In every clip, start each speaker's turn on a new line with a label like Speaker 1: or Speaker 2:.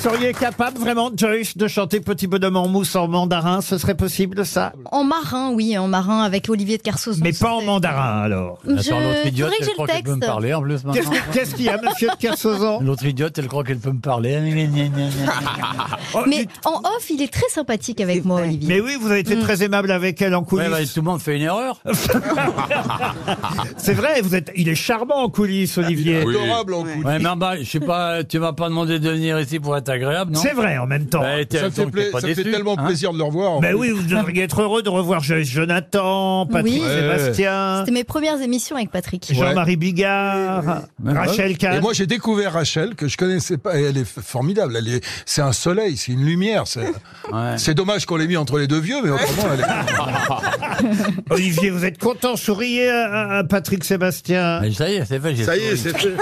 Speaker 1: seriez capable vraiment, Joyce, de chanter Petit bonhomme en mousse en mandarin Ce serait possible, ça
Speaker 2: En marin, oui, en marin avec Olivier de Carsos.
Speaker 1: Mais pas en mandarin, alors.
Speaker 2: Je
Speaker 3: Attends, l'autre
Speaker 2: faudrait
Speaker 3: idiote,
Speaker 2: que
Speaker 3: elle
Speaker 2: j'ai le
Speaker 3: croit qu'elle peut me
Speaker 2: texte.
Speaker 3: parler en plus
Speaker 1: Qu'est-ce
Speaker 3: maintenant.
Speaker 1: qu'est-ce qu'il y a, monsieur de Kersauzon
Speaker 3: L'autre idiote, elle croit qu'elle peut me parler. Gna, gna, gna, gna.
Speaker 1: Oh,
Speaker 2: Mais
Speaker 1: dites-
Speaker 2: en off, il est très sympathique avec moi, Olivier.
Speaker 1: Mais oui, vous avez été très aimable avec elle en
Speaker 3: Ouais, bah,
Speaker 1: coulisses.
Speaker 3: tout le monde fait une erreur.
Speaker 1: C'est vrai, vous êtes, il est charmant en coulisses, Olivier.
Speaker 4: Ah, Adorable en coulisses.
Speaker 3: Ouais, mais en bas, je sais pas, tu m'as pas demandé de venir ici pour être agréable, non
Speaker 1: C'est vrai en même temps.
Speaker 3: Bah, t'es-
Speaker 4: Ça me fait,
Speaker 3: donc,
Speaker 4: pla-
Speaker 3: t'es pas
Speaker 4: ça me fait
Speaker 3: déçu,
Speaker 4: tellement
Speaker 3: hein
Speaker 4: plaisir de le revoir. en
Speaker 1: Ben
Speaker 4: fait.
Speaker 1: oui, vous devriez être heureux de revoir Joyce Jonathan,
Speaker 2: Oui.
Speaker 1: Patrick
Speaker 2: Ouais.
Speaker 1: Sébastien,
Speaker 2: C'était mes premières émissions avec Patrick.
Speaker 1: Jean-Marie Bigard,
Speaker 3: oui.
Speaker 1: Rachel Kahn.
Speaker 4: Et moi, j'ai découvert Rachel, que je connaissais pas, et elle est f- formidable. Elle est, c'est un soleil, c'est une lumière. C'est,
Speaker 3: Ouais.
Speaker 4: c'est dommage qu'on l'ait mis entre les deux vieux, mais autrement, elle est.
Speaker 1: Olivier, vous êtes content, souriez à, à Patrick Sébastien.
Speaker 3: Mais ça y est, c'est fait. j'ai
Speaker 5: Ça y est,
Speaker 3: souri.
Speaker 5: c'est fait.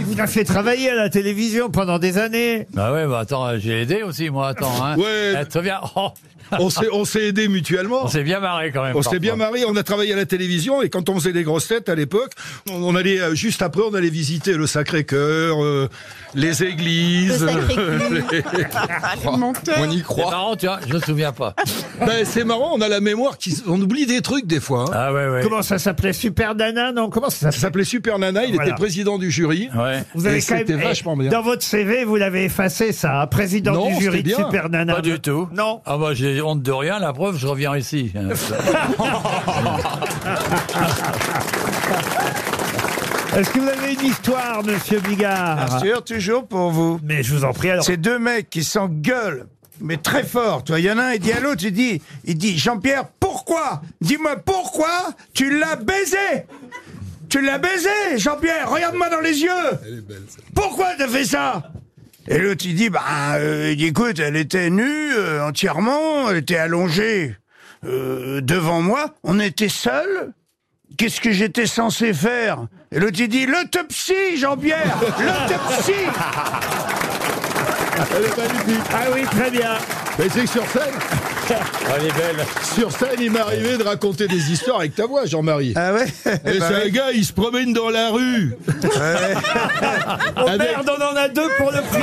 Speaker 1: Il vous a fait travailler à la télévision pendant des années.
Speaker 3: Bah ouais, bah attends, euh, j'ai aidé aussi, moi, attends. Hein.
Speaker 5: Ouais.
Speaker 3: Eh, très bien. Oh,
Speaker 5: On s'est, on s'est aidés
Speaker 3: on
Speaker 5: mutuellement.
Speaker 3: s'est bien marré quand même.
Speaker 5: On s'est bien
Speaker 3: parfois.
Speaker 5: mariés, on a travaillé à la télévision et quand on faisait des grosses têtes à l'époque, on, on allait euh, juste après, on allait visiter le Sacré-Cœur, euh, les
Speaker 2: Le
Speaker 5: églises.
Speaker 2: sacré cul.
Speaker 4: On y
Speaker 3: C'est
Speaker 4: croit.
Speaker 3: marrant, tu vois, je me souviens pas.
Speaker 4: Ben, c'est marrant, on a la mémoire qui, s- on oublie des trucs des fois. hein.
Speaker 3: Ah ouais, ouais.
Speaker 1: Comment ça s'appelait Super Nana Non, comment ça
Speaker 5: Ça
Speaker 1: s'appelait
Speaker 5: s'appelait Super
Speaker 4: Ah,
Speaker 5: Nana, il
Speaker 1: Voilà.
Speaker 5: était président du jury.
Speaker 3: Ouais.
Speaker 1: vous avez
Speaker 5: Et
Speaker 1: quand
Speaker 5: c'était
Speaker 1: même, Eh,
Speaker 5: vachement bien.
Speaker 1: Dans votre CV, vous l'avez effacé ça, hein, président
Speaker 5: Non,
Speaker 1: du jury de
Speaker 5: c'était bien.
Speaker 1: Super Nana.
Speaker 3: Pas du tout.
Speaker 1: Non.
Speaker 3: Ah bah j'ai honte de rien, la preuve, je reviens ici.
Speaker 1: Est-ce que vous avez une histoire, monsieur Bigard
Speaker 6: Bien sûr, toujours pour vous.
Speaker 1: Mais je vous en prie, alors.
Speaker 6: Ces deux mecs qui s'engueulent, mais très fort. Tu vois, Bah, il y en a un, il dit à l'autre, il dit, il dit, Jean-Pierre, pourquoi Dis-moi pourquoi tu l'as baisé Tu l'as baisé, Jean-Pierre. Regarde-moi dans les yeux. Pourquoi t'as fait ça Et l'autre, il dit, bah, euh, il dit, écoute, elle était nue euh, entièrement, elle était allongée euh, devant moi. On était seuls. Qu'est-ce que j'étais censé faire Et l'autre, il dit, l'autopsie, Jean-Pierre, l'autopsie
Speaker 5: Elle est magnifique.
Speaker 1: Ah oui, très bien.
Speaker 5: Mais c'est que sur scène,
Speaker 3: Elle est belle.
Speaker 5: sur scène, il m'est arrivé de raconter des histoires avec ta voix, Jean-Marie.
Speaker 6: Ah ouais
Speaker 5: Et c'est un gars, il se promène dans la rue. Ah,
Speaker 1: Oh merde, on en a deux pour le prix.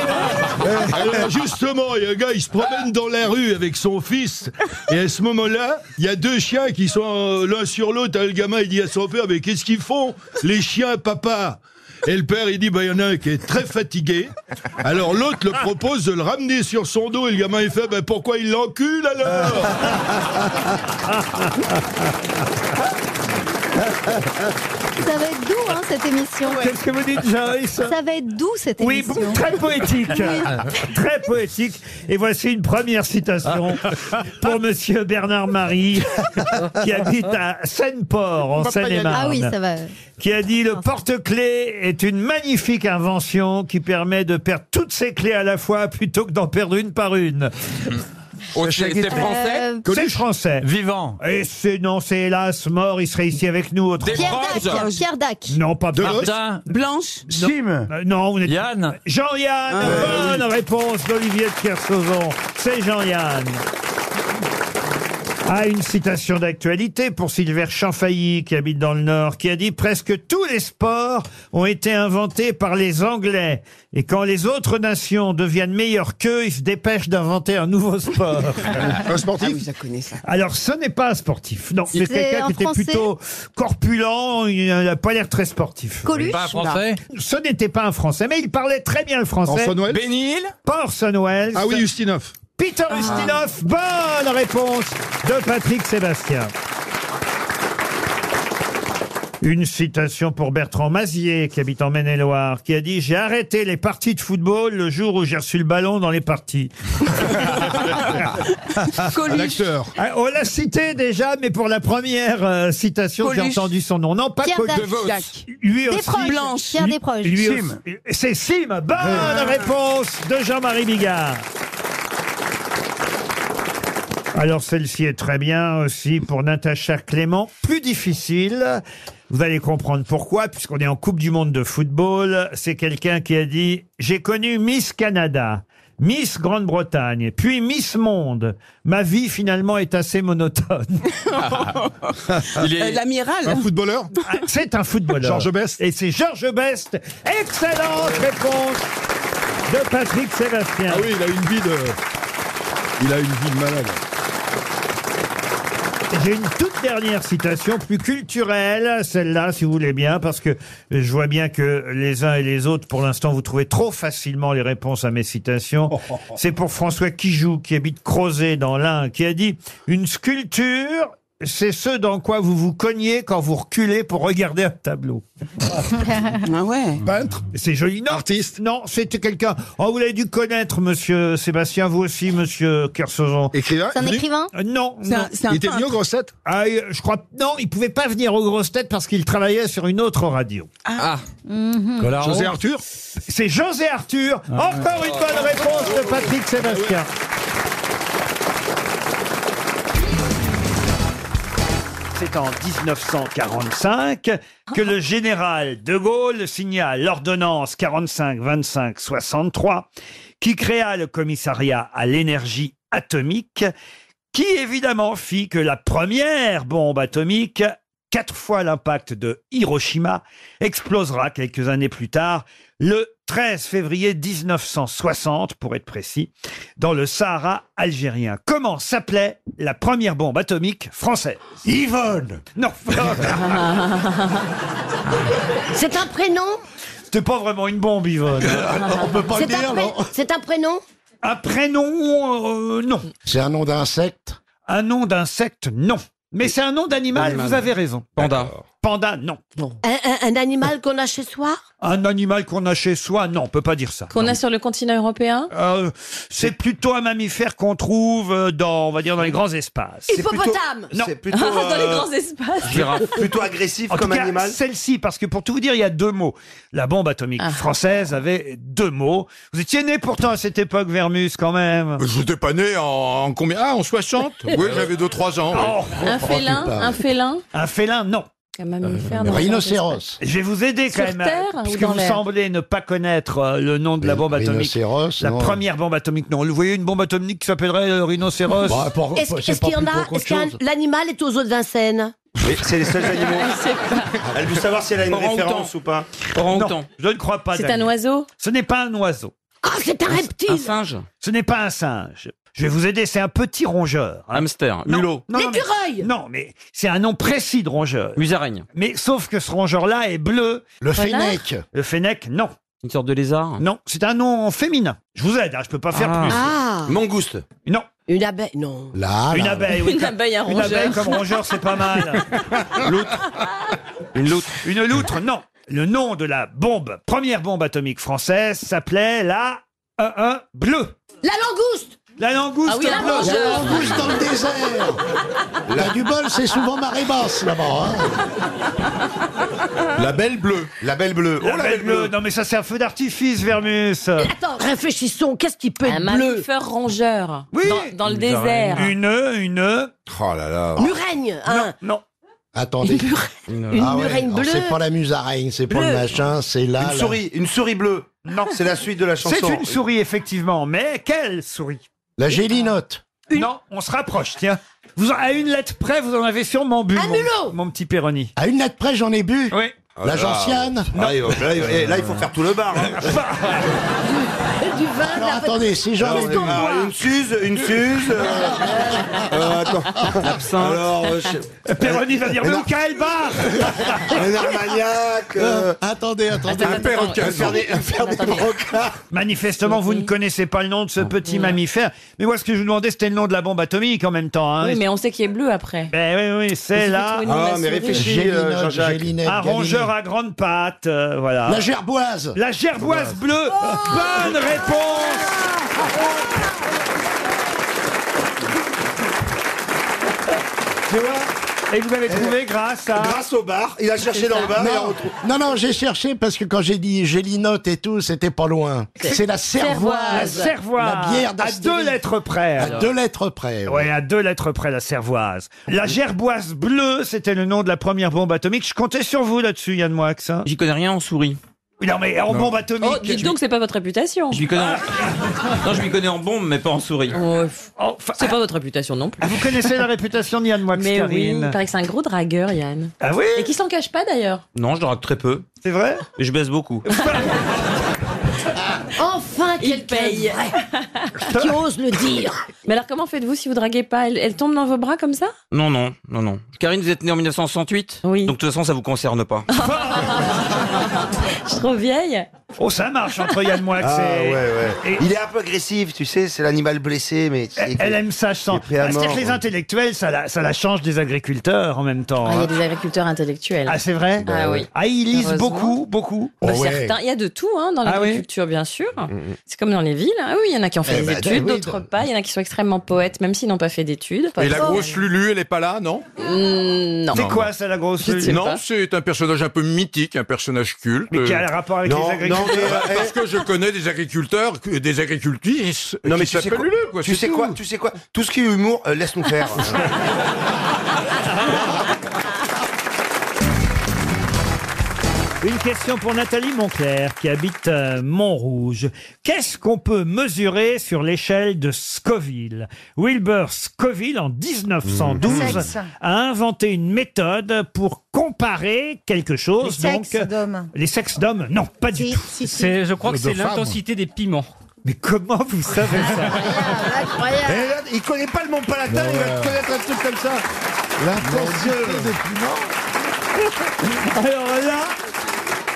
Speaker 5: Alors justement, il y a un gars, il se promène dans la rue avec son fils. Et à ce moment-là, il y a deux chiens qui sont euh, l'un sur l'autre. Et Le gamin, il dit à son père, mais qu'est-ce qu'ils font Les chiens, papa et le père, il dit, bah, il y en a un qui est très fatigué. Alors l'autre le propose de le ramener sur son dos. Et le gamin, il fait, bah, pourquoi il l'encule alors
Speaker 2: Ça va être doux, hein, cette émission.
Speaker 1: Qu'est-ce que vous dites, Joyce
Speaker 2: Ça va être doux, cette
Speaker 1: Oui,
Speaker 2: émission.
Speaker 1: bon, très poétique. très poétique. Et voici une première citation
Speaker 2: Ah.
Speaker 1: pour monsieur Bernard Marie, qui habite à Seine-Port, en Seine-et-Marne.
Speaker 2: Ah oui, ça va.
Speaker 1: Qui a dit Le porte-clés est une magnifique invention qui permet de perdre toutes ses clés à la fois plutôt que d'en perdre une par une.
Speaker 7: C'était français
Speaker 2: Euh,
Speaker 1: C'est français.
Speaker 3: Vivant.
Speaker 1: Et c'est non, c'est hélas mort, il serait ici avec nous autrement.
Speaker 2: Pierre Dac.
Speaker 7: Desproges.
Speaker 2: Pierre Dac.
Speaker 1: Non, pas Pierre-
Speaker 3: Martin,
Speaker 7: Blanche
Speaker 6: Sim
Speaker 1: Euh, Non, vous n'êtes
Speaker 3: Yann.
Speaker 1: Jean-Yann, bonne réponse d'Olivier de Kersauzon. C'est Jean-Yann. Ah, une citation d'actualité pour Silver Champailly, qui habite dans le Nord, qui a dit Presque tous les sports ont été inventés par les Anglais. Et quand les autres nations deviennent meilleures qu'eux, ils se dépêchent d'inventer un nouveau sport.
Speaker 5: Un
Speaker 7: Ah
Speaker 5: sportif
Speaker 7: oui, je la connais ça.
Speaker 1: Alors, ce n'est pas un sportif. Non, c'est
Speaker 2: C'est
Speaker 1: quelqu'un
Speaker 2: un
Speaker 1: qui était
Speaker 2: Français
Speaker 1: plutôt corpulent, il n'a pas l'air très sportif.
Speaker 2: Coluche.
Speaker 3: Pas français.
Speaker 1: Ce n'était pas un Français, mais il parlait très bien le français.
Speaker 5: Orson Welles
Speaker 7: Bénil
Speaker 1: Pas Orson Welles.
Speaker 5: Ah oui, Ustinov.
Speaker 1: Peter
Speaker 2: Ah.
Speaker 1: Ustinov, bonne réponse de Patrick Sébastien. Une citation pour Bertrand Mazier, qui habite en Maine-et-Loire, qui a dit J'ai arrêté les parties de football le jour où j'ai reçu le ballon dans les parties.
Speaker 5: Un
Speaker 7: Coluche.
Speaker 5: acteur.
Speaker 1: Ah, on l'a cité déjà, mais pour la première euh, citation, j'ai
Speaker 7: Coluche.
Speaker 1: entendu son nom. Non, pas
Speaker 2: Pierre
Speaker 1: Coluche.
Speaker 2: Dac.
Speaker 7: Dac.
Speaker 1: Lui aussi.
Speaker 2: Desproges.
Speaker 7: Blanche.
Speaker 2: Pierre
Speaker 1: Lui-
Speaker 2: Desproges.
Speaker 1: lui
Speaker 6: Sim.
Speaker 1: aussi. C'est Sim. Bonne réponse de Jean-Marie Bigard. Alors celle-ci est très bien aussi pour Natacha Clément. Plus difficile. Vous allez comprendre pourquoi, puisqu'on est en Coupe du Monde de football. C'est quelqu'un qui a dit « J'ai connu Miss Canada, Miss Grande-Bretagne, puis Miss Monde. Ma vie finalement est assez monotone.
Speaker 3: Il
Speaker 7: Euh,
Speaker 3: est...
Speaker 7: L'amiral
Speaker 5: Ah. Un footballeur »
Speaker 1: Ah, C'est un footballeur.
Speaker 5: Georges Best
Speaker 1: Et c'est Georges Best. Excellente réponse de Patrick Sébastien.
Speaker 8: Ah oui, il a une vie de. Il a une vie de malade.
Speaker 1: J'ai une toute dernière citation, plus culturelle, celle-là, si vous voulez bien, parce que je vois bien que les uns et les autres, pour l'instant, vous trouvez trop facilement les réponses à mes citations. C'est pour François Quijou, qui habite Crozet dans l'Ain, qui a dit « Une sculpture, c'est ce dans quoi vous vous cognez quand vous reculez pour regarder un tableau.
Speaker 9: Ah ouais. »
Speaker 1: C'est joli. Non, Artiste Non, c'était quelqu'un... Oh, vous l'avez dû connaître, monsieur Sébastien, vous aussi, monsieur Kersozon.
Speaker 8: Écrivain
Speaker 7: C'est un écrivain
Speaker 1: Euh, Non,
Speaker 9: C'est
Speaker 1: non.
Speaker 9: un, c'est un
Speaker 8: Il était venu
Speaker 9: peintre.
Speaker 8: aux grosses têtes
Speaker 1: Ah, euh, je crois. Non, il pouvait pas venir aux grosses têtes parce qu'il travaillait sur une autre radio.
Speaker 10: Ah,
Speaker 7: Mhm.
Speaker 1: Mhm.
Speaker 3: Colaro.
Speaker 8: José Arthur
Speaker 1: C'est José Arthur. Encore une bonne réponse de Patrick Sébastien. C'est en 1945 que le général de Gaulle signa l'ordonnance 45-25-63 qui créa le commissariat à l'énergie atomique qui évidemment fit que la première bombe atomique, quatre fois l'impact de Hiroshima, explosera quelques années plus tard, le 13 février 1960 pour être précis, dans le Sahara algérien. Comment s'appelait la première bombe atomique française
Speaker 11: Yvonne
Speaker 1: Non,
Speaker 12: C'est un prénom
Speaker 1: c'était pas vraiment une bombe, Yvonne.
Speaker 12: C'est un, pré- c'est un prénom
Speaker 1: Un prénom, euh, non.
Speaker 13: C'est un nom d'insecte
Speaker 1: Un nom d'insecte, non. Mais c'est un nom d'animal, vous avez raison.
Speaker 10: panda.
Speaker 1: Panda, non.
Speaker 12: un, un- un animal qu'on a chez soi
Speaker 1: Un animal qu'on a chez soi, non, on peut pas dire ça.
Speaker 14: Qu'on a sur le continent européen
Speaker 1: Euh, c'est plutôt un mammifère qu'on trouve euh, dans, on va dire, dans les grands espaces.
Speaker 12: Hippopotame
Speaker 1: Non.
Speaker 15: C'est plutôt,
Speaker 14: Dans les
Speaker 15: euh,
Speaker 14: grands espaces
Speaker 10: Girafe.
Speaker 15: plutôt agressif
Speaker 1: En tout
Speaker 15: comme
Speaker 1: cas,
Speaker 15: animal.
Speaker 1: celle-ci, parce que pour tout vous dire, il y a deux mots. La bombe atomique
Speaker 14: Ah.
Speaker 1: française avait deux mots. Vous étiez né pourtant à cette époque, Vermus, quand même.
Speaker 10: Je n'étais pas né en, en combien Ah, en 60 Oui, j'avais 2-3 ans. oui.
Speaker 1: Oh, Euh,
Speaker 14: Un félin
Speaker 13: parles.
Speaker 14: Un félin
Speaker 1: un félin, non.
Speaker 14: Un mammifère dans les
Speaker 13: Euh, Rhinocéros.
Speaker 1: Je vais vous aider quand
Speaker 14: Sur
Speaker 1: même,
Speaker 14: Terre
Speaker 1: euh,
Speaker 14: ou
Speaker 1: puisque
Speaker 14: dans
Speaker 1: vous
Speaker 14: l'air
Speaker 1: semblez ne pas connaître euh, le nom de la bombe atomique.
Speaker 13: Rhinocéros.
Speaker 1: La
Speaker 13: non.
Speaker 1: première bombe atomique, non. Vous voyez une bombe atomique qui s'appellerait euh, rhinocéros
Speaker 13: Bah, pour-
Speaker 12: Est-ce
Speaker 13: c'est
Speaker 12: est-ce
Speaker 13: pas
Speaker 12: qu'il y en
Speaker 13: plus
Speaker 12: a
Speaker 13: gros qu'autre
Speaker 12: Est-ce qu'un-
Speaker 13: chose.
Speaker 12: l'animal est aux eaux de Vincennes
Speaker 15: Mais C'est les seuls animaux. Elle veut savoir si elle a une
Speaker 10: Orang-outan.
Speaker 15: référence ou pas.
Speaker 1: Non,
Speaker 10: Orang-outan.
Speaker 1: je ne crois pas.
Speaker 14: espaces. C'est un
Speaker 1: Daniel.
Speaker 14: oiseau
Speaker 1: Ce n'est pas un oiseau.
Speaker 12: Oh, c'est un
Speaker 10: Un
Speaker 12: reptile
Speaker 10: singe.
Speaker 1: Ce n'est pas un singe. Je vais vous aider, c'est un petit rongeur. hein.
Speaker 10: Hamster.
Speaker 1: Non,
Speaker 10: Mulot.
Speaker 1: non, non, mais-
Speaker 12: L'écureuil
Speaker 1: Non, mais c'est un nom précis de rongeur.
Speaker 10: Musaraigne.
Speaker 1: Mais sauf que ce rongeur-là est bleu.
Speaker 13: Le
Speaker 14: Renard
Speaker 13: fennec.
Speaker 1: Le fennec, non.
Speaker 10: Une sorte de lézard.
Speaker 1: Non, c'est un nom féminin. Je vous aide, hein, je peux pas faire
Speaker 10: Ah.
Speaker 12: Ah
Speaker 15: Mangouste.
Speaker 1: plus. Non,
Speaker 12: Une abeille Non.
Speaker 13: Là,
Speaker 1: une
Speaker 13: là.
Speaker 1: abeille. oui.
Speaker 14: Une abeille, un
Speaker 1: Une abeille
Speaker 14: rongeur.
Speaker 1: comme rongeur, c'est pas mal.
Speaker 10: Une loutre.
Speaker 1: Une loutre, non. Le nom de la bombe, première bombe atomique française, s'appelait la 1 bleue.
Speaker 12: La langouste
Speaker 1: La langouste
Speaker 14: Ah oui, la
Speaker 1: bleue.
Speaker 13: Il y a
Speaker 14: rongeur.
Speaker 13: la langouste dans le désert. Là, du bol, c'est souvent marée basse là-bas. hein.
Speaker 15: La belle bleue.
Speaker 13: La belle bleue.
Speaker 1: La belle bleue. Non, mais ça, c'est un feu d'artifice, Vermus.
Speaker 12: Attends, réfléchissons, qu'est-ce qui peut
Speaker 14: Un
Speaker 12: être bleu
Speaker 14: mammifère rongeur.
Speaker 1: Oui.
Speaker 14: Dans, dans le désert.
Speaker 1: Une, une.
Speaker 15: Oh là là.
Speaker 12: Murène
Speaker 1: Non,
Speaker 12: hein.
Speaker 1: non.
Speaker 13: Attendez.
Speaker 12: Une
Speaker 13: Ah ouais,
Speaker 12: murène
Speaker 13: alors, C'est
Speaker 12: bleue
Speaker 13: pas la musaraigne, c'est pas
Speaker 12: Bleue.
Speaker 13: le machin, c'est là.
Speaker 15: Une
Speaker 13: la-
Speaker 15: souris, une souris bleue.
Speaker 1: Non.
Speaker 15: C'est la suite de la chanson.
Speaker 1: C'est une souris, effectivement. Mais quelle souris
Speaker 13: La gélinote.
Speaker 1: Non, on se rapproche, tiens. Vous en- à une lettre près, vous en avez sûrement bu.
Speaker 12: Un
Speaker 1: mon-
Speaker 12: mulot.
Speaker 1: Mon petit Péroni.
Speaker 13: À une lettre près, j'en ai bu.
Speaker 1: Oui.
Speaker 15: Oh là
Speaker 13: La
Speaker 15: là.
Speaker 13: gentiane.
Speaker 15: Ah, il va- là, il va- eh, là, il faut faire tout le bar. hein.
Speaker 12: du vin, de
Speaker 13: Alors
Speaker 12: la
Speaker 13: attendez, si j'en ai bu.
Speaker 15: Alors, Ah, une suze, une suze. euh, euh, attends. Alors, euh, je sais-
Speaker 1: Péroni va dire
Speaker 13: Mais non.
Speaker 1: Michael Barr
Speaker 15: un armagnac. euh,
Speaker 13: Euh, attendez, attendez.
Speaker 14: Un perroquet.
Speaker 15: un fernet- un fernet brocard.
Speaker 1: Manifestement, vous ne connaissez pas le nom de
Speaker 14: Ah.
Speaker 1: ce petit mammifère. Mais moi, ce que je vous demandais, c'était le nom de la bombe atomique en même temps. Hein.
Speaker 14: Oui, mais on sait qu'il est bleu après.
Speaker 1: Ben oui, oui, c'est
Speaker 14: Vous
Speaker 1: là.
Speaker 14: avez trouvé
Speaker 15: Ah,
Speaker 14: une
Speaker 15: mais
Speaker 14: souris.
Speaker 15: réfléchis, euh,
Speaker 13: Gélinote,
Speaker 15: Jean-Jacques.
Speaker 13: gélinette,
Speaker 1: Un rongeur
Speaker 13: galinette.
Speaker 1: à grandes pattes, euh, voilà.
Speaker 13: La gerboise.
Speaker 1: La gerboise bleue,
Speaker 16: Oh.
Speaker 1: bonne réponse Tu vois Et vous avez trouvé grâce à...
Speaker 15: Grâce au bar, il a cherché dans le bar. il a
Speaker 13: Non,
Speaker 15: retrouvé.
Speaker 13: non, non, j'ai cherché parce que quand j'ai dit gélinote et tout, c'était pas loin. C'est la
Speaker 1: La
Speaker 13: cervoise.
Speaker 1: cervoise
Speaker 13: La bière
Speaker 1: À
Speaker 13: d'Astérix.
Speaker 1: deux lettres près
Speaker 13: À
Speaker 1: alors.
Speaker 13: deux lettres près. ouais.
Speaker 1: Ouais, à deux lettres près, la cervoise. La gerboise bleue, c'était le nom de la première bombe atomique. Je comptais sur vous là-dessus, Yann Moix. hein.
Speaker 10: J'y connais rien en souris.
Speaker 1: Non, mais en bombe atomique. Ah
Speaker 14: Oh, dites donc, c'est pas votre réputation.
Speaker 10: Je m'y connais. non, je m'y connais en bombe, mais pas en souris.
Speaker 14: Oh, pff,
Speaker 1: Oh, enfin,
Speaker 14: c'est pas votre réputation non plus.
Speaker 1: ah, vous connaissez la réputation de Yann Moix,
Speaker 14: Mais oui,
Speaker 1: Karine
Speaker 14: il paraît que c'est un gros dragueur, Yann.
Speaker 1: Ah oui
Speaker 14: Et qui s'en cache pas d'ailleurs.
Speaker 10: Non, je drague très peu.
Speaker 1: C'est vrai
Speaker 10: Et je baisse beaucoup.
Speaker 12: Enfin,
Speaker 14: il paye.
Speaker 12: Qui ose le dire.
Speaker 14: Mais alors, comment faites-vous si vous draguez pas elle, elle tombe dans vos bras comme ça
Speaker 17: Non, non, non, non. Karine, vous êtes née en 1968 Oui. Donc de toute façon, ça vous concerne pas.
Speaker 14: Je suis trop vieille.
Speaker 1: Oh, ça marche entre Yann Moix
Speaker 15: Ah,
Speaker 1: et-
Speaker 15: ouais, ouais.
Speaker 1: et-
Speaker 15: Il est un peu agressif, tu sais, c'est l'animal blessé, mais. tu sais
Speaker 1: Elle,
Speaker 15: que-
Speaker 1: elle aime ça, je sens.
Speaker 15: Il est pris à
Speaker 1: C'est-à-dire
Speaker 15: mort, hein.
Speaker 1: que les
Speaker 15: ouais.
Speaker 1: intellectuels, ça la, ça la change des agriculteurs en même temps.
Speaker 14: Ah, Il y a
Speaker 1: hein.
Speaker 14: des agriculteurs intellectuels.
Speaker 1: Ah, c'est vrai
Speaker 14: Ah oui.
Speaker 1: Ah, ils lisent
Speaker 14: Heureusement.
Speaker 1: beaucoup, beaucoup.
Speaker 15: Oh
Speaker 14: Bah, certains, il y a de tout hein, dans
Speaker 1: Ah oui
Speaker 14: l'agriculture, bien sûr.
Speaker 15: Mm,
Speaker 14: C'est comme dans les villes. Ah oui, il y en a qui ont fait
Speaker 10: Eh
Speaker 14: des
Speaker 10: bah,
Speaker 14: études,
Speaker 10: oui,
Speaker 14: d'autres pas. Il y en a qui sont extrêmement poètes, même s'ils n'ont pas fait d'études. Par
Speaker 10: Et la
Speaker 14: exemple.
Speaker 10: grosse Lulu, elle est pas là, non
Speaker 14: Mm, non.
Speaker 10: C'est quoi,
Speaker 1: ça, la grosse
Speaker 14: Je sais
Speaker 10: Non,
Speaker 14: pas.
Speaker 10: c'est un personnage un peu mythique, un personnage culte.
Speaker 1: Mais qui a un rapport avec
Speaker 10: Non,
Speaker 1: les agriculteurs
Speaker 10: non, mais, euh, parce que je connais des agriculteurs, que- des agricultrices
Speaker 15: Non, mais
Speaker 10: qui
Speaker 15: tu sais
Speaker 10: s'appellent
Speaker 15: quoi,
Speaker 10: Lulu, quoi.
Speaker 15: tu,
Speaker 10: c'est
Speaker 15: sais
Speaker 10: tout.
Speaker 15: quoi tu sais quoi Tout ce qui est humour, euh, laisse-nous faire.
Speaker 1: Une question pour Nathalie Monclerc qui habite euh, Montrouge. Qu'est-ce qu'on peut mesurer sur l'échelle de Scoville Wilbur Scoville, en 1912,
Speaker 18: Mmh. Sexe.
Speaker 1: a inventé une méthode pour comparer quelque chose.
Speaker 18: Les sexes
Speaker 1: donc,
Speaker 18: d'hommes.
Speaker 1: Les sexes d'hommes Non, pas du tout.
Speaker 19: C'est- je crois que c'est l'intensité des piments.
Speaker 1: Mais comment vous savez ça
Speaker 7: Eh,
Speaker 13: Et là, il connaît pas le Mont Palatin, il va te connaître un truc comme ça.
Speaker 1: Alors là.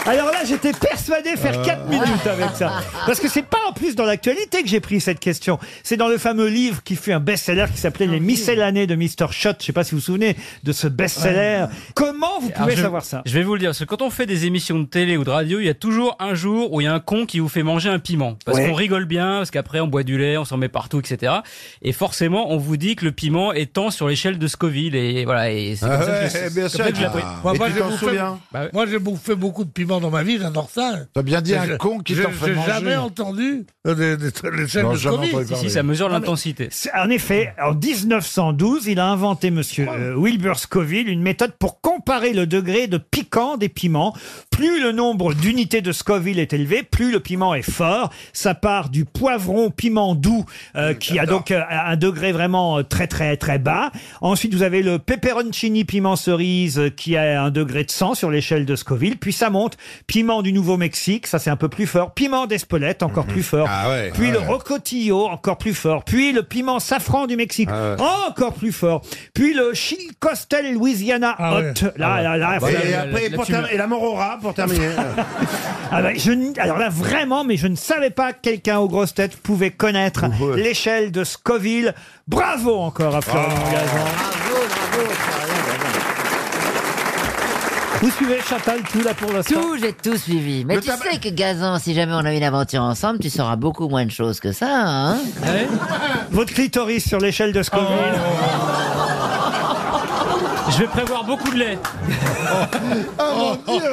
Speaker 1: Alors là, j'étais persuadé
Speaker 19: Euh.
Speaker 1: faire 4 minutes avec ça. Parce que c'est pas en plus dans l'actualité que j'ai pris cette question. C'est dans le fameux livre qui fut un best-seller qui s'appelait Les Miscellanées de Mr. Shot. Je sais pas si vous vous souvenez de ce best-seller. Comment vous
Speaker 19: Alors,
Speaker 1: pouvez
Speaker 19: je-
Speaker 1: savoir ça
Speaker 19: Je vais vous le dire, parce que quand on fait des émissions de télé ou de radio, il y a toujours un jour où il y a un con qui vous fait manger un piment. Parce
Speaker 1: Ouais.
Speaker 19: qu'on rigole bien, parce qu'après on boit du lait, on s'en met partout, etc. Et forcément, on vous dit que le piment est tant sur l'échelle de Scoville. Et voilà, et c'est comme ça que je-
Speaker 8: Eh
Speaker 19: c'est comme ça que je l'ai appris.
Speaker 6: Moi,
Speaker 19: Et
Speaker 6: moi,
Speaker 19: tu
Speaker 6: j'ai
Speaker 19: t'en
Speaker 6: bouffé-
Speaker 19: souviens
Speaker 6: Bah ouais. Moi, j'ai bouffé beaucoup de piment dans ma vie, j'adore ça.
Speaker 20: T'as bien dit
Speaker 6: Mais
Speaker 20: un
Speaker 6: je-
Speaker 20: con qui
Speaker 6: je-
Speaker 20: t'en fait manger.
Speaker 6: J'ai jamais entendu euh, des- des- des- l'échelle
Speaker 20: Non,
Speaker 6: de Ah,
Speaker 20: jamais
Speaker 6: Scoville.
Speaker 20: entendu parler. Si, ça mesure l'intensité.
Speaker 1: C'est- En effet, en 1912, il a inventé Monsieur euh, Wilbur Scoville une méthode pour comparer le degré de piquant des piments. Plus le nombre d'unités de Scoville est élevé, plus le piment est fort. Ça part du poivron piment doux euh, qui a donc euh, un degré vraiment euh, très très très bas. Ensuite, vous avez le pepperoncini piment cerise euh, qui a un degré de 100 sur l'échelle de Scoville. Puis ça monte piment du Nouveau-Mexique, ça c'est un peu plus fort. Piment d'Espelette, encore plus fort. puis
Speaker 20: Mhm. ah
Speaker 1: le
Speaker 20: ouais.
Speaker 1: rocotillo, encore plus fort. Puis le piment safran du Mexique, encore plus fort. Puis le chili costel Louisiana
Speaker 13: Ah ouais.
Speaker 1: hot. Là,
Speaker 13: Ah
Speaker 1: là, là,
Speaker 13: ouais.
Speaker 1: voilà.
Speaker 13: Et après, pour terminer- et la Morora, pour terminer.
Speaker 1: Ah bah, je n- alors là, vraiment, mais je ne savais pas que quelqu'un aux grosses têtes pouvait connaître l'échelle de Scoville. Bravo encore
Speaker 13: Ah.
Speaker 1: à Florian Gazan. Vous suivez Chantal tout là pour l'instant
Speaker 2: Tout, j'ai tout suivi. Mais
Speaker 1: Le
Speaker 2: tu
Speaker 1: tabac-
Speaker 2: sais que Gazan, si jamais on a une aventure ensemble, tu sauras beaucoup moins de choses que ça, hein
Speaker 1: Votre clitoris sur l'échelle de Scoville.
Speaker 2: Oh.
Speaker 19: Je vais prévoir beaucoup de lait.
Speaker 20: Oh mon dieu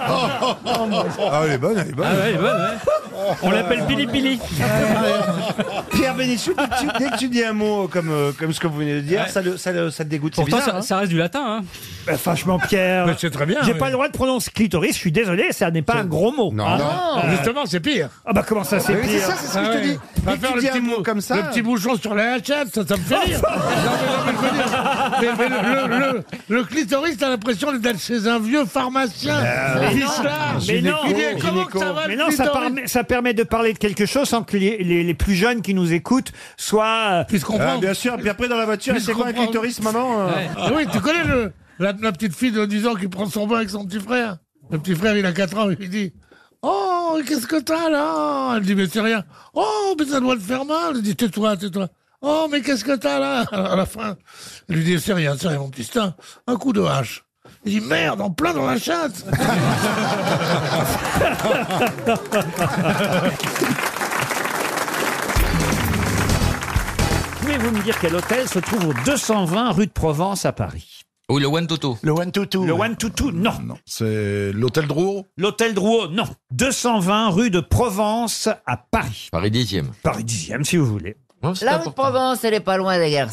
Speaker 20: Ah, elle est bonne, elle est bonne.
Speaker 19: Ah ouais, elle est bonne, ouais. On l'appelle Pili Pili.
Speaker 13: Pierre Bénichou, dès, que tu- dès que tu dis un mot comme, euh, comme ce que vous venez de dire,
Speaker 19: Ouais.
Speaker 13: ça, le- ça, le- ça te dégoûte. C'est
Speaker 19: Pourtant,
Speaker 13: bizarre,
Speaker 19: ça,
Speaker 13: hein.
Speaker 19: ça reste du latin. Hein.
Speaker 1: Bah, franchement, Pierre.
Speaker 19: Mais c'est très bien,
Speaker 1: J'ai
Speaker 19: oui.
Speaker 1: pas le droit de prononcer clitoris, je suis désolé, ça n'est pas un gros mot. Non,
Speaker 6: Ah,
Speaker 19: Ah.
Speaker 6: non. Justement, c'est pire.
Speaker 1: Ah bah comment ça, c'est
Speaker 6: Mais oui,
Speaker 1: pire
Speaker 6: c'est ça, c'est ce que je te
Speaker 1: Ah ouais.
Speaker 6: dis. Dès que tu dis un mot comme ça- bouchon sur la hachette, ça, ça me fait rire. Non, mais non, mais je veux dire, mais- mais le, le- le- le clitoris, t'as l'impression d'être chez un vieux pharmacien.
Speaker 1: Mais non.
Speaker 6: Fichard,
Speaker 1: Ah, Mais non,
Speaker 6: il est- comment que ça va
Speaker 1: Mais
Speaker 6: le
Speaker 1: non, ça,
Speaker 6: clitoris
Speaker 1: permet, ça permet de parler de quelque chose sans que les, les- les plus jeunes qui nous écoutent soient euh,
Speaker 6: puissent
Speaker 13: comprendre. Ah, bien sûr, puis après, dans la voiture, Puissent c'est quoi un comprendre. clitoris, maman, euh
Speaker 6: Ouais. Ah Oui, tu connais le- la, la petite fille de 10 ans qui prend son bain avec son petit frère. Le petit frère, il a 4 ans, il dit Oh, qu'est-ce que t'as là Elle dit Mais c'est rien. Oh, mais ça doit te faire mal. Elle dit Tais-toi, tais-toi. Oh, mais qu'est-ce que t'as là À la fin, il lui dit C'est rien, c'est rien, mon petit. C'est un, un coup de hache. Il dit Merde, en plein dans la chatte
Speaker 1: Pouvez-vous me dire quel hôtel se trouve au 220 rue de Provence à Paris
Speaker 20: Ou le One Toto.
Speaker 1: Le One Tutu. Le One Tutu, non.
Speaker 20: C'est l'hôtel Drouot
Speaker 1: L'hôtel Drouot, non. 220 rue de Provence à Paris.
Speaker 20: Paris 10e.
Speaker 1: Paris 10e, si vous voulez.
Speaker 2: La Haute-Provence, elle est pas loin des gares
Speaker 12: Ah.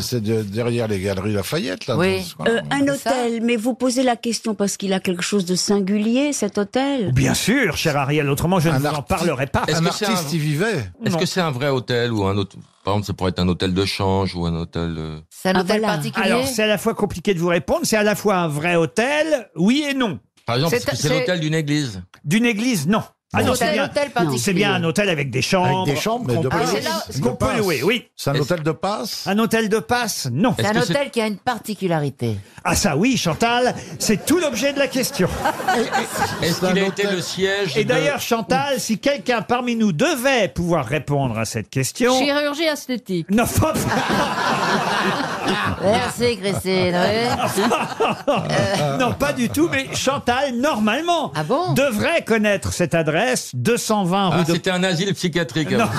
Speaker 20: C'est- C'est de- derrière les galeries Lafayette, là. dans
Speaker 2: Oui.
Speaker 20: ce coin-là.
Speaker 12: Euh,
Speaker 2: un
Speaker 16: Euh, hôtel, mais vous posez la question parce qu'il a quelque chose de singulier, cet hôtel.
Speaker 1: Bien sûr, cher Ariel, autrement je ne vous en parlerai pas.
Speaker 21: Est-ce que c'est un- Est-ce que c'est un vrai hôtel ou un autre Par exemple, ça pourrait être un hôtel de change ou un hôtel. euh,
Speaker 2: C'est un hôtel particulier
Speaker 1: Alors, c'est à la fois compliqué de vous répondre, c'est à la fois un vrai hôtel, oui et non.
Speaker 21: Par exemple, est-ce que c'est l'hôtel d'une église
Speaker 1: D'une église, non. Ah non,
Speaker 18: Hôtel,
Speaker 1: c'est bien,
Speaker 18: hôtel particulier.
Speaker 1: c'est bien un hôtel avec des chambres.
Speaker 18: Avec des chambres qu'on
Speaker 1: qu'on
Speaker 18: peut-
Speaker 1: peut,
Speaker 18: Ah, c'est là-
Speaker 1: qu'on
Speaker 18: de
Speaker 1: peut
Speaker 18: passe.
Speaker 1: louer, oui.
Speaker 18: C'est un hôtel
Speaker 1: de passe Un hôtel de passe Non.
Speaker 2: C'est un hôtel qui a une particularité.
Speaker 1: Ah ça oui, Chantal, c'est tout l'objet de la question.
Speaker 3: Est-ce qu'il a été le siège
Speaker 1: Et
Speaker 3: de-
Speaker 1: d'ailleurs, Chantal, si quelqu'un parmi nous devait pouvoir répondre à cette question...
Speaker 12: Chirurgie esthétique.
Speaker 1: Non,
Speaker 2: Merci, Christine. oui.
Speaker 1: Euh, non, pas du tout, mais Chantal, normalement,
Speaker 2: Ah
Speaker 1: devrait connaître cette adresse, 220 rue
Speaker 21: Ah,
Speaker 1: de...
Speaker 21: c'était un asile psychiatrique.
Speaker 1: Non.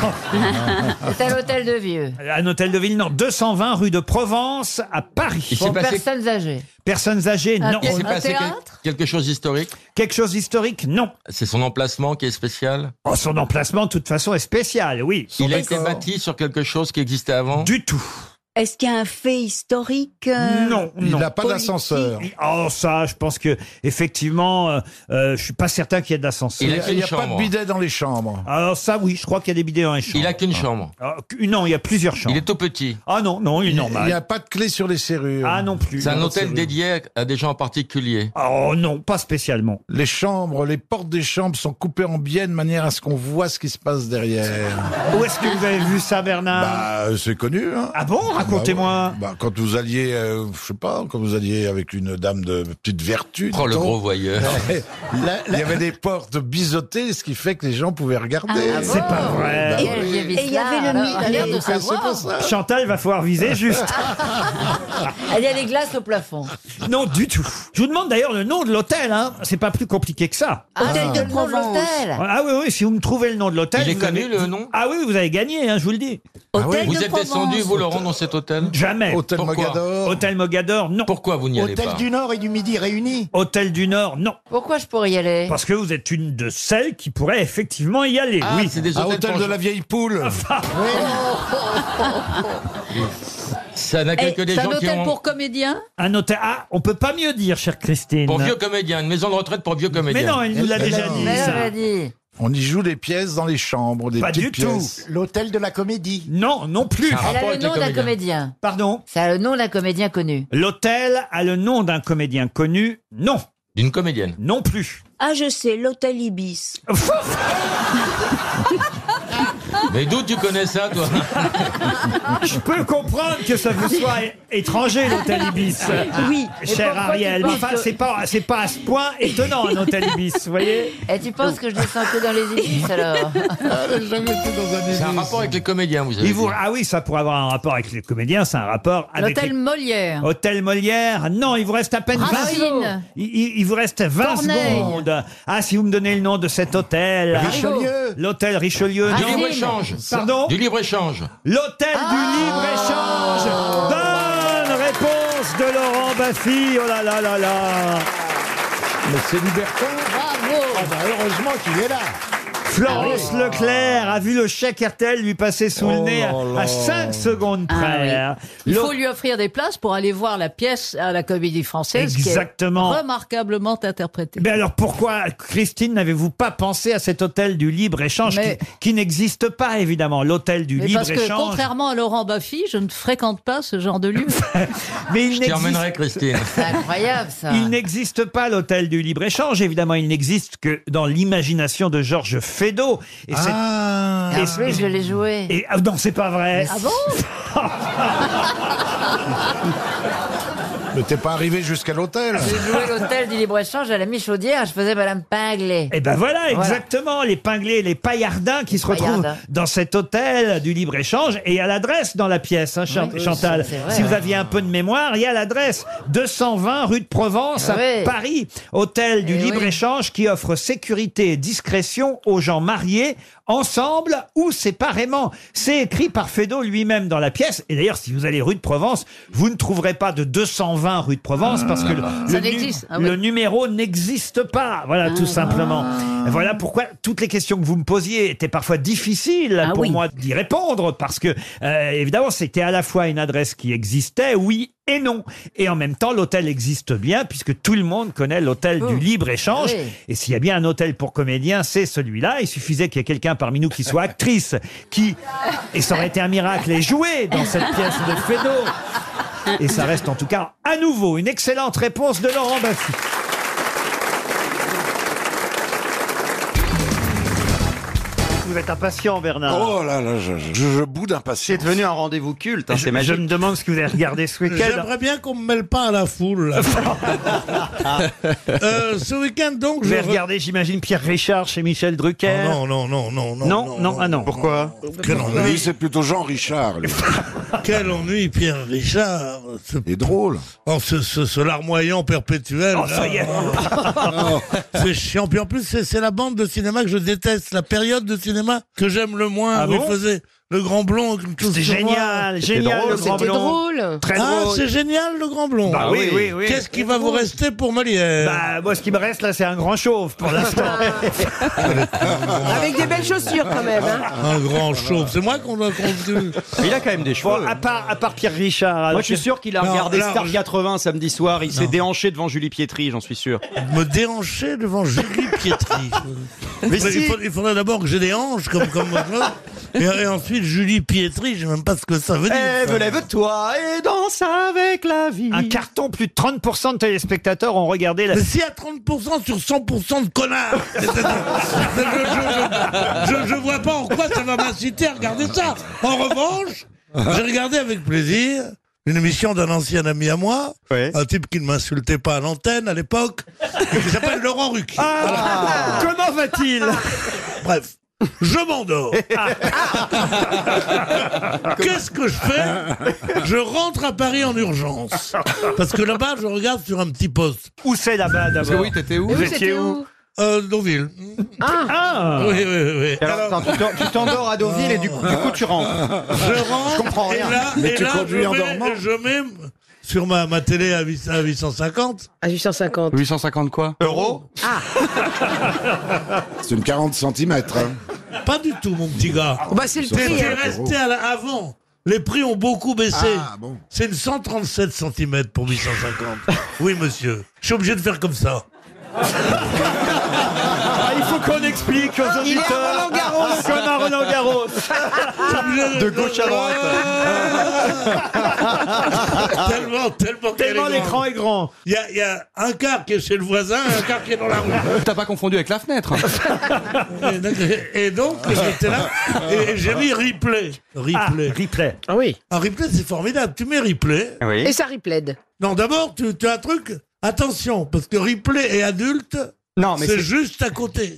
Speaker 18: Ah,
Speaker 2: C'est un hôtel de vieux.
Speaker 1: Euh, Un hôtel de ville, non, 220 rue de Provence à Paris.
Speaker 2: Pour personnes âgées.
Speaker 1: Personnes âgées,
Speaker 21: Euh.
Speaker 2: Un
Speaker 1: non.
Speaker 2: thé- Il s'est un passé
Speaker 21: théâtre Quelque chose d'historique
Speaker 1: Quelque chose d'historique Non.
Speaker 21: C'est son emplacement qui est spécial
Speaker 1: Oh, son emplacement, de toute façon, est spécial, oui.
Speaker 21: Il a été bâti sur quelque chose qui existait avant
Speaker 1: Du tout.
Speaker 16: Est-ce qu'il y a un fait historique euh,
Speaker 1: Non, non. Oh, ça, je pense que effectivement, euh, euh, je suis pas certain qu'il y ait de l'ascenseur.
Speaker 21: Il a Il y a- qu'une il y a pas de chambre. bidet
Speaker 1: dans les chambres. Alors ça, oui, je crois qu'il y a des bidets dans les chambres.
Speaker 21: Il a qu'une chambre.
Speaker 1: Ah, qu- non, il y a plusieurs chambres.
Speaker 21: Il est tout petit.
Speaker 1: Ah non, non, il est normal.
Speaker 21: il y a
Speaker 1: pas de clé sur les serrures. Ah non plus.
Speaker 21: C'est un hôtel
Speaker 1: dédié.
Speaker 21: dédié à des gens en particulier.
Speaker 1: Oh non, pas spécialement.
Speaker 5: Les chambres, les portes des chambres sont coupées en biais de manière à ce qu'on voit ce qui se passe derrière.
Speaker 1: Où est-ce que vous avez vu ça, Bernard
Speaker 18: Bah, euh, c'est connu. Hein.
Speaker 1: Ah bon Racontez-moi.
Speaker 18: Bah ouais. Bah, quand vous alliez, euh, je sais pas, quand vous alliez avec une dame de petite vertu.
Speaker 21: Oh, le
Speaker 18: dit-on.
Speaker 21: gros voyeur.
Speaker 18: Non, mais la- Il y avait des portes biseautées, ce qui fait que les gens pouvaient regarder.
Speaker 1: Ah C'est bon pas vrai.
Speaker 18: Bah
Speaker 1: Et
Speaker 18: oui.
Speaker 1: il y
Speaker 16: Et il y avait le mythe.
Speaker 18: l'air de
Speaker 16: Allez,
Speaker 18: savoir.
Speaker 16: c'est pour ça.
Speaker 1: Chantal va falloir viser juste.
Speaker 2: Il y a des glaces au plafond.
Speaker 1: non, du tout. Je vous demande d'ailleurs le nom de l'hôtel. Hein. C'est pas plus compliqué que ça.
Speaker 12: Ah,
Speaker 2: Hôtel de Provence.
Speaker 1: Ah oui, oui, si vous me trouvez le nom de l'hôtel.
Speaker 21: Il est
Speaker 1: vous
Speaker 21: connu,
Speaker 1: avez-
Speaker 21: le nom Ah
Speaker 1: Ah oui, vous avez gagné, hein, je vous le dis.
Speaker 21: vous êtes descendu, vous, Laurent, dans cet hôtel
Speaker 1: Jamais.
Speaker 21: Hôtel Pourquoi Mogador.
Speaker 1: Hôtel Mogador, non.
Speaker 21: Pourquoi vous n'y allez
Speaker 1: Hôtel
Speaker 21: pas
Speaker 1: du
Speaker 13: Nord et du Midi réunis.
Speaker 1: Hôtel du Nord, non.
Speaker 2: Pourquoi je pourrais y aller
Speaker 1: Parce que vous êtes une de celles qui pourrait effectivement y aller.
Speaker 21: Ah,
Speaker 1: oui, Ah,
Speaker 21: c'est des Un hôtels hôtel pour de gens- la
Speaker 1: vieille poule.
Speaker 21: Ça n'a que des
Speaker 12: Eh, c'est
Speaker 21: gens
Speaker 12: un
Speaker 21: qui
Speaker 12: hôtel
Speaker 21: ont...
Speaker 12: pour comédiens
Speaker 1: Un hôtel. Ah, on peut pas mieux dire, chère Christine.
Speaker 21: Pour vieux comédiens, une maison de retraite pour vieux comédiens.
Speaker 1: non, elle nous l'a
Speaker 18: Mais
Speaker 1: déjà
Speaker 18: non.
Speaker 1: dit,
Speaker 18: Mais
Speaker 1: ça.
Speaker 18: elle l'a
Speaker 2: dit.
Speaker 18: On y joue des pièces dans les chambres, des
Speaker 1: Pas
Speaker 18: petites
Speaker 1: du tout.
Speaker 18: pièces.
Speaker 13: L'hôtel de la comédie.
Speaker 1: Non, non plus.
Speaker 21: Ah,
Speaker 2: Elle a le nom d'un comédien.
Speaker 1: Pardon
Speaker 2: Ça a le nom d'un comédien connu.
Speaker 1: L'hôtel a le nom d'un comédien connu Non.
Speaker 21: D'une comédienne
Speaker 1: Non plus.
Speaker 16: Ah, je sais, l'hôtel Ibis.
Speaker 21: Mais d'où tu connais ça, toi
Speaker 1: Je peux comprendre que ça vous soit é- étranger, l'hôtel Ibis.
Speaker 16: Oui.
Speaker 2: Et
Speaker 1: Cher
Speaker 2: pourquoi tu
Speaker 1: Ariel. Mais
Speaker 2: penses
Speaker 1: enfin,
Speaker 2: que-
Speaker 1: c'est pas, c'est pas à ce point Ah, étonnant, un hôtel Ibis, vous voyez
Speaker 12: Eh,
Speaker 1: Oh. Ah,
Speaker 2: Et tu penses que je descends que dans les églises alors
Speaker 21: C'est un rapport avec les comédiens, vous avez
Speaker 1: Il vous-
Speaker 21: dit.
Speaker 1: Ah oui, ça pour avoir un rapport avec les comédiens, c'est un rapport avec.
Speaker 12: L'hôtel
Speaker 1: les-
Speaker 12: Molière.
Speaker 1: Hôtel Molière, non, il vous reste à peine 20
Speaker 12: Racine.
Speaker 1: secondes. Il, il- il vous reste 20
Speaker 12: Corneille.
Speaker 1: secondes. Ah, si vous me donnez le nom de cet hôtel.
Speaker 21: Richelieu.
Speaker 1: L'hôtel Richelieu.
Speaker 21: Du
Speaker 1: non.
Speaker 21: libre-échange.
Speaker 1: Pardon
Speaker 21: Du libre-échange.
Speaker 1: L'hôtel
Speaker 13: Ah.
Speaker 1: du libre-échange. Bonne réponse de Laurent Baffy. Oh là là là là.
Speaker 18: Mais c'est Libertin.
Speaker 12: Bravo
Speaker 13: Ah bah, heureusement qu'il est là. Ah
Speaker 1: Florence Leclerc a vu le chèque RTL lui passer sous le
Speaker 13: Oh
Speaker 1: nez à-
Speaker 13: là là.
Speaker 1: à 5 secondes près.
Speaker 12: Ah Il
Speaker 1: Lo-
Speaker 12: faut lui offrir des places pour aller voir la pièce à la Comédie Française
Speaker 1: Exactement.
Speaker 12: qui est remarquablement interprétée.
Speaker 1: Mais alors pourquoi, Christine, n'avez-vous pas pensé à cet hôtel du libre-échange
Speaker 12: Mais-
Speaker 1: qui, qui n'existe pas, évidemment, l'hôtel du
Speaker 12: Mais parce que
Speaker 1: libre-échange
Speaker 12: contrairement à Laurent Baffy, je ne fréquente pas ce genre de lieu.
Speaker 1: Mais il
Speaker 21: Je t'y
Speaker 1: n'existe
Speaker 21: emmènerai, Christine.
Speaker 2: C'est incroyable ça.
Speaker 1: Il n'existe pas l'hôtel du libre-échange, évidemment, il n'existe que dans l'imagination de Georges Feydeau. Et c'est-
Speaker 2: Ah
Speaker 1: et-
Speaker 2: oui, je l'ai joué.
Speaker 1: et- ah, non, c'est pas vrai.
Speaker 12: Ah bon
Speaker 18: Mais t'es pas arrivé jusqu'à l'hôtel.
Speaker 2: J'ai joué l'hôtel du libre-échange à la Michaudière, je faisais Madame Pinglé.
Speaker 1: Et ben voilà, exactement, les pinglés, les paillardins qui se retrouvent
Speaker 2: Paillardins.
Speaker 1: dans cet hôtel du libre-échange. Et il y a l'adresse dans la pièce, hein, Chan-
Speaker 2: Oui,
Speaker 1: Chantal.
Speaker 2: c'est- c'est vrai,
Speaker 1: si vous
Speaker 2: hein.
Speaker 1: aviez un peu de mémoire, il y a l'adresse 220 rue de Provence à
Speaker 2: Oui.
Speaker 1: Paris. Hôtel du
Speaker 2: Eh oui.
Speaker 1: libre-échange qui offre sécurité et discrétion aux gens mariés ensemble ou séparément. C'est écrit par Fedot lui-même dans la pièce. Et d'ailleurs, si vous allez rue de Provence, vous ne trouverez pas de 220 rue de Provence parce que le,
Speaker 12: Ça
Speaker 1: le nu-
Speaker 12: n'existe,
Speaker 2: hein,
Speaker 12: ah oui.
Speaker 1: le numéro n'existe pas. Voilà,
Speaker 12: Ah.
Speaker 1: tout simplement. Voilà pourquoi toutes les questions que vous me posiez étaient parfois difficiles
Speaker 12: Ah
Speaker 1: pour
Speaker 12: oui.
Speaker 1: moi d'y répondre parce que, euh, évidemment, c'était à la fois une adresse qui existait, oui et non. Et en même temps, l'hôtel existe bien puisque tout le monde connaît l'hôtel
Speaker 12: Oh.
Speaker 1: du libre-échange.
Speaker 12: Ah
Speaker 2: Oui.
Speaker 1: Et s'il y a bien un hôtel pour comédiens, c'est celui-là. Il suffisait qu'il y ait quelqu'un parmi nous qui soit actrice, qui, et ça aurait été un miracle, ait joué dans cette pièce de Fedot. Et ça reste en tout cas à nouveau une excellente réponse de Laurent Baffy. Vous êtes impatient, Bernard.
Speaker 18: Oh là là, je, je, je boude d'impatience. C'est devenu un rendez-vous culte,
Speaker 1: Je- Je me demande ce que vous avez regardé ce week-end.
Speaker 6: J'aimerais bien qu'on me mêle pas à la foule. là. Euh, ce week-end, donc,
Speaker 1: hein. Vous avez
Speaker 6: re-
Speaker 1: regardé, j'imagine, Pierre Richard chez Michel Drucker.
Speaker 6: Oh non, non, non, non, non.
Speaker 1: Non, non, ah non. Pourquoi
Speaker 18: Lui, c'est plutôt Jean Richard. lui.
Speaker 6: Quel ennui, Pierre Richard. Ce...
Speaker 18: Il est drôle.
Speaker 6: Oh, ce, ce, ce larmoyant perpétuel.
Speaker 20: Oh, ça
Speaker 6: là.
Speaker 20: y est.
Speaker 6: Oh, c'est chiant. Puis en plus, c'est c'est la bande de cinéma que je déteste. La période de cinéma que j'aime le moins.
Speaker 1: Ah
Speaker 6: où il
Speaker 1: bon
Speaker 6: faisait le grand blond. avec une toux
Speaker 1: C'était
Speaker 6: sur
Speaker 1: génial,
Speaker 6: noir.
Speaker 1: génial, le Grand Blond. Très
Speaker 6: ah,
Speaker 1: drôle.
Speaker 6: c'est génial, le grand blond. Ah
Speaker 1: Bah oui, oui, oui.
Speaker 6: Qu'est-ce qui va vous rester pour Molière
Speaker 1: Bah, moi, ce qui me reste, là, c'est un grand chauve, pour l'instant.
Speaker 22: Avec des belles chaussures quand même. Hein.
Speaker 6: Un grand chauve. C'est moi qu'on doit conduire.
Speaker 1: Il a quand même des cheveux. à, part, à part Pierre Richard. alors
Speaker 23: Moi, je suis
Speaker 1: que-
Speaker 23: sûr qu'il a
Speaker 6: Non,
Speaker 23: regardé
Speaker 6: là,
Speaker 23: Star
Speaker 6: je-
Speaker 23: 80 samedi soir. Il s'est déhanché devant Julie Pietri, j'en suis sûr.
Speaker 6: me déhancher devant Julie Pietri. Mais
Speaker 23: si.
Speaker 6: il, faut- il faudrait d'abord que j'ai des hanches comme comme maintenant. Et, et ensuite Julie Pietri, je sais même pas ce que ça veut dire.
Speaker 1: Eh,
Speaker 23: Ève,
Speaker 6: ça.
Speaker 23: lève-toi et danse avec la vie.
Speaker 1: Un carton, plus de 30% de téléspectateurs ont regardé la...
Speaker 6: Mais si à 30% sur 100% de connards c'est- c'est- c'est- je, je, je- je vois pas en quoi ça va m'inciter à regarder ça. En revanche, j'ai regardé avec plaisir une émission d'un ancien ami à moi, un type qui ne m'insultait pas à l'antenne à l'époque, qui s'appelle Laurent Ruquier.
Speaker 1: Ah, Comment va-t-il
Speaker 6: Bref, je m'endors. Qu'est-ce que je fais Je rentre à Paris en urgence. Parce que là-bas, je regarde sur un petit poste.
Speaker 1: Où c'est là-bas d'abord
Speaker 6: que oui, t'étais où
Speaker 1: Vous
Speaker 6: Oui,
Speaker 1: étiez
Speaker 6: c'était
Speaker 1: où
Speaker 6: Euh, Deauville.
Speaker 1: Ah
Speaker 6: Oui, oui, oui.
Speaker 23: Alors, attends, tu t'en- tu t'endors à Deauville et du coup, du coup, tu rentres.
Speaker 6: Je rentre.
Speaker 23: Je comprends rien.
Speaker 6: Et là,
Speaker 23: Mais
Speaker 6: et
Speaker 23: tu
Speaker 6: là,
Speaker 23: conduis
Speaker 6: je
Speaker 23: en
Speaker 6: mets-
Speaker 23: dormant.
Speaker 6: Je mets sur ma, ma télé à, huit- à 850.
Speaker 22: À 850.
Speaker 10: 850 quoi
Speaker 23: Euros
Speaker 18: C'est une hein. 40 cm.
Speaker 6: Pas du tout, mon petit gars.
Speaker 22: Bah, c'est le
Speaker 6: T'es
Speaker 22: prix.
Speaker 6: t'es
Speaker 22: hein.
Speaker 6: resté à la- avant. Les prix ont beaucoup baissé.
Speaker 18: Ah, bon.
Speaker 6: C'est une 137 cm pour 850. oui, monsieur. Je suis obligé de faire comme ça.
Speaker 1: Ah, Il faut qu'on explique
Speaker 20: Ah,
Speaker 1: aux
Speaker 22: Il est à
Speaker 1: auditeurs Ah,
Speaker 22: Roland-Garros.
Speaker 1: comme à Roland Garros.
Speaker 23: De gauche à droite.
Speaker 6: tellement, tellement, qu'elle
Speaker 1: Tellement
Speaker 6: est
Speaker 1: l'écran
Speaker 6: grande.
Speaker 1: est grand.
Speaker 6: Il y a, il y a un quart qui est chez le voisin, un quart qui est dans la rue.
Speaker 8: Euh,
Speaker 10: T'as pas confondu avec la fenêtre
Speaker 6: Et donc- Et donc,
Speaker 23: Ah.
Speaker 6: j'étais là, et j'ai mis replay. Replay.
Speaker 1: replay.
Speaker 6: Ah oui. Un replay, c'est formidable. Tu mets replay.
Speaker 23: Ah
Speaker 22: Et ça replaide.
Speaker 6: Non, d'abord, tu, tu as un truc. Attention, parce que replay et adulte,
Speaker 23: Non, mais
Speaker 6: c'est
Speaker 23: c'est-
Speaker 6: juste à côté.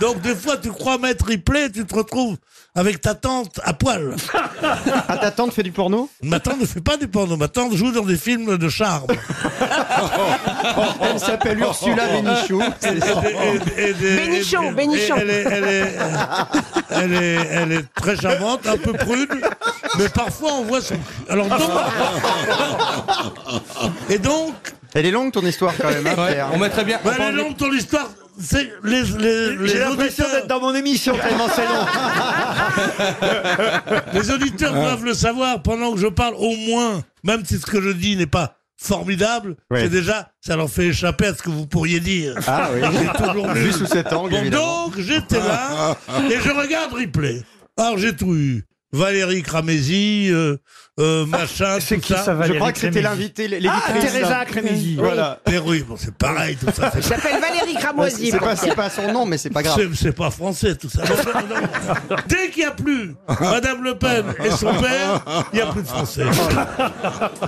Speaker 6: Donc, des fois, tu crois mettre replay, tu te retrouves avec ta tante à poil.
Speaker 23: Ah, ta tante fait du porno
Speaker 6: Ma tante ne fait pas du porno. Ma tante joue dans des films de charme.
Speaker 23: Elle s'appelle Ursula Bénichou.
Speaker 6: Bénichon,
Speaker 22: Bénichon, Bénichon.
Speaker 6: Elle est, elle, est, elle, est, elle est très charmante, un peu prude, mais parfois on voit son. cul. Alors donc- Et donc.
Speaker 23: Elle est longue ton histoire quand même, hein, Pierre.
Speaker 10: On mettrait bien.
Speaker 6: Mais Bah, elle est longue ton histoire. C'est les, les, les
Speaker 1: J'ai l'impression
Speaker 6: auditeurs,
Speaker 1: d'être dans mon émission tellement c'est long.
Speaker 6: les auditeurs doivent le savoir pendant que je parle, au moins, même si ce que je dis n'est pas formidable,
Speaker 23: Ouais.
Speaker 6: c'est déjà, ça leur fait échapper à ce que vous pourriez dire.
Speaker 23: Ah oui.
Speaker 6: C'est toujours
Speaker 23: Vu
Speaker 6: nul.
Speaker 23: sous cet angle,
Speaker 6: Bon,
Speaker 23: évidemment.
Speaker 6: donc, j'étais là, et je regarde replay. Alors, j'ai tout eu. Valérie Cramézy, euh, euh, machin,
Speaker 1: C'est
Speaker 6: tout
Speaker 1: qui ça, Valérie
Speaker 23: Je crois que c'était
Speaker 1: Crémézy
Speaker 23: l'invité, les
Speaker 1: Ah,
Speaker 23: vitrines,
Speaker 1: Teresa
Speaker 23: là.
Speaker 1: Crémézy.
Speaker 23: Voilà.
Speaker 6: Mais oui, bon, c'est pareil, tout ça.
Speaker 22: Il
Speaker 6: c'est-
Speaker 22: s'appelle Valérie Cramoisy.
Speaker 23: C'est pas,
Speaker 22: mon
Speaker 23: c'est
Speaker 22: père.
Speaker 23: pas son nom, mais c'est pas grave.
Speaker 6: C'est- C'est pas français, tout ça. Non, non, non. Dès qu'il n'y a plus Madame Le Pen et son père, il n'y a plus de français.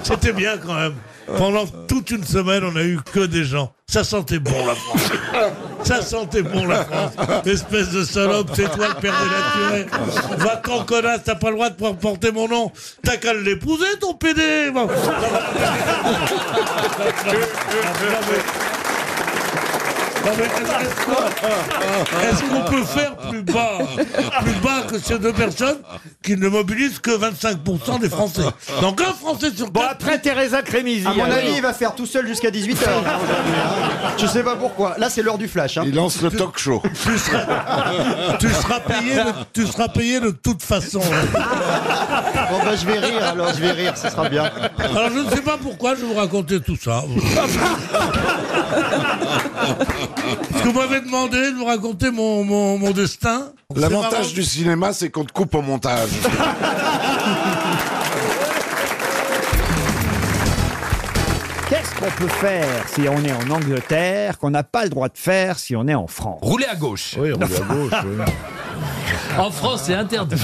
Speaker 6: C'était bien quand même. Pendant toute une semaine, on a eu que des gens. Ça sentait bon la France. Ça sentait bon la France. Espèce de salope, c'est toi le père dénaturé. Va-t'en, connasse, t'as pas le droit de pouvoir porter mon nom. T'as qu'à l'épouser, ton PD. Bon. Non, mais Est-ce qu'on- est-ce qu'on peut faire plus bas, plus bas que ces deux personnes qui ne mobilisent que 25% des Français Donc un Français sur
Speaker 1: Bon,
Speaker 6: quatre.
Speaker 1: après Teresa Crémézy.
Speaker 23: À mon
Speaker 1: alors.
Speaker 23: avis, il va faire tout seul jusqu'à 18h aujourd'hui. hein. Je sais pas pourquoi. Là, c'est l'heure du flash. hein.
Speaker 18: Il lance le talk show.
Speaker 6: Tu seras, tu seras payé, de, tu seras payé de toute façon.
Speaker 23: Bon, bah, je vais rire alors, je vais rire, ce sera bien.
Speaker 6: Alors je ne sais pas pourquoi je vais vous raconter tout ça. Parce que vous m'avez demandé de vous raconter mon, mon, mon destin. C'est marrant.
Speaker 18: L'avantage du cinéma, c'est qu'on te coupe au montage.
Speaker 1: Qu'est-ce qu'on peut faire si on est en Angleterre qu'on n'a pas le droit de faire si on est en France
Speaker 10: Rouler à gauche.
Speaker 1: rouler à gauche,
Speaker 3: En France, c'est interdit.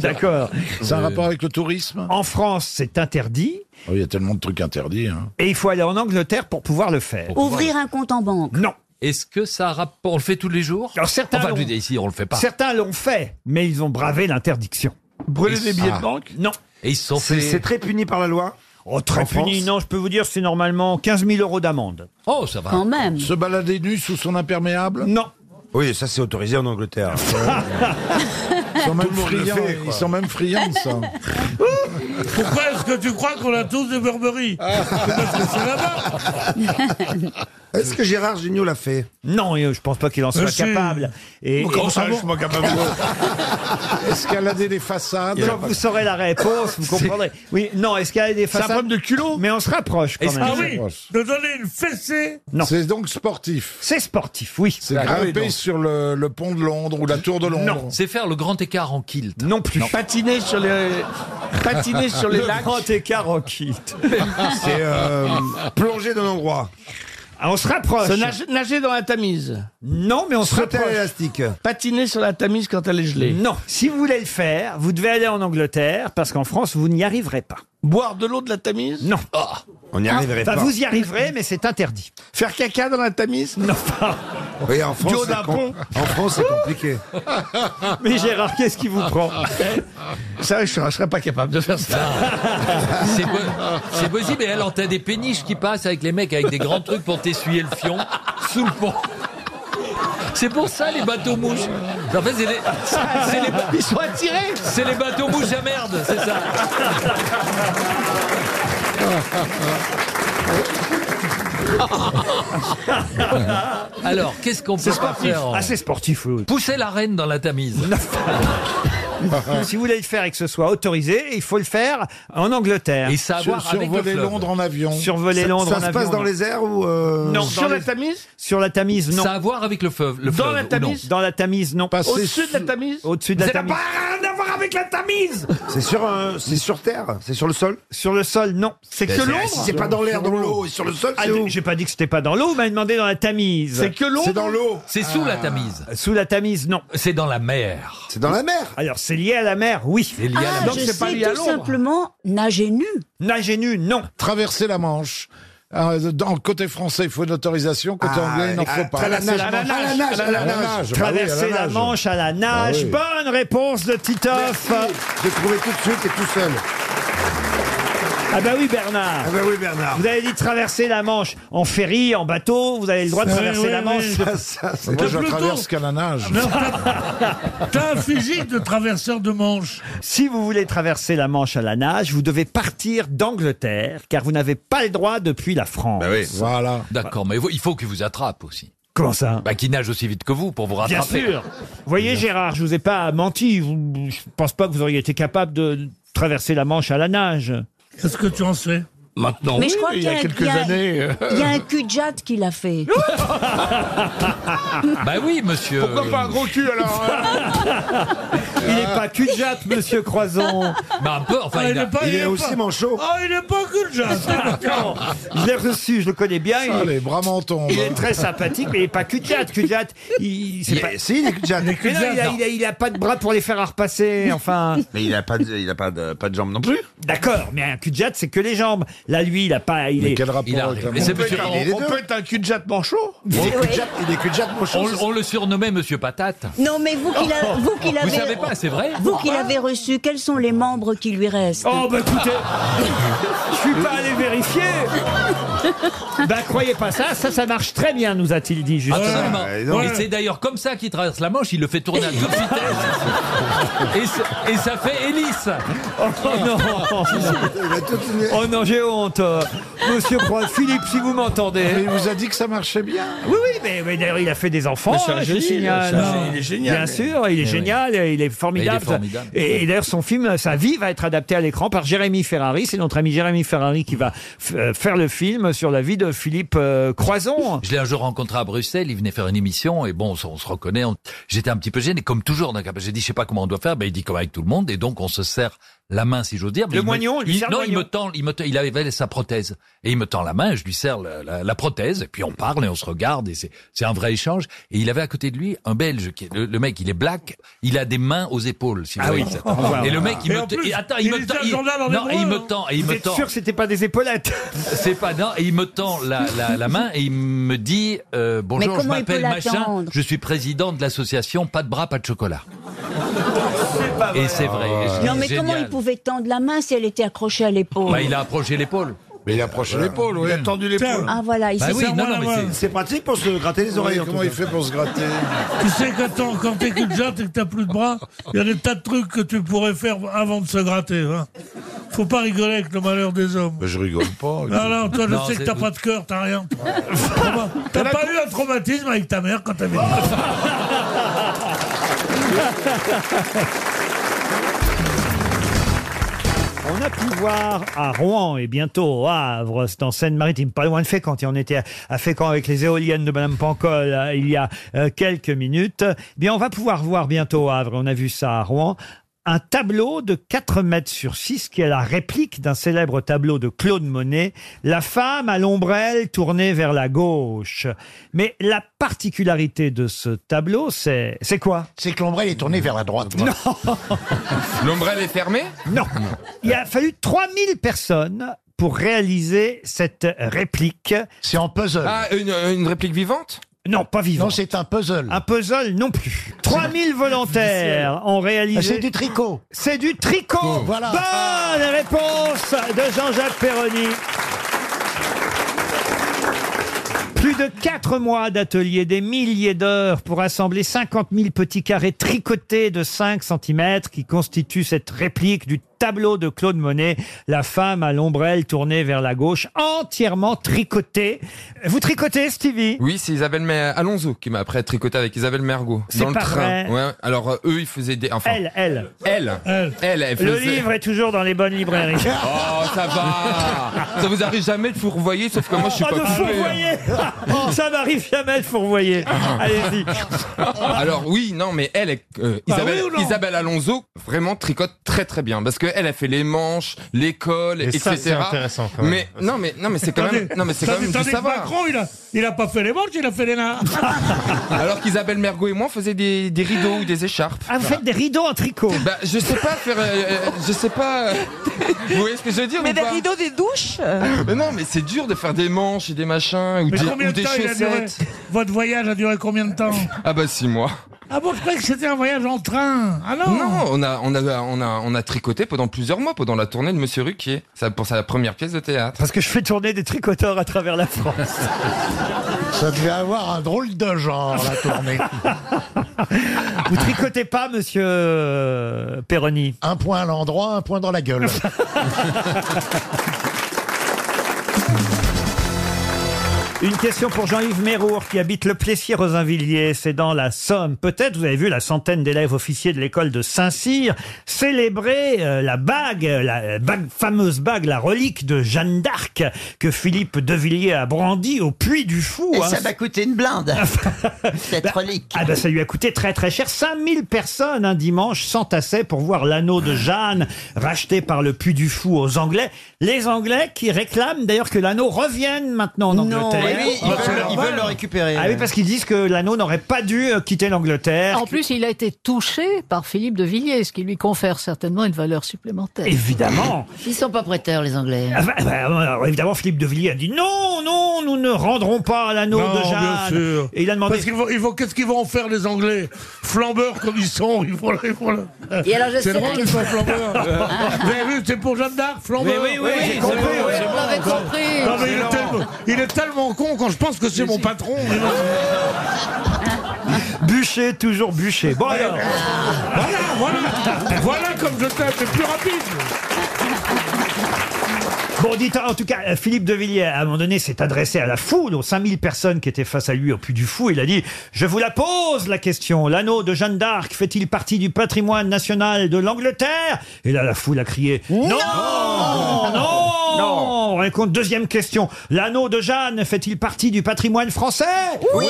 Speaker 1: D'accord.
Speaker 18: C'est un rapport avec le tourisme
Speaker 1: En France, c'est interdit.
Speaker 18: Oh, Il y a tellement de trucs interdits. hein.
Speaker 1: Et il faut aller en Angleterre pour pouvoir le faire.
Speaker 16: Ouvrir un compte en banque.
Speaker 1: Non.
Speaker 3: Est-ce que ça a rapport On le fait tous les jours
Speaker 1: Alors certains
Speaker 3: Enfin,
Speaker 1: l'ont-
Speaker 3: je veux dire, ici, on le fait pas.
Speaker 1: Certains l'ont fait, mais ils ont bravé l'interdiction.
Speaker 3: Brûler des billets de Ah. banque
Speaker 1: Non.
Speaker 3: Et ils se sont fait-
Speaker 1: très puni par la loi Oh, très
Speaker 3: En
Speaker 1: puni,
Speaker 3: France
Speaker 1: non, je peux vous dire, c'est normalement 15 000 euros d'amende.
Speaker 3: Oh, ça va.
Speaker 16: Quand même.
Speaker 18: Se balader nu sous son imperméable
Speaker 1: Non.
Speaker 13: hein.
Speaker 15: Oui, ça c'est autorisé en Angleterre.
Speaker 18: Ils sont
Speaker 15: Tout
Speaker 18: même
Speaker 15: le monde le
Speaker 18: friands,
Speaker 15: fait, quoi.
Speaker 18: ils sont même friands de ça.
Speaker 6: Pourquoi est-ce que tu crois qu'on a tous des Burberry C'est parce que c'est là-bas.
Speaker 15: Est-ce que Gérard Jugnot l'a fait
Speaker 1: Non, et, euh, je pense pas qu'il en soit
Speaker 15: Euh, si.
Speaker 1: capable. Et,
Speaker 15: Comment
Speaker 1: et-
Speaker 15: ça, je suis pas capable
Speaker 18: Escalader les façades.
Speaker 1: Quand vous saurez la réponse, vous comprendrez. Oui, non, est-ce qu'il y a des façades de culot Mais on se rapproche quand
Speaker 18: Est-ce
Speaker 1: même.
Speaker 18: que- Ah oui,
Speaker 6: de donner une fessée
Speaker 18: C'est donc sportif.
Speaker 1: C'est sportif, oui.
Speaker 18: C'est
Speaker 3: D'accord.
Speaker 18: grimper
Speaker 3: Ah oui, donc.
Speaker 18: sur le, le pont de Londres ou la tour de Londres.
Speaker 3: Non, c'est faire le grand écart en kilt.
Speaker 1: Non plus.
Speaker 3: Patiner sur les,
Speaker 18: patiner sur les Le lacs.
Speaker 1: grand écart en kilt.
Speaker 15: C'est euh, plonger dans l'endroit.
Speaker 1: Ah, on se rapproche.
Speaker 7: Se nage- nager dans la tamise.
Speaker 1: Non, mais on se
Speaker 15: Sauter à
Speaker 1: rapproche.
Speaker 15: l'élastique.
Speaker 7: Patiner sur la tamise quand elle est gelée.
Speaker 1: Non, si vous voulez le faire, vous devez aller en Angleterre parce qu'en France, vous n'y arriverez pas.
Speaker 7: Boire de l'eau de la tamise Ah.
Speaker 1: Non.
Speaker 15: On n'y arriverait
Speaker 1: Enfin,
Speaker 15: pas.
Speaker 1: Ah, bah, vous y arriverez, mais c'est interdit.
Speaker 7: Faire caca dans la tamise
Speaker 1: Non.
Speaker 15: Oui, en France,
Speaker 7: Joe
Speaker 15: c'est
Speaker 7: Dapon.
Speaker 15: com- en France, c'est compliqué.
Speaker 1: Mais Gérard, qu'est-ce qui vous prend
Speaker 7: Ça, je ne serais pas capable de faire ça.
Speaker 3: C'est po- c'est possible, et alors t'as des péniches qui passent avec les mecs avec des grands trucs pour t'essuyer le fion sous le pont. C'est pour ça les bateaux mouches. En fait, c'est les, c'est les-
Speaker 7: Ils sont attirés.
Speaker 3: c'est les bateaux mouches à merde, c'est ça. Alors, qu'est-ce qu'on peut
Speaker 1: C'est
Speaker 3: pas
Speaker 1: sportif.
Speaker 3: faire en-
Speaker 1: Ah, c'est sportif, oui, oui.
Speaker 3: Pousser la reine dans la tamise.
Speaker 1: si vous voulez le faire et que ce soit autorisé, il faut le faire en Angleterre.
Speaker 3: Et ça a à voir avec le fleuve.
Speaker 18: en avion.
Speaker 1: Survoler
Speaker 15: Ça-
Speaker 1: Londres
Speaker 15: ça
Speaker 1: en
Speaker 15: se
Speaker 1: avion.
Speaker 15: passe dans les airs ou euh,
Speaker 1: Non,
Speaker 7: Sur
Speaker 1: dans
Speaker 7: la
Speaker 1: les-
Speaker 7: tamise
Speaker 1: Sur la Tamise, non.
Speaker 3: Ça a à voir avec le fleuve. Le
Speaker 7: Dans
Speaker 3: fleuve,
Speaker 7: la
Speaker 3: ou non.
Speaker 7: Tamise
Speaker 1: Dans la Tamise, non.
Speaker 7: Au-dessus de la tamise
Speaker 1: Au-dessus de la
Speaker 7: Ça n'a
Speaker 1: Tamise.
Speaker 7: pas rien à voir avec la tamise
Speaker 15: C'est sur, un- c'est sur terre C'est sur le sol
Speaker 1: Sur le sol, non. C'est
Speaker 15: Ben, c'est- Si c'est pas dans l'air, dans l'eau, et sur le sol,
Speaker 1: Ah,
Speaker 15: c'est où
Speaker 1: J'ai pas dit que c'était pas dans l'eau, on m'a demandé dans la Tamise. Ah,
Speaker 7: C'est que l'eau
Speaker 15: C'est dans l'eau.
Speaker 3: C'est sous la Tamise.
Speaker 1: Sous la Tamise, non.
Speaker 3: C'est dans la mer.
Speaker 15: C'est dans la mer.
Speaker 1: Alors, c'est lié à la mer, oui.
Speaker 3: C'est lié à la
Speaker 16: Ah,
Speaker 3: mer.
Speaker 16: je
Speaker 7: c'est pas
Speaker 16: sais
Speaker 7: lié à
Speaker 16: tout
Speaker 7: Londres.
Speaker 16: simplement nager nu.
Speaker 1: Nager nu, non.
Speaker 18: Traverser la Manche. Euh, dans côté français, il faut une autorisation. Côté
Speaker 15: Ah,
Speaker 18: anglais, il n'en
Speaker 1: euh,
Speaker 15: ah,
Speaker 18: faut pas.
Speaker 15: à la nage, à la nage, à
Speaker 1: Ah,
Speaker 15: la nage.
Speaker 18: bah oui, à
Speaker 1: Traverser la Ah
Speaker 18: nage. Bah
Speaker 1: Manche à la nage.
Speaker 18: oui.
Speaker 1: Bonne réponse de Titoff.
Speaker 15: Merci. J'ai trouvé tout de suite et tout seul.
Speaker 1: Ah bah oui, Bernard.
Speaker 15: Ah ben oui, Bernard.
Speaker 1: Vous avez dit traverser la Manche en ferry, en bateau, vous avez le droit de
Speaker 6: Oui,
Speaker 1: traverser
Speaker 6: oui,
Speaker 1: la Manche.
Speaker 6: oui.
Speaker 15: Ça, ça, c'est-
Speaker 18: Moi, je
Speaker 6: Plutôt.
Speaker 18: traverse qu'à la nage.
Speaker 6: Non, t'as- T'as un physique de traverseur de manche.
Speaker 1: Si vous voulez traverser la Manche à la nage, vous devez partir d'Angleterre, car vous n'avez pas le droit depuis la France.
Speaker 21: Bah
Speaker 3: Bah
Speaker 18: Voilà.
Speaker 3: D'accord, mais il faut qu'il vous attrape aussi.
Speaker 1: Comment ça
Speaker 3: Bah, qui nage aussi vite que vous pour vous
Speaker 1: Bien
Speaker 3: rattraper.
Speaker 1: sûr. Vous voyez, Gérard, je vous ai pas menti. Vous- je pense pas que vous auriez été capable de traverser la Manche à la nage.
Speaker 6: Qu'est-ce que tu en sais
Speaker 21: Maintenant,
Speaker 16: Mais
Speaker 21: oui,
Speaker 16: je crois
Speaker 21: il
Speaker 16: qu'il
Speaker 21: y a
Speaker 16: un-
Speaker 21: quelques
Speaker 16: il y a-
Speaker 21: années. euh,
Speaker 16: Il y a un cul de jatte qui l'a fait.
Speaker 3: Bah oui, monsieur.
Speaker 21: Pourquoi pas un gros cul alors hein
Speaker 1: Il n'est pas cul de monsieur Croison.
Speaker 3: Bah un peu, enfin,
Speaker 6: Ah,
Speaker 3: il a-
Speaker 6: pas-
Speaker 15: Il est
Speaker 6: pas-
Speaker 15: aussi manchot.
Speaker 6: Ah, il est pas cul jatte.
Speaker 1: Non, je l'ai reçu, je le connais bien.
Speaker 18: Ah,
Speaker 1: Il,
Speaker 18: les bras m'en tombent.
Speaker 1: il est très sympathique, mais il n'est pas cul de jatte. Cul de jatte, il, c'est
Speaker 15: Il
Speaker 1: pas-
Speaker 15: est- Si, il est déjà.
Speaker 1: Mais non, il a, il a- il a pas de bras pour les faire à repasser, enfin.
Speaker 15: Mais il a pas de, il a pas de, pas de jambes non plus.
Speaker 1: D'accord, mais un cul de jatte, c'est que les jambes. Là, lui, il a pas. Il
Speaker 18: Mais
Speaker 1: est...
Speaker 18: quel
Speaker 3: il
Speaker 18: rapport
Speaker 3: a-
Speaker 18: avec la
Speaker 3: mais c'est
Speaker 18: Manche
Speaker 3: monsieur-
Speaker 15: Il est les
Speaker 21: On
Speaker 15: deux.
Speaker 21: peut être un cul de jatte manchot
Speaker 15: Il est que de jatte- il est que de jatte, mon
Speaker 3: on,
Speaker 15: chou.
Speaker 3: on le surnommait monsieur Patate. Oh.
Speaker 16: Non, mais vous qui l'a- vous qui l'avez.
Speaker 3: Vous savez pas, c'est vrai
Speaker 16: Vous qui l'avez reçu, quels sont les membres qui lui restent
Speaker 1: Oh, bah écoutez, je suis pas allé vérifier. Bah, croyez pas ça, ça, ça marche très bien, nous a-t-il dit, justement.
Speaker 3: Absolument.
Speaker 15: ouais, non.
Speaker 3: Et c'est d'ailleurs comme ça qu'il traverse la Manche, il le fait tourner à toute vitesse. et, ça- et ça fait hélice.
Speaker 1: Oh non,
Speaker 15: Il a toute une-
Speaker 1: oh non, j'ai honte. Monsieur Croix, Philippe, si vous
Speaker 18: Mais
Speaker 1: m'entendez.
Speaker 18: il vous a dit que ça marchait bien.
Speaker 1: Oui, oui, mais, Eh, mais d'ailleurs, il a fait des enfants,
Speaker 21: c'est un
Speaker 1: hein, je vous
Speaker 21: génie,
Speaker 1: signale.
Speaker 21: c'est un génie, il est génial.
Speaker 1: Bien sûr, il est génial, il est formidable.
Speaker 3: formidable.
Speaker 1: Et, et d'ailleurs, son film, sa vie, va être adapté à l'écran par Jérémy Ferrari. C'est notre ami Jérémy Ferrari qui va f- euh, faire le film sur la vie de Philippe euh, Croison.
Speaker 3: Je l'ai un jour rencontré à Bruxelles, il venait faire une émission, et bon, on, se- on se reconnaît, on- j'étais un petit peu gêné, comme toujours, d'un cap- j'ai dit, je sais pas comment on doit faire, ben, il dit, comme avec tout le monde, et donc on se serre la main, si j'ose dire. mais
Speaker 1: Le
Speaker 3: il me-
Speaker 1: moignon, il lui
Speaker 3: il-
Speaker 1: sert le
Speaker 3: Non, il
Speaker 1: moignon.
Speaker 3: me tend, il me, tend- il avait sa prothèse et il me tend la main, et je lui serre la, la- la prothèse et puis on parle et on se regarde et c'est c'est un vrai échange. Et il avait à côté de lui un Belge qui est le, le mec, il est black, il a des mains aux épaules, si vous
Speaker 1: Ah
Speaker 3: voyez
Speaker 1: oui.
Speaker 3: ça.
Speaker 1: Au revoir.
Speaker 3: Et le mec, il
Speaker 1: Et
Speaker 3: me,
Speaker 1: en
Speaker 3: te-
Speaker 1: plus,
Speaker 3: et attends,
Speaker 1: il
Speaker 3: il me
Speaker 1: lui
Speaker 3: tend,
Speaker 1: tient le
Speaker 3: il-
Speaker 1: journal dans les
Speaker 3: non,
Speaker 1: bras,
Speaker 3: il me
Speaker 1: hein.
Speaker 3: tend, et il
Speaker 1: Vous
Speaker 3: me
Speaker 1: êtes
Speaker 3: tend.
Speaker 1: sûr que c'était pas des épaulettes
Speaker 3: C'est pas non, et il me tend la, la, la main et il me dit euh, bonjour, je
Speaker 1: comment il peut
Speaker 3: m'appelle machin,
Speaker 1: l'attendre
Speaker 3: je suis président de l'association pas de bras, pas de chocolat. Et c'est vrai. et
Speaker 24: Ah.
Speaker 3: je dis,
Speaker 16: Non, mais comment
Speaker 3: génial.
Speaker 16: il pouvait tendre la main si elle était accrochée à l'épaule
Speaker 3: Bah, il a approché l'épaule. Mais il approche
Speaker 13: l'épaule, oui. Il a tendu l'épaule.
Speaker 16: Ah voilà, il
Speaker 3: Bah
Speaker 16: s'est
Speaker 3: oui, non, non, mais c'est-
Speaker 15: C'est pratique pour
Speaker 1: euh,
Speaker 15: se gratter les oreilles.
Speaker 13: comment il fait pour se gratter
Speaker 6: Tu sais, quand t'en- quand t'écoutes Jacques et que t'as plus de bras, il y a des tas de trucs que tu pourrais faire avant de se gratter. Hein. Faut pas rigoler avec le malheur des hommes.
Speaker 13: Je rigole pas.
Speaker 6: Non, non, toi, je
Speaker 13: Non,
Speaker 6: sais que
Speaker 13: c'est-
Speaker 6: t'as pas de cœur, t'as rien. T'as- T'as pas eu un traumatisme avec ta mère quand t'avais.
Speaker 1: On a pu voir à Rouen et bientôt au Havre, c'est en Seine-Maritime, pas loin de Fécamp. Et on était à- à Fécamp avec les éoliennes de Madame Pancol euh, il y a euh, quelques minutes. Eh Bien, on va pouvoir voir bientôt au Havre, on a vu ça à Rouen, un tableau de 4 mètres sur 6 qui est la réplique d'un célèbre tableau de Claude Monet, La femme à l'ombrelle tournée vers la gauche. Mais la particularité de ce tableau, c'est c'est quoi C'est que l'ombrelle est tournée vers la droite. Non
Speaker 24: L'ombrelle est fermée
Speaker 1: non. Il a fallu 3000 personnes pour réaliser cette réplique. C'est en puzzle.
Speaker 24: Ah, une, une réplique vivante
Speaker 1: Non, pas vivante.
Speaker 24: Non, c'est un
Speaker 1: puzzle. Un puzzle non plus. 3000 volontaires ont réalisé.
Speaker 25: C'est du
Speaker 1: tricot. C'est du tricot. Voilà. Bonne réponse de Jean-Jacques Perroni. Plus de 4 mois d'atelier, des milliers d'heures pour assembler 50 000 petits carrés tricotés de 5 cm qui constituent cette réplique du tableau de Claude Monet, la femme à l'ombrelle tournée vers la gauche, entièrement tricotée. Vous tricotez, Stevie
Speaker 24: Oui, c'est Isabelle Mer- Alonso qui m'a après tricoté avec Isabelle Mergot
Speaker 1: C'est
Speaker 24: dans le
Speaker 1: pas
Speaker 24: train.
Speaker 1: vrai.
Speaker 24: Ouais, alors euh, eux, ils faisaient des. Enfin,
Speaker 1: Elle, elle.
Speaker 24: elle, elle, elle
Speaker 1: Le
Speaker 24: faisait-
Speaker 1: livre est toujours dans les bonnes librairies.
Speaker 24: Oh, ça va Ah bah. Ça vous arrive jamais de fourvoyer, sauf que moi, je suis
Speaker 1: Ah,
Speaker 24: pas
Speaker 1: de
Speaker 24: coupé.
Speaker 1: fourvoyer Ça m'arrive jamais de fourvoyer. Allez-y. Bah
Speaker 24: Alors oui, non, mais elle, est- euh, Isabelle, Isabelle Alonso, vraiment tricote très très bien parce que elle a fait les manches, l'école,
Speaker 6: Et
Speaker 24: etc.
Speaker 6: ça, c'est intéressant, quand
Speaker 24: mais non, mais non, mais c'est quand même, non, mais c'est quand même du
Speaker 6: Tandis que
Speaker 24: savoir.
Speaker 6: Macron, il a, il a pas fait les manches, il a fait les nains.
Speaker 24: Alors qu'Isabelle Mergot et moi, on faisait des, des rideaux ou des écharpes.
Speaker 1: Ah, vous faites des rideaux en tricot
Speaker 24: Bah, je sais pas faire, euh, euh, je sais pas. euh, vous voyez ce que je veux dire
Speaker 12: Mais
Speaker 24: ou
Speaker 12: des
Speaker 24: pas
Speaker 12: rideaux, euh. des douches
Speaker 24: Mais non, mais c'est dur de faire des manches et des machins ou,
Speaker 6: Mais
Speaker 24: des-
Speaker 6: combien
Speaker 24: ou
Speaker 6: de
Speaker 24: des
Speaker 6: temps il a duré
Speaker 24: chaussettes.
Speaker 6: Votre voyage a duré combien de temps
Speaker 24: Ah bah six mois.
Speaker 6: Ah bon, je croyais que c'était un voyage en train. Ah
Speaker 12: Oh.
Speaker 6: non
Speaker 24: Non, on a, on, a, on, a, on a tricoté pendant plusieurs mois, pendant la tournée de Monsieur Ruquier, Ça, pour sa première pièce de théâtre.
Speaker 1: Parce que je fais tourner des tricoteurs à travers la France.
Speaker 25: Ça devait avoir un drôle de genre, la tournée.
Speaker 1: Vous tricotez pas, monsieur euh, Perroni
Speaker 25: Un point à l'endroit, un point dans la gueule.
Speaker 1: Une question pour Jean-Yves Mérour qui habite le Plessis Rosinvilliers, c'est dans la Somme. Peut-être vous avez vu la centaine d'élèves officiers de l'école de Saint-Cyr célébrer euh, la bague, la bague- fameuse bague, la relique de Jeanne d'Arc que Philippe de Villiers a brandie au puits du fou.
Speaker 26: Et
Speaker 1: hein.
Speaker 26: ça m'a coûté une blinde, cette relique.
Speaker 1: Ah ben ça lui a coûté très très cher. 5000 personnes un dimanche s'entassaient pour voir l'anneau de Jeanne racheté par le Puy du Fou aux Anglais. Les Anglais qui réclament d'ailleurs que l'anneau revienne maintenant en Angleterre.
Speaker 11: mais oui, ils
Speaker 1: Ah,
Speaker 11: veulent-
Speaker 1: c'est
Speaker 11: ils
Speaker 1: normal.
Speaker 11: veulent le récupérer,
Speaker 1: Ah oui,
Speaker 11: ouais.
Speaker 1: parce qu'ils disent que l'anneau n'aurait pas dû euh, quitter l'Angleterre.
Speaker 2: En plus, il a été touché par Philippe de Villiers, ce qui lui confère certainement une valeur supplémentaire.
Speaker 1: Évidemment.
Speaker 27: Ils sont pas prêteurs, les Anglais.
Speaker 1: Ah bah, bah, alors, évidemment, Philippe de Villiers a dit non, non, nous ne rendrons pas l'anneau
Speaker 6: Non,
Speaker 1: de
Speaker 6: bien
Speaker 1: Jeanne.
Speaker 6: sûr.
Speaker 1: Et il a demandé.
Speaker 6: Parce qu'ils vont, ils vont- qu'est-ce qu'ils vont en faire les Anglais Flambeurs comme ils sont, ils vont, ils vont là.
Speaker 7: Et alors, je
Speaker 6: c'est
Speaker 7: sais
Speaker 6: drôle,
Speaker 7: la
Speaker 6: ils sont
Speaker 7: question.
Speaker 6: flambeurs. Vous avez vu, c'est pour Jeanne d'Arc, flambeur.
Speaker 7: Mais oui, oui, Oui, j'ai compris, c'est bon, ouais. c'est bon, On avait
Speaker 6: Non,
Speaker 7: compris.
Speaker 6: non, mais il, est
Speaker 7: Excellent.
Speaker 6: tellement, il est tellement con quand je pense que c'est mon patron. mais non.
Speaker 1: Bûcher, toujours bûcher.
Speaker 7: Ah.
Speaker 1: Bon alors.
Speaker 6: voilà, voilà, voilà comme je t'aime, c'est plus rapide.
Speaker 1: Bon, dites, en tout cas, euh, Philippe de Villiers, à un moment donné, s'est adressé à la foule, aux 5000 personnes qui étaient face à lui au Puy du Fou. Il a dit Je vous la pose, la question. L'anneau de Jeanne d'Arc fait-il partie du patrimoine national de l'Angleterre Et là, la foule a crié Non Non, Non, On raconte deuxième question. L'anneau de Jeanne fait-il partie du patrimoine français Oui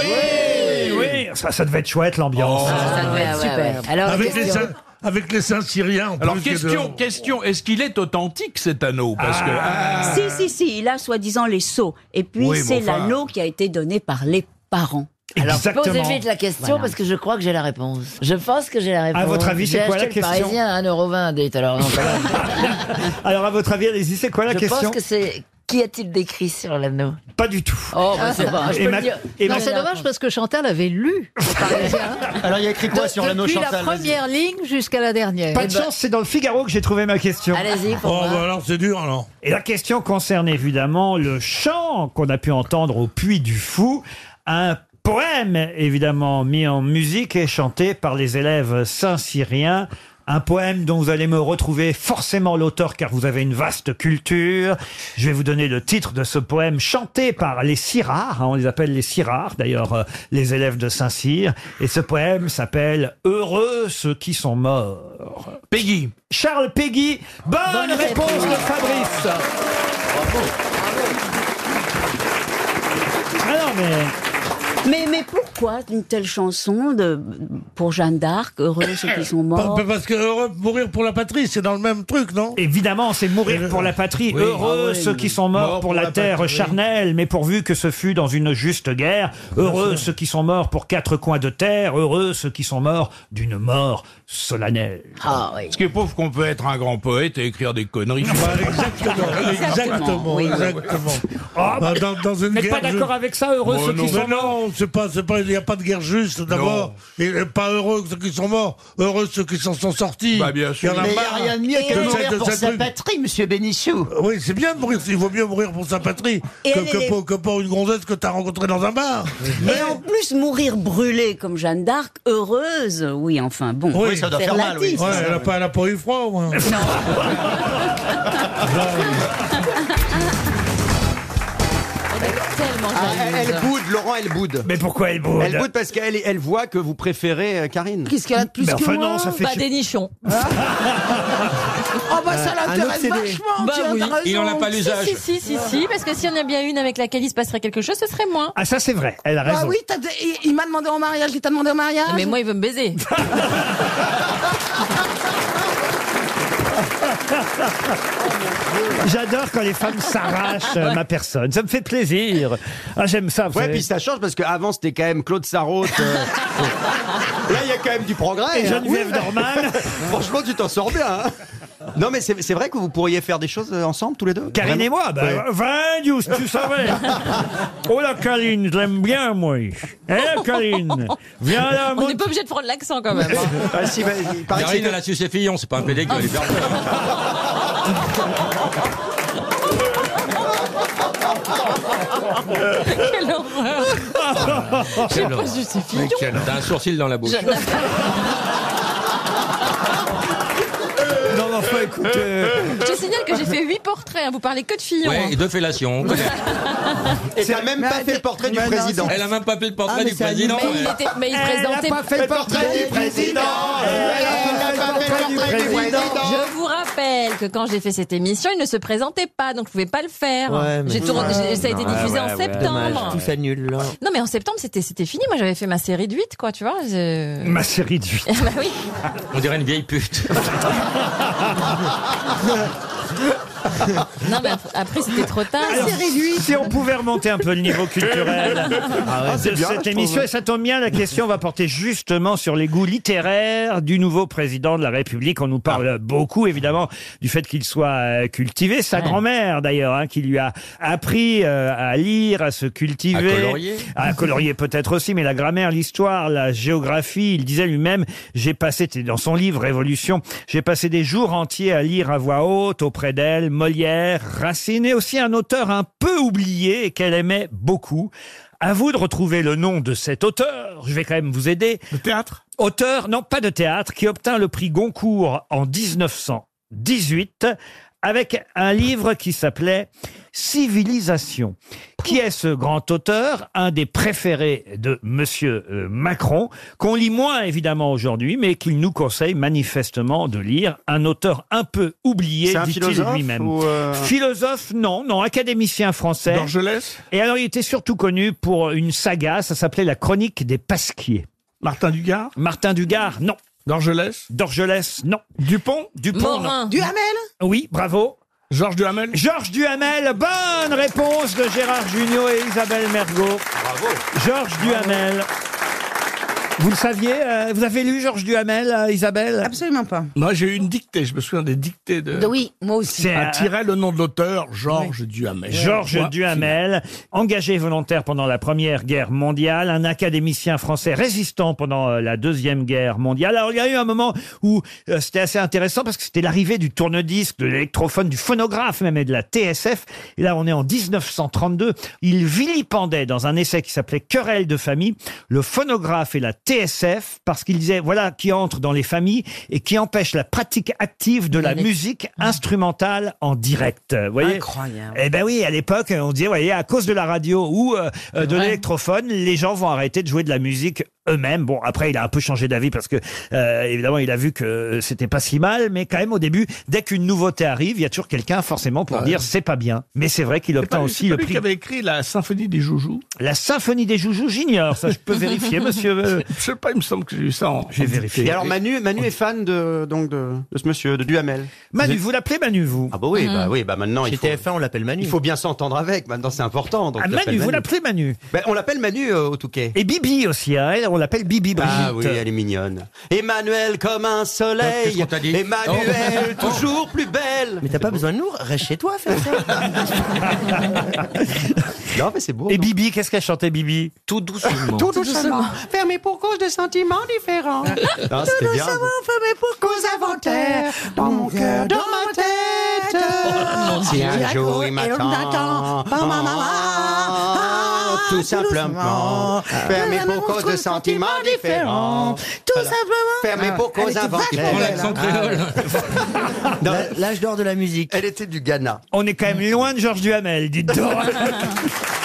Speaker 1: Oui Ça, ça devait être chouette l'ambiance.
Speaker 2: Oh. ça devait être Ouais, ouais, super. ouais. Alors,
Speaker 6: Oh. avec, les
Speaker 2: question.
Speaker 6: saints, avec les saints syriens. en
Speaker 8: Alors
Speaker 6: plus que
Speaker 8: question,
Speaker 6: de- Ah.
Speaker 8: question, est-ce qu'il est authentique cet anneau Parce que ah.
Speaker 16: Si, si, si, il a soi-disant les sceaux. Et puis,
Speaker 8: Oui, mais
Speaker 16: c'est
Speaker 8: enfin-
Speaker 16: l'anneau qui a été donné par les parents.
Speaker 2: Alors, posez vite la question parce que je crois que j'ai la réponse. Je pense que j'ai la réponse.
Speaker 1: À votre avis, c'est
Speaker 2: J'ai
Speaker 1: quoi la
Speaker 2: acheté le
Speaker 1: question
Speaker 2: Parisien à 1,20€ date, alors. non, quand même.
Speaker 1: Alors, à votre avis, allez-y, c'est quoi la
Speaker 2: je
Speaker 1: question
Speaker 2: pense que c'est. Qu'y a-t-il décrit sur l'anneau
Speaker 1: Pas du tout.
Speaker 2: Oh, bah, c'est pas.
Speaker 1: Et ma- et
Speaker 12: non,
Speaker 1: ma-
Speaker 12: c'est dommage parce que Chantal avait lu.
Speaker 1: Alors, il y a écrit
Speaker 12: De- depuis la première ligne jusqu'à la dernière.
Speaker 2: Eh
Speaker 1: Pas de
Speaker 2: ben-
Speaker 1: chance, c'est dans le Figaro que j'ai trouvé ma question.
Speaker 12: Allez-y, pour Oh, voir. bah
Speaker 1: alors c'est dur alors. Et la question concerne évidemment le chant qu'on a pu entendre au Puy du Fou, un poème évidemment mis en musique et chanté par les élèves saint-syriens. Un poème dont vous allez me retrouver forcément l'auteur car vous avez une vaste culture. Je vais vous donner le titre de ce poème chanté par les Sirards. hein, on les appelle les Sirards d'ailleurs, euh, les élèves de Saint-Cyr. Et ce poème s'appelle Heureux ceux qui sont morts. Peggy. Charles Peggy. Bonne, réponse de Fabrice. Ah non, mais.
Speaker 16: Mais, mais pourquoi une telle chanson de, pour Jeanne d'Arc, heureux ceux qui sont morts
Speaker 6: Parce que heureux, mourir pour la patrie, c'est dans le même truc, non Euh,
Speaker 1: Évidemment, c'est mourir pour la patrie. heureux ceux qui sont Ah morts pour, la, terre
Speaker 6: patrie, oui.
Speaker 1: charnelle, mais pourvu que ce fût dans une juste guerre. Heureux ceux qui sont morts pour quatre coins de terre. Heureux ceux qui sont morts d'une mort solennelle.
Speaker 2: Ah oui.
Speaker 8: ce qui est pauvre qu'on peut être un grand poète et écrire des conneries.
Speaker 6: Exactement, exactement, exactement. Bah,
Speaker 1: Ah,
Speaker 6: Dans- dans, dans une
Speaker 1: mais
Speaker 6: guerre
Speaker 1: pas d'accord
Speaker 6: ju-
Speaker 1: avec ça, heureux ceux qui sont
Speaker 6: Mais non, c'est pas, c'est pas, il n'y a pas de guerre juste d'abord. Et et pas heureux ceux qui sont morts, heureux ceux qui s'en sont sortis.
Speaker 8: Bah, bien sûr.
Speaker 6: Il y en a
Speaker 8: Mais il y a
Speaker 6: marre
Speaker 8: rien de mieux que de
Speaker 6: cette-
Speaker 8: mourir pour
Speaker 6: cette
Speaker 8: sa
Speaker 6: rue.
Speaker 13: patrie, monsieur Bénichou.
Speaker 6: Oui, c'est bien de mourir. Il vaut mieux mourir pour sa patrie
Speaker 16: Et
Speaker 6: que,
Speaker 16: elle,
Speaker 6: que
Speaker 16: elle est-
Speaker 6: pour, que pour une gonzesse que t'as rencontrée dans un bar.
Speaker 16: Et en plus, mourir brûlée comme Jeanne d'Arc, heureuse, oui, enfin bon. C'est relatif.
Speaker 6: Ouais, elle a pas, elle a pas eu froid, au moins.
Speaker 15: Ah, elle, elle boude, Laurent, elle boude.
Speaker 1: Mais pourquoi elle boude
Speaker 15: Elle boude parce qu'elle elle voit que vous préférez euh, Karine.
Speaker 11: Qu'est-ce qu'elle a de plus
Speaker 15: Mais
Speaker 11: que
Speaker 15: enfin,
Speaker 11: moi
Speaker 15: non, ça fait
Speaker 11: Bah,
Speaker 15: chier.
Speaker 11: des nichons. oh, bah, ça
Speaker 15: Euh, un
Speaker 11: l'intéresse
Speaker 15: obsédé.
Speaker 11: vachement.
Speaker 14: Bah
Speaker 11: tu as
Speaker 14: oui.
Speaker 11: raison.
Speaker 14: Il en a pas
Speaker 11: Si,
Speaker 14: l'usage.
Speaker 11: si, si, si, si,
Speaker 14: parce que s'il y en a bien une avec laquelle il se passerait quelque chose, ce serait moi.
Speaker 1: Ah ça c'est vrai, elle a raison.
Speaker 11: Ah oui, t'as de- il, il m'a demandé en mariage, il t'a demandé en mariage.
Speaker 14: Mais moi, il veut me baiser.
Speaker 1: J'adore quand les femmes s'arrachent euh, ma personne. Ça me fait plaisir. Ah, j'aime ça. vous
Speaker 15: Ouais,
Speaker 1: savez.
Speaker 15: puis ça change parce qu'avant c'était quand même Claude Sarraute. euh, Là, il y a quand même du progrès.
Speaker 1: Et
Speaker 15: hein.
Speaker 1: Geneviève Dormal.
Speaker 15: Franchement, tu t'en sors bien. hein. Non, mais c'est c'est vrai que vous pourriez faire des choses euh, ensemble, tous les deux
Speaker 1: Karine et moi, bah,
Speaker 15: Ouais.
Speaker 1: vingt news, tu savais. Oh la Karine, je l'aime bien, moi. Eh, Karine, viens là,
Speaker 14: On
Speaker 1: mon...
Speaker 14: n'est pas obligé de prendre l'accent quand même. hein.
Speaker 15: Ah, si, bah, il paraît que
Speaker 3: Karine,
Speaker 15: c'est-
Speaker 3: elle a su ses fillons, c'est pas un pédé qui va les faire.
Speaker 20: Quelle horreur
Speaker 3: Quel horreur. Mais quel horreur. T'as un sourcil dans la bouche.
Speaker 1: Non, mais enfin, écoutez.
Speaker 14: Je signale que j'ai fait huit portraits, hein, vous parlez que de fillons.
Speaker 3: euh, Ouais,
Speaker 14: hein.
Speaker 3: et deux fellations.
Speaker 15: Et t'as même pas fait le portrait du président.
Speaker 3: Elle a même pas fait le portrait
Speaker 15: Ah, mais
Speaker 3: du
Speaker 15: c'est
Speaker 3: président.
Speaker 15: animé.
Speaker 3: ouais.
Speaker 14: Il était- mais il se
Speaker 15: Elle a
Speaker 14: présentait.
Speaker 15: pas fait le portrait du président. Elle a pas fait le portrait du président.
Speaker 14: hein. Je vous rappelle que quand j'ai fait cette émission, il ne se présentait pas, donc je pouvais pas le faire.
Speaker 23: Ouais, mais-
Speaker 14: J'ai tourné- j'ai- ça a
Speaker 23: Ouais,
Speaker 14: été diffusé
Speaker 23: Ah ouais,
Speaker 14: en
Speaker 23: ouais.
Speaker 14: septembre.
Speaker 23: Dommage, tout s'annule. là.
Speaker 14: Non, mais en septembre, c'était c'était fini. Moi, j'avais fait ma série de 8, quoi, tu vois. je-
Speaker 1: Ma série de huit.
Speaker 14: bah oui.
Speaker 3: On dirait une vieille pute.
Speaker 14: Non, mais ap- après, c'était trop tard.
Speaker 1: Alors, Si on pouvait remonter un peu le niveau culturel
Speaker 23: Ah ouais,
Speaker 1: de
Speaker 23: c'est bien,
Speaker 1: cette
Speaker 23: je
Speaker 1: émission,
Speaker 23: trouve.
Speaker 1: et ça tombe bien, la question va porter justement sur les goûts littéraires du nouveau président de la République. On nous parle
Speaker 23: Ah.
Speaker 1: beaucoup, évidemment, du fait qu'il soit euh, cultivé. Sa grand-mère, d'ailleurs, hein, qui lui a appris euh, à lire, à se cultiver.
Speaker 3: À colorier.
Speaker 1: À Ah, colorier peut-être aussi, mais la grammaire, l'histoire, la géographie, il disait lui-même, j'ai passé, c'était dans son livre Révolution, j'ai passé des jours entiers à lire à voix haute auprès d'elle Molière, Racine et aussi un auteur un peu oublié et qu'elle aimait beaucoup. À vous de retrouver le nom de cet auteur. Je vais quand même vous aider. Le théâtre Auteur, non pas de théâtre, qui obtint le prix Goncourt en 1918 avec un livre qui s'appelait Civilisation. Qui est ce grand auteur, un des préférés de Monsieur euh, Macron, qu'on lit moins évidemment aujourd'hui, mais qu'il nous conseille manifestement de lire, un auteur un peu oublié,
Speaker 23: C'est un
Speaker 1: dit-il
Speaker 23: philosophe
Speaker 1: lui-même.
Speaker 23: ou, euh,
Speaker 1: Philosophe, non, non, académicien français.
Speaker 23: Dorgelès
Speaker 1: Et alors, il était surtout connu pour une saga, ça s'appelait La Chronique des Pasquiers. Martin Dugard Martin Dugard, non. Dorgelès Dorgelès, non. Dupont Dupont, non.
Speaker 11: Duhamel
Speaker 1: Oui, bravo. Georges Duhamel Georges Duhamel, bonne réponse de Gérard Junior et Isabelle Mergot. Bravo. Georges Duhamel. Vous le saviez euh, Vous avez lu Georges Duhamel, euh, Isabelle
Speaker 11: Absolument pas.
Speaker 8: Moi, j'ai eu une dictée. Je me souviens des dictées de.
Speaker 11: Oui, moi aussi.
Speaker 8: C'est
Speaker 6: Ah,
Speaker 8: à tirer le nom de l'auteur, Georges Duhamel.
Speaker 1: Georges
Speaker 8: Moi,
Speaker 1: Duhamel, engagé volontaire pendant la Première Guerre mondiale, un académicien français résistant pendant euh, la Deuxième Guerre mondiale. Alors il y a eu un moment où euh, c'était assez intéressant parce que c'était l'arrivée du tourne-disque, de l'électrophone, du phonographe même et de la TSF. Et là on est en 1932. Il vilipendait dans un essai qui s'appelait Querelle de famille le phonographe et la TSF parce qu'il disait voilà qui entre dans les familles et qui empêche la pratique active de la musique instrumentale en direct. Vous voyez
Speaker 23: Incroyable.
Speaker 1: eh ben oui, à l'époque, on disait, voyez, à cause de la radio ou euh, euh, de l'électrophone, les gens vont arrêter de jouer de la musique eux-mêmes. Bon, après, il a un peu changé d'avis parce que, euh, évidemment, il a vu que euh, c'était pas si mal, mais quand même, au début, dès qu'une nouveauté arrive, il y a toujours quelqu'un, forcément, pour dire c'est pas bien. Mais c'est vrai qu'il
Speaker 8: C'est pas
Speaker 1: obtient
Speaker 8: lui- c'est
Speaker 1: aussi
Speaker 8: pas
Speaker 1: le
Speaker 8: lui
Speaker 1: prix.
Speaker 8: qui avait écrit la symphonie des joujoux.
Speaker 1: La symphonie des joujoux, j'ignore. Ça, je peux vérifier, monsieur. euh,
Speaker 8: Je sais pas, il me semble que j'ai eu ça en.
Speaker 1: J'ai vérifié.
Speaker 23: Et alors Ah, Manu, Manu est fan de, donc de, de ce monsieur, de Duhamel.
Speaker 1: Manu, vous l'appelez Manu, vous
Speaker 23: Ah bah oui,
Speaker 1: Mhm.
Speaker 23: bah oui, bah maintenant il faut.
Speaker 1: TF1, on l'appelle Manu.
Speaker 23: Il faut bien s'entendre avec. Maintenant c'est important. Donc
Speaker 1: Ah,
Speaker 23: je l'appelle
Speaker 1: Manu, vous l'appelez Manu
Speaker 23: Ben, on l'appelle Manu euh, au Touquet.
Speaker 1: Et Bibi aussi, hein, elle, on l'appelle Bibi Brigitte.
Speaker 23: Ah oui, elle est mignonne. Emmanuel comme un soleil. Emmanuel toujours plus belle.
Speaker 9: Mais t'as pas besoin de nous, reste chez toi, fais ça.
Speaker 23: Non mais c'est beau.
Speaker 1: Et Bibi, qu'est-ce qu'elle chantait Bibi Tout doucement.
Speaker 23: Tout doucement.
Speaker 11: Fermé pour cause de sentiments différents.
Speaker 23: Ah, c'était bien.
Speaker 11: fermé pour cause inventaire. Dans mon cœur, dans ma tête.
Speaker 15: Oh,
Speaker 23: Si un
Speaker 11: J'irai
Speaker 23: jour
Speaker 11: courir
Speaker 23: il
Speaker 11: et
Speaker 23: m'attend,
Speaker 11: l'on m'attend. Par ma maman.
Speaker 23: Ah, tout simplement. Fermé pour cause de sentiments différents.
Speaker 11: Tout simplement.
Speaker 23: Fermé pour
Speaker 11: Elle
Speaker 23: cause
Speaker 11: était
Speaker 23: inventaire.
Speaker 11: vachement belle, hein.
Speaker 23: L'âge d'or de la musique. Elle était du Ghana.
Speaker 1: On est quand même loin de Georges Duhamel, dites donc.
Speaker 15: hein.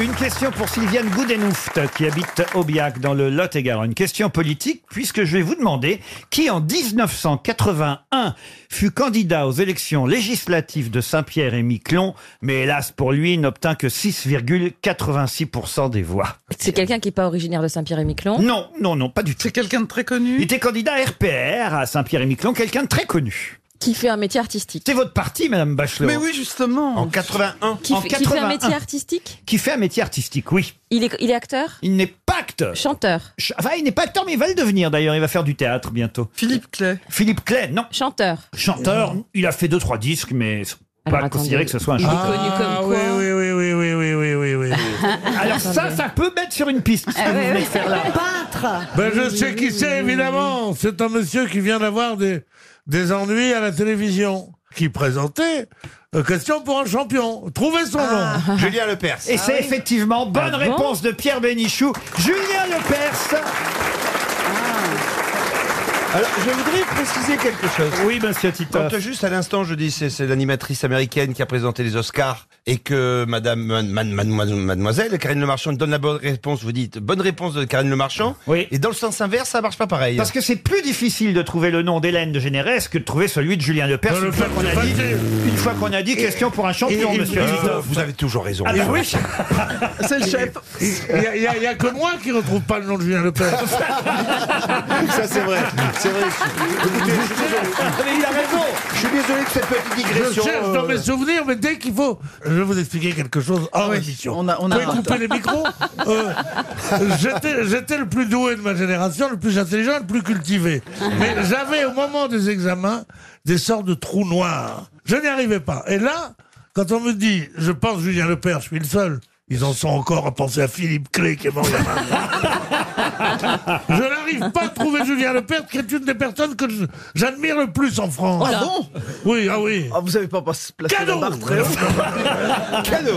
Speaker 1: Une question pour Sylviane Goudenouft, qui habite Aubiac, dans le Lot-et-Garonne. Question politique, puisque je vais vous demander qui, en 1981, fut candidat aux élections législatives de Saint-Pierre et Miquelon, mais hélas pour lui, n'obtint que 6,86% des voix.
Speaker 14: C'est quelqu'un qui n'est pas originaire de Saint-Pierre-et-Miquelon
Speaker 1: Non, non, non, pas du tout. C'est quelqu'un de très connu. Il était candidat à RPR à Saint-Pierre-et-Miquelon, quelqu'un de très connu.
Speaker 14: Qui fait un métier artistique.
Speaker 1: C'est votre parti, Madame Bachelot.
Speaker 14: justement.
Speaker 1: En 81.
Speaker 14: Qui,
Speaker 1: en
Speaker 14: fait, qui fait un
Speaker 1: 81.
Speaker 14: métier artistique
Speaker 1: Qui fait un métier artistique, oui.
Speaker 14: il est, il est acteur
Speaker 1: Il n'est pas acteur.
Speaker 14: Chanteur.
Speaker 1: Enfin, il n'est pas acteur, mais il va le devenir d'ailleurs. Il va faire du théâtre bientôt. Philippe Clay. Philippe Clay, non.
Speaker 14: Chanteur.
Speaker 1: Chanteur, il a fait deux, trois disques, mais pas considéré que ce soit un chanteur.
Speaker 6: oui, Ah, oui, oui, oui, oui, oui, oui, oui, oui, oui.
Speaker 1: Alors ça, ça peut mettre sur une piste. ce
Speaker 14: Ah
Speaker 11: Ah
Speaker 1: que vous venez de faire là.
Speaker 11: Peintre.
Speaker 6: Ben, je sais qui c'est, évidemment. C'est un monsieur qui vient d'avoir des, des ennuis à la télévision, qui présentait euh, Question pour un champion. Trouvez son nom.
Speaker 1: Julien
Speaker 6: Lepers.
Speaker 1: Ah. Et c'est effectivement bonne
Speaker 6: Ah bon
Speaker 1: réponse de Pierre Bénichou. Julien Lepers.
Speaker 15: Alors, je voudrais préciser quelque chose.
Speaker 1: Oui, monsieur Tito.
Speaker 15: Quand euh, juste à l'instant, je dis c'est c'est l'animatrice américaine qui a présenté les Oscars et que madame, man- man- man- mademoiselle Karine Le Marchand donne la bonne réponse, vous dites bonne réponse de Karine Le Marchand.
Speaker 1: Oui.
Speaker 15: Et dans le sens inverse, ça marche pas pareil.
Speaker 1: Parce que c'est plus difficile de trouver le nom d'Hélène de Généresse que de trouver celui de Julien
Speaker 6: Ben,
Speaker 1: Lepers. Une fois qu'on a dit, une fois qu'on a dit question pour un champion,
Speaker 15: Et- et-
Speaker 1: monsieur
Speaker 15: euh,
Speaker 1: Titoff.
Speaker 15: vous avez toujours raison.
Speaker 1: Ah bah oui.
Speaker 6: C'est le chef. ben Il n'y a, il y a- il y a que moi qui retrouve pas le nom de Julien Lepers.
Speaker 15: Ça c'est vrai, c'est vrai. Écoutez, je suis désolé.
Speaker 1: Mais il a raison.
Speaker 15: Je suis désolé de cette petite
Speaker 6: Je
Speaker 15: digression.
Speaker 6: cherche dans
Speaker 15: euh,
Speaker 6: mes souvenirs, mais dès qu'il faut. Je vais vous expliquer quelque chose hors édition. On
Speaker 15: Ah on a
Speaker 6: vous pouvez
Speaker 15: un-
Speaker 6: couper les micros Euh, j'étais- J'étais le plus doué de ma génération, le plus intelligent, le plus cultivé. Mais j'avais au moment des examens des sortes de trous noirs. Je n'y arrivais pas. Et là, quand on me dit, je pense Julien Lepers, je suis le seul. Ils en sont encore à penser à Philippe Clé qui est mort il y a 20 ans. Je n'arrive pas à trouver Julien Lepert, qui est une des personnes que je- j'admire le plus en France.
Speaker 20: Ah bon
Speaker 6: Oui, ah oui.
Speaker 17: vous n'avez pas placé
Speaker 6: Cadeau
Speaker 17: la barre très haut.
Speaker 15: Euh,
Speaker 1: Cadeau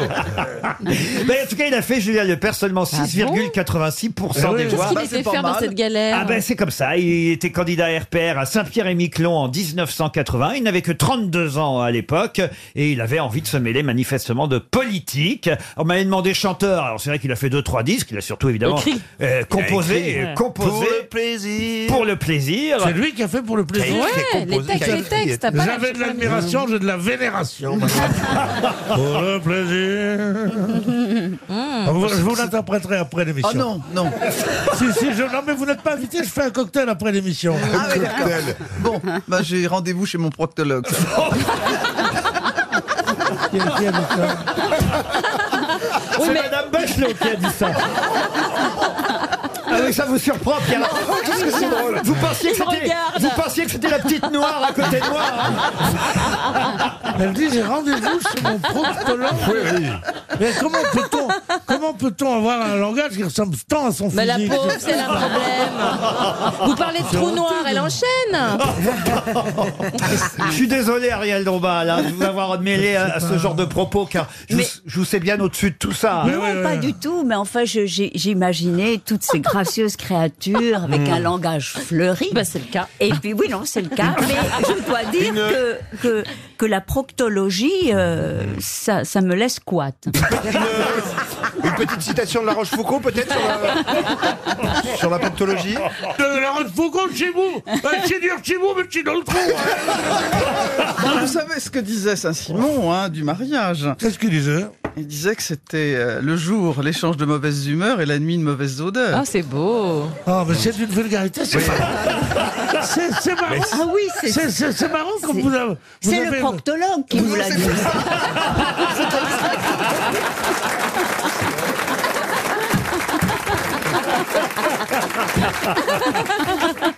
Speaker 1: Mais Bah, en tout cas, il a fait Julien Lepers seulement 6,86%
Speaker 17: Ah oui.
Speaker 1: des
Speaker 17: Qu'est-ce
Speaker 1: voix.
Speaker 17: qu'il Bah, était c'est pas faire dans mal. cette galère
Speaker 1: Ah ben c'est comme ça. Il était candidat à RPR à Saint-Pierre-et-Miquelon en 1980. Il n'avait que 32 ans à l'époque et il avait envie de se mêler manifestement de politique. On m'avait demandé chanteur. Alors c'est vrai qu'il a fait deux trois disques. Il a surtout évidemment
Speaker 20: Écrit.
Speaker 1: euh, composé,
Speaker 20: Il a écrit.
Speaker 1: euh, composé
Speaker 20: Pour le
Speaker 1: plaisir. Pour le plaisir.
Speaker 6: C'est lui qui a fait pour le plaisir.
Speaker 1: Ouais, Qui a composé, les textes, qui a les écrit, textes, t'as pas
Speaker 6: J'avais de
Speaker 1: lâché
Speaker 6: l'admiration, j'ai de la vénération. maintenant. pour le plaisir. Ah,
Speaker 1: Hmm.
Speaker 6: Vous- je vous l'interpréterai après l'émission.
Speaker 17: Ah
Speaker 20: Oh non, non.
Speaker 6: si, si, je- non, mais vous n'êtes pas invité, je fais un cocktail après l'émission.
Speaker 17: Ah oui, d'accord. Bon, bah, j'ai rendez-vous chez mon proctologue.
Speaker 1: C'est Madame Bachelot qui a dit ça. Ah oui, ça vous surprend, Pierre.
Speaker 20: Qu'est-ce que c'est drôle.
Speaker 1: Vous pensiez que
Speaker 20: Il me
Speaker 1: c'était,
Speaker 20: regarde.
Speaker 1: vous pensiez que c'était la petite noire à côté de moi. hein.
Speaker 6: Elle dit j'ai rendez-vous chez mon proctologue. Mais comment peut-on comment peut-on avoir un langage qui ressemble tant à son
Speaker 14: Mais Bah, la
Speaker 6: physique Ah,
Speaker 14: pauvre, c'est le problème. Vous parlez de
Speaker 6: C'est
Speaker 14: trou
Speaker 6: honteux,
Speaker 14: noir, elle
Speaker 6: non
Speaker 14: enchaîne.
Speaker 1: Je suis désolé, Ariel Dombal, hein, de vous avoir mêlé à, à ce genre de propos, car je, vous, je vous sais bien au-dessus de tout ça.
Speaker 15: Ah,
Speaker 16: non, pas du tout, mais enfin, je- j'ai- j'imaginais toutes ces gracieuses créatures avec
Speaker 15: Hmm.
Speaker 1: Mm.
Speaker 16: un langage fleuri. Bah, c'est le cas. Et puis, oui, non, c'est le cas. mais je dois dire que, que, que la proctologie, euh, ça, ça me laisse quat.
Speaker 15: Une petite citation de La Rochefoucauld, peut-être sur la- sur la pathologie
Speaker 6: De la Rochefoucauld Euh, chez vous Euh, C'est dur chez vous, mais c'est dans le trou hein.
Speaker 17: Ah, Vous savez ce que disait Saint-Simon hein, du mariage
Speaker 6: Qu'est-ce qu'il disait
Speaker 17: Il disait que c'était euh, le jour l'échange de mauvaises humeurs et la nuit une mauvaise
Speaker 20: Ah,
Speaker 17: odeur.
Speaker 11: Ah,
Speaker 6: c'est beau Oh, mais c'est d'une vulgarité, c'est marrant. C'est c'est marrant
Speaker 17: Ah oui,
Speaker 6: c'est...
Speaker 17: c'est-
Speaker 6: C'est c'est marrant comme
Speaker 17: c'est-
Speaker 6: vous avez... vous
Speaker 17: c'est le
Speaker 6: avez-
Speaker 16: proctologue qui vous l'a dit.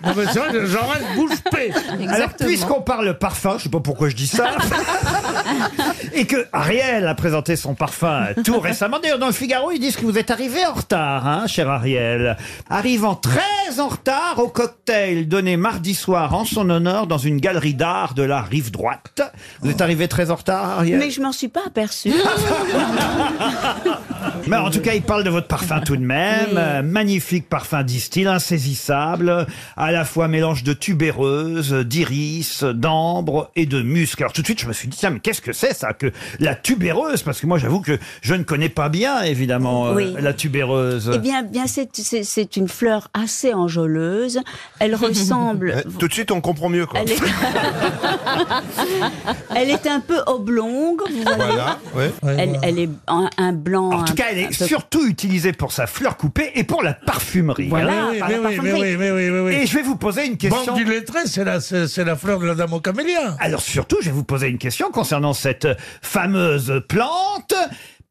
Speaker 6: Non, mais c'est vrai que Jean-Rel bouge paix
Speaker 1: Alors, puisqu'on parle parfum, je sais pas pourquoi je dis ça, et que Ariel a présenté son parfum tout récemment, d'ailleurs, dans le Figaro, ils disent que vous êtes arrivé en retard, hein, cher Ariel. Arrivant très en retard au cocktail donné mardi soir en son honneur dans une galerie d'art de la rive droite. Vous êtes arrivé très en retard, Ariel
Speaker 16: Mais je m'en suis pas aperçue.
Speaker 15: Ah,
Speaker 1: Mais en tout cas, il parle de votre parfum tout de même. Euh, magnifique parfum distil, insaisissable, à la fois mélange de tubéreuse, d'iris, d'ambre et de musc. Alors tout de suite, je me suis dit, tiens, mais qu'est-ce que c'est ça que la tubéreuse Parce que moi, j'avoue que je ne connais pas bien, évidemment, euh,
Speaker 16: Oui.
Speaker 1: la tubéreuse.
Speaker 16: Eh bien, bien c'est- c'est c'est une fleur assez enjôleuse. Elle ressemble.
Speaker 15: Tout de suite, on comprend mieux, quoi.
Speaker 16: Elle est... elle est un peu oblongue, vous voyez.
Speaker 15: Voilà, ouais.
Speaker 16: Elle, elle est un, un blanc.
Speaker 1: En tout cas, elle est surtout utilisée pour sa fleur coupée et pour la parfumerie. Hein.
Speaker 6: Voilà, Mais oui, par la mais oui, parfumerie. mais oui, mais oui, mais oui.
Speaker 1: Et je vais vous poser une question.
Speaker 6: Banque du lettré, c'est la, c'est- c'est la fleur de la dame au camélien
Speaker 1: Alors surtout, je vais vous poser une question concernant cette fameuse plante.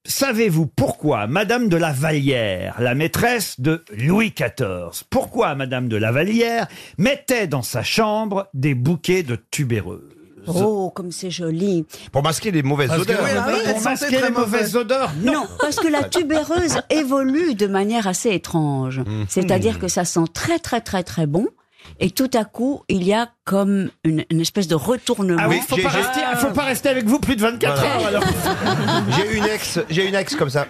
Speaker 1: Savez-vous pourquoi Madame de la Vallière, la maîtresse de Louis XIV, pourquoi Madame de la Vallière mettait dans sa chambre des bouquets de tubéreuses
Speaker 16: Oh, comme c'est joli.
Speaker 15: Pour masquer les mauvaises
Speaker 1: Parce que-
Speaker 15: odeurs.
Speaker 1: oui,
Speaker 6: hein.
Speaker 1: ah oui, Pour elle masquer sentait très les mauvaises mauvais. odeurs, non.
Speaker 16: parce que la tubéreuse évolue de manière assez étrange.
Speaker 15: Mmh.
Speaker 16: C'est-à-dire que ça sent très, très, très, très bon. Et tout à coup, il y a comme une, une espèce de retournement.
Speaker 1: Ah oui, faut pas, rester, faut pas rester avec vous plus de 24
Speaker 15: Voilà.
Speaker 1: heures alors.
Speaker 15: J'ai une ex, j'ai une ex comme ça.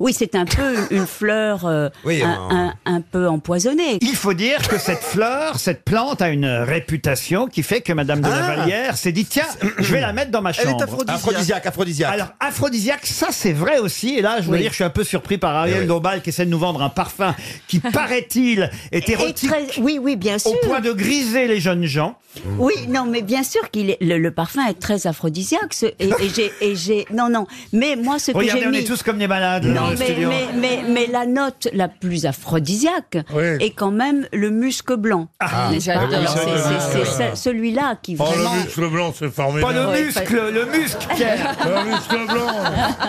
Speaker 16: oui, c'est un peu une fleur euh,
Speaker 1: Oui,
Speaker 16: un, un- un peu empoisonnée.
Speaker 1: Il faut dire que cette fleur, cette plante a une réputation qui fait que Madame de la
Speaker 15: Ah.
Speaker 1: Vallière s'est dit tiens, je vais la mettre dans ma
Speaker 15: Elle est
Speaker 1: chambre.
Speaker 15: aphrodisiaque. Aphrodisiaque, aphrodisiaque.
Speaker 1: Alors aphrodisiaque, ça c'est vrai aussi. Et là, je dois
Speaker 15: Oui.
Speaker 1: dire, je suis un peu surpris par Ariel
Speaker 15: Eh oui.
Speaker 1: Dombal qui essaie de nous vendre un parfum qui paraît-il est
Speaker 16: Et
Speaker 1: érotique
Speaker 16: très- oui, oui, bien sûr.
Speaker 1: au point de griser les jeunes gens.
Speaker 16: Oui, non, mais bien sûr qu'il est, le, le parfum est très aphrodisiaque. ce- et et j'ai, et j'ai, non, non. Mais moi, ce que
Speaker 1: Regardez,
Speaker 16: j'ai
Speaker 1: on
Speaker 16: mis.
Speaker 1: est tous comme des malades. là, dans
Speaker 16: Non,
Speaker 1: le
Speaker 16: mais,
Speaker 1: studio.
Speaker 16: mais, mais, mais la note la plus aphrodisiaque
Speaker 1: Oui.
Speaker 16: est quand même le musc blanc.
Speaker 6: Ah,
Speaker 16: n'est-ce pas
Speaker 6: j'adore.
Speaker 16: Alors, c'est-
Speaker 6: Oui,
Speaker 16: c'est-
Speaker 6: oui,
Speaker 16: c'est
Speaker 6: oui.
Speaker 16: ce- celui-là qui
Speaker 6: Oh,
Speaker 16: vraiment.
Speaker 6: le muscle blanc, c'est formidable.
Speaker 1: Pas le Ouais, muscle, pas- le muscle, Pierre. Ah
Speaker 6: Le muscle blanc.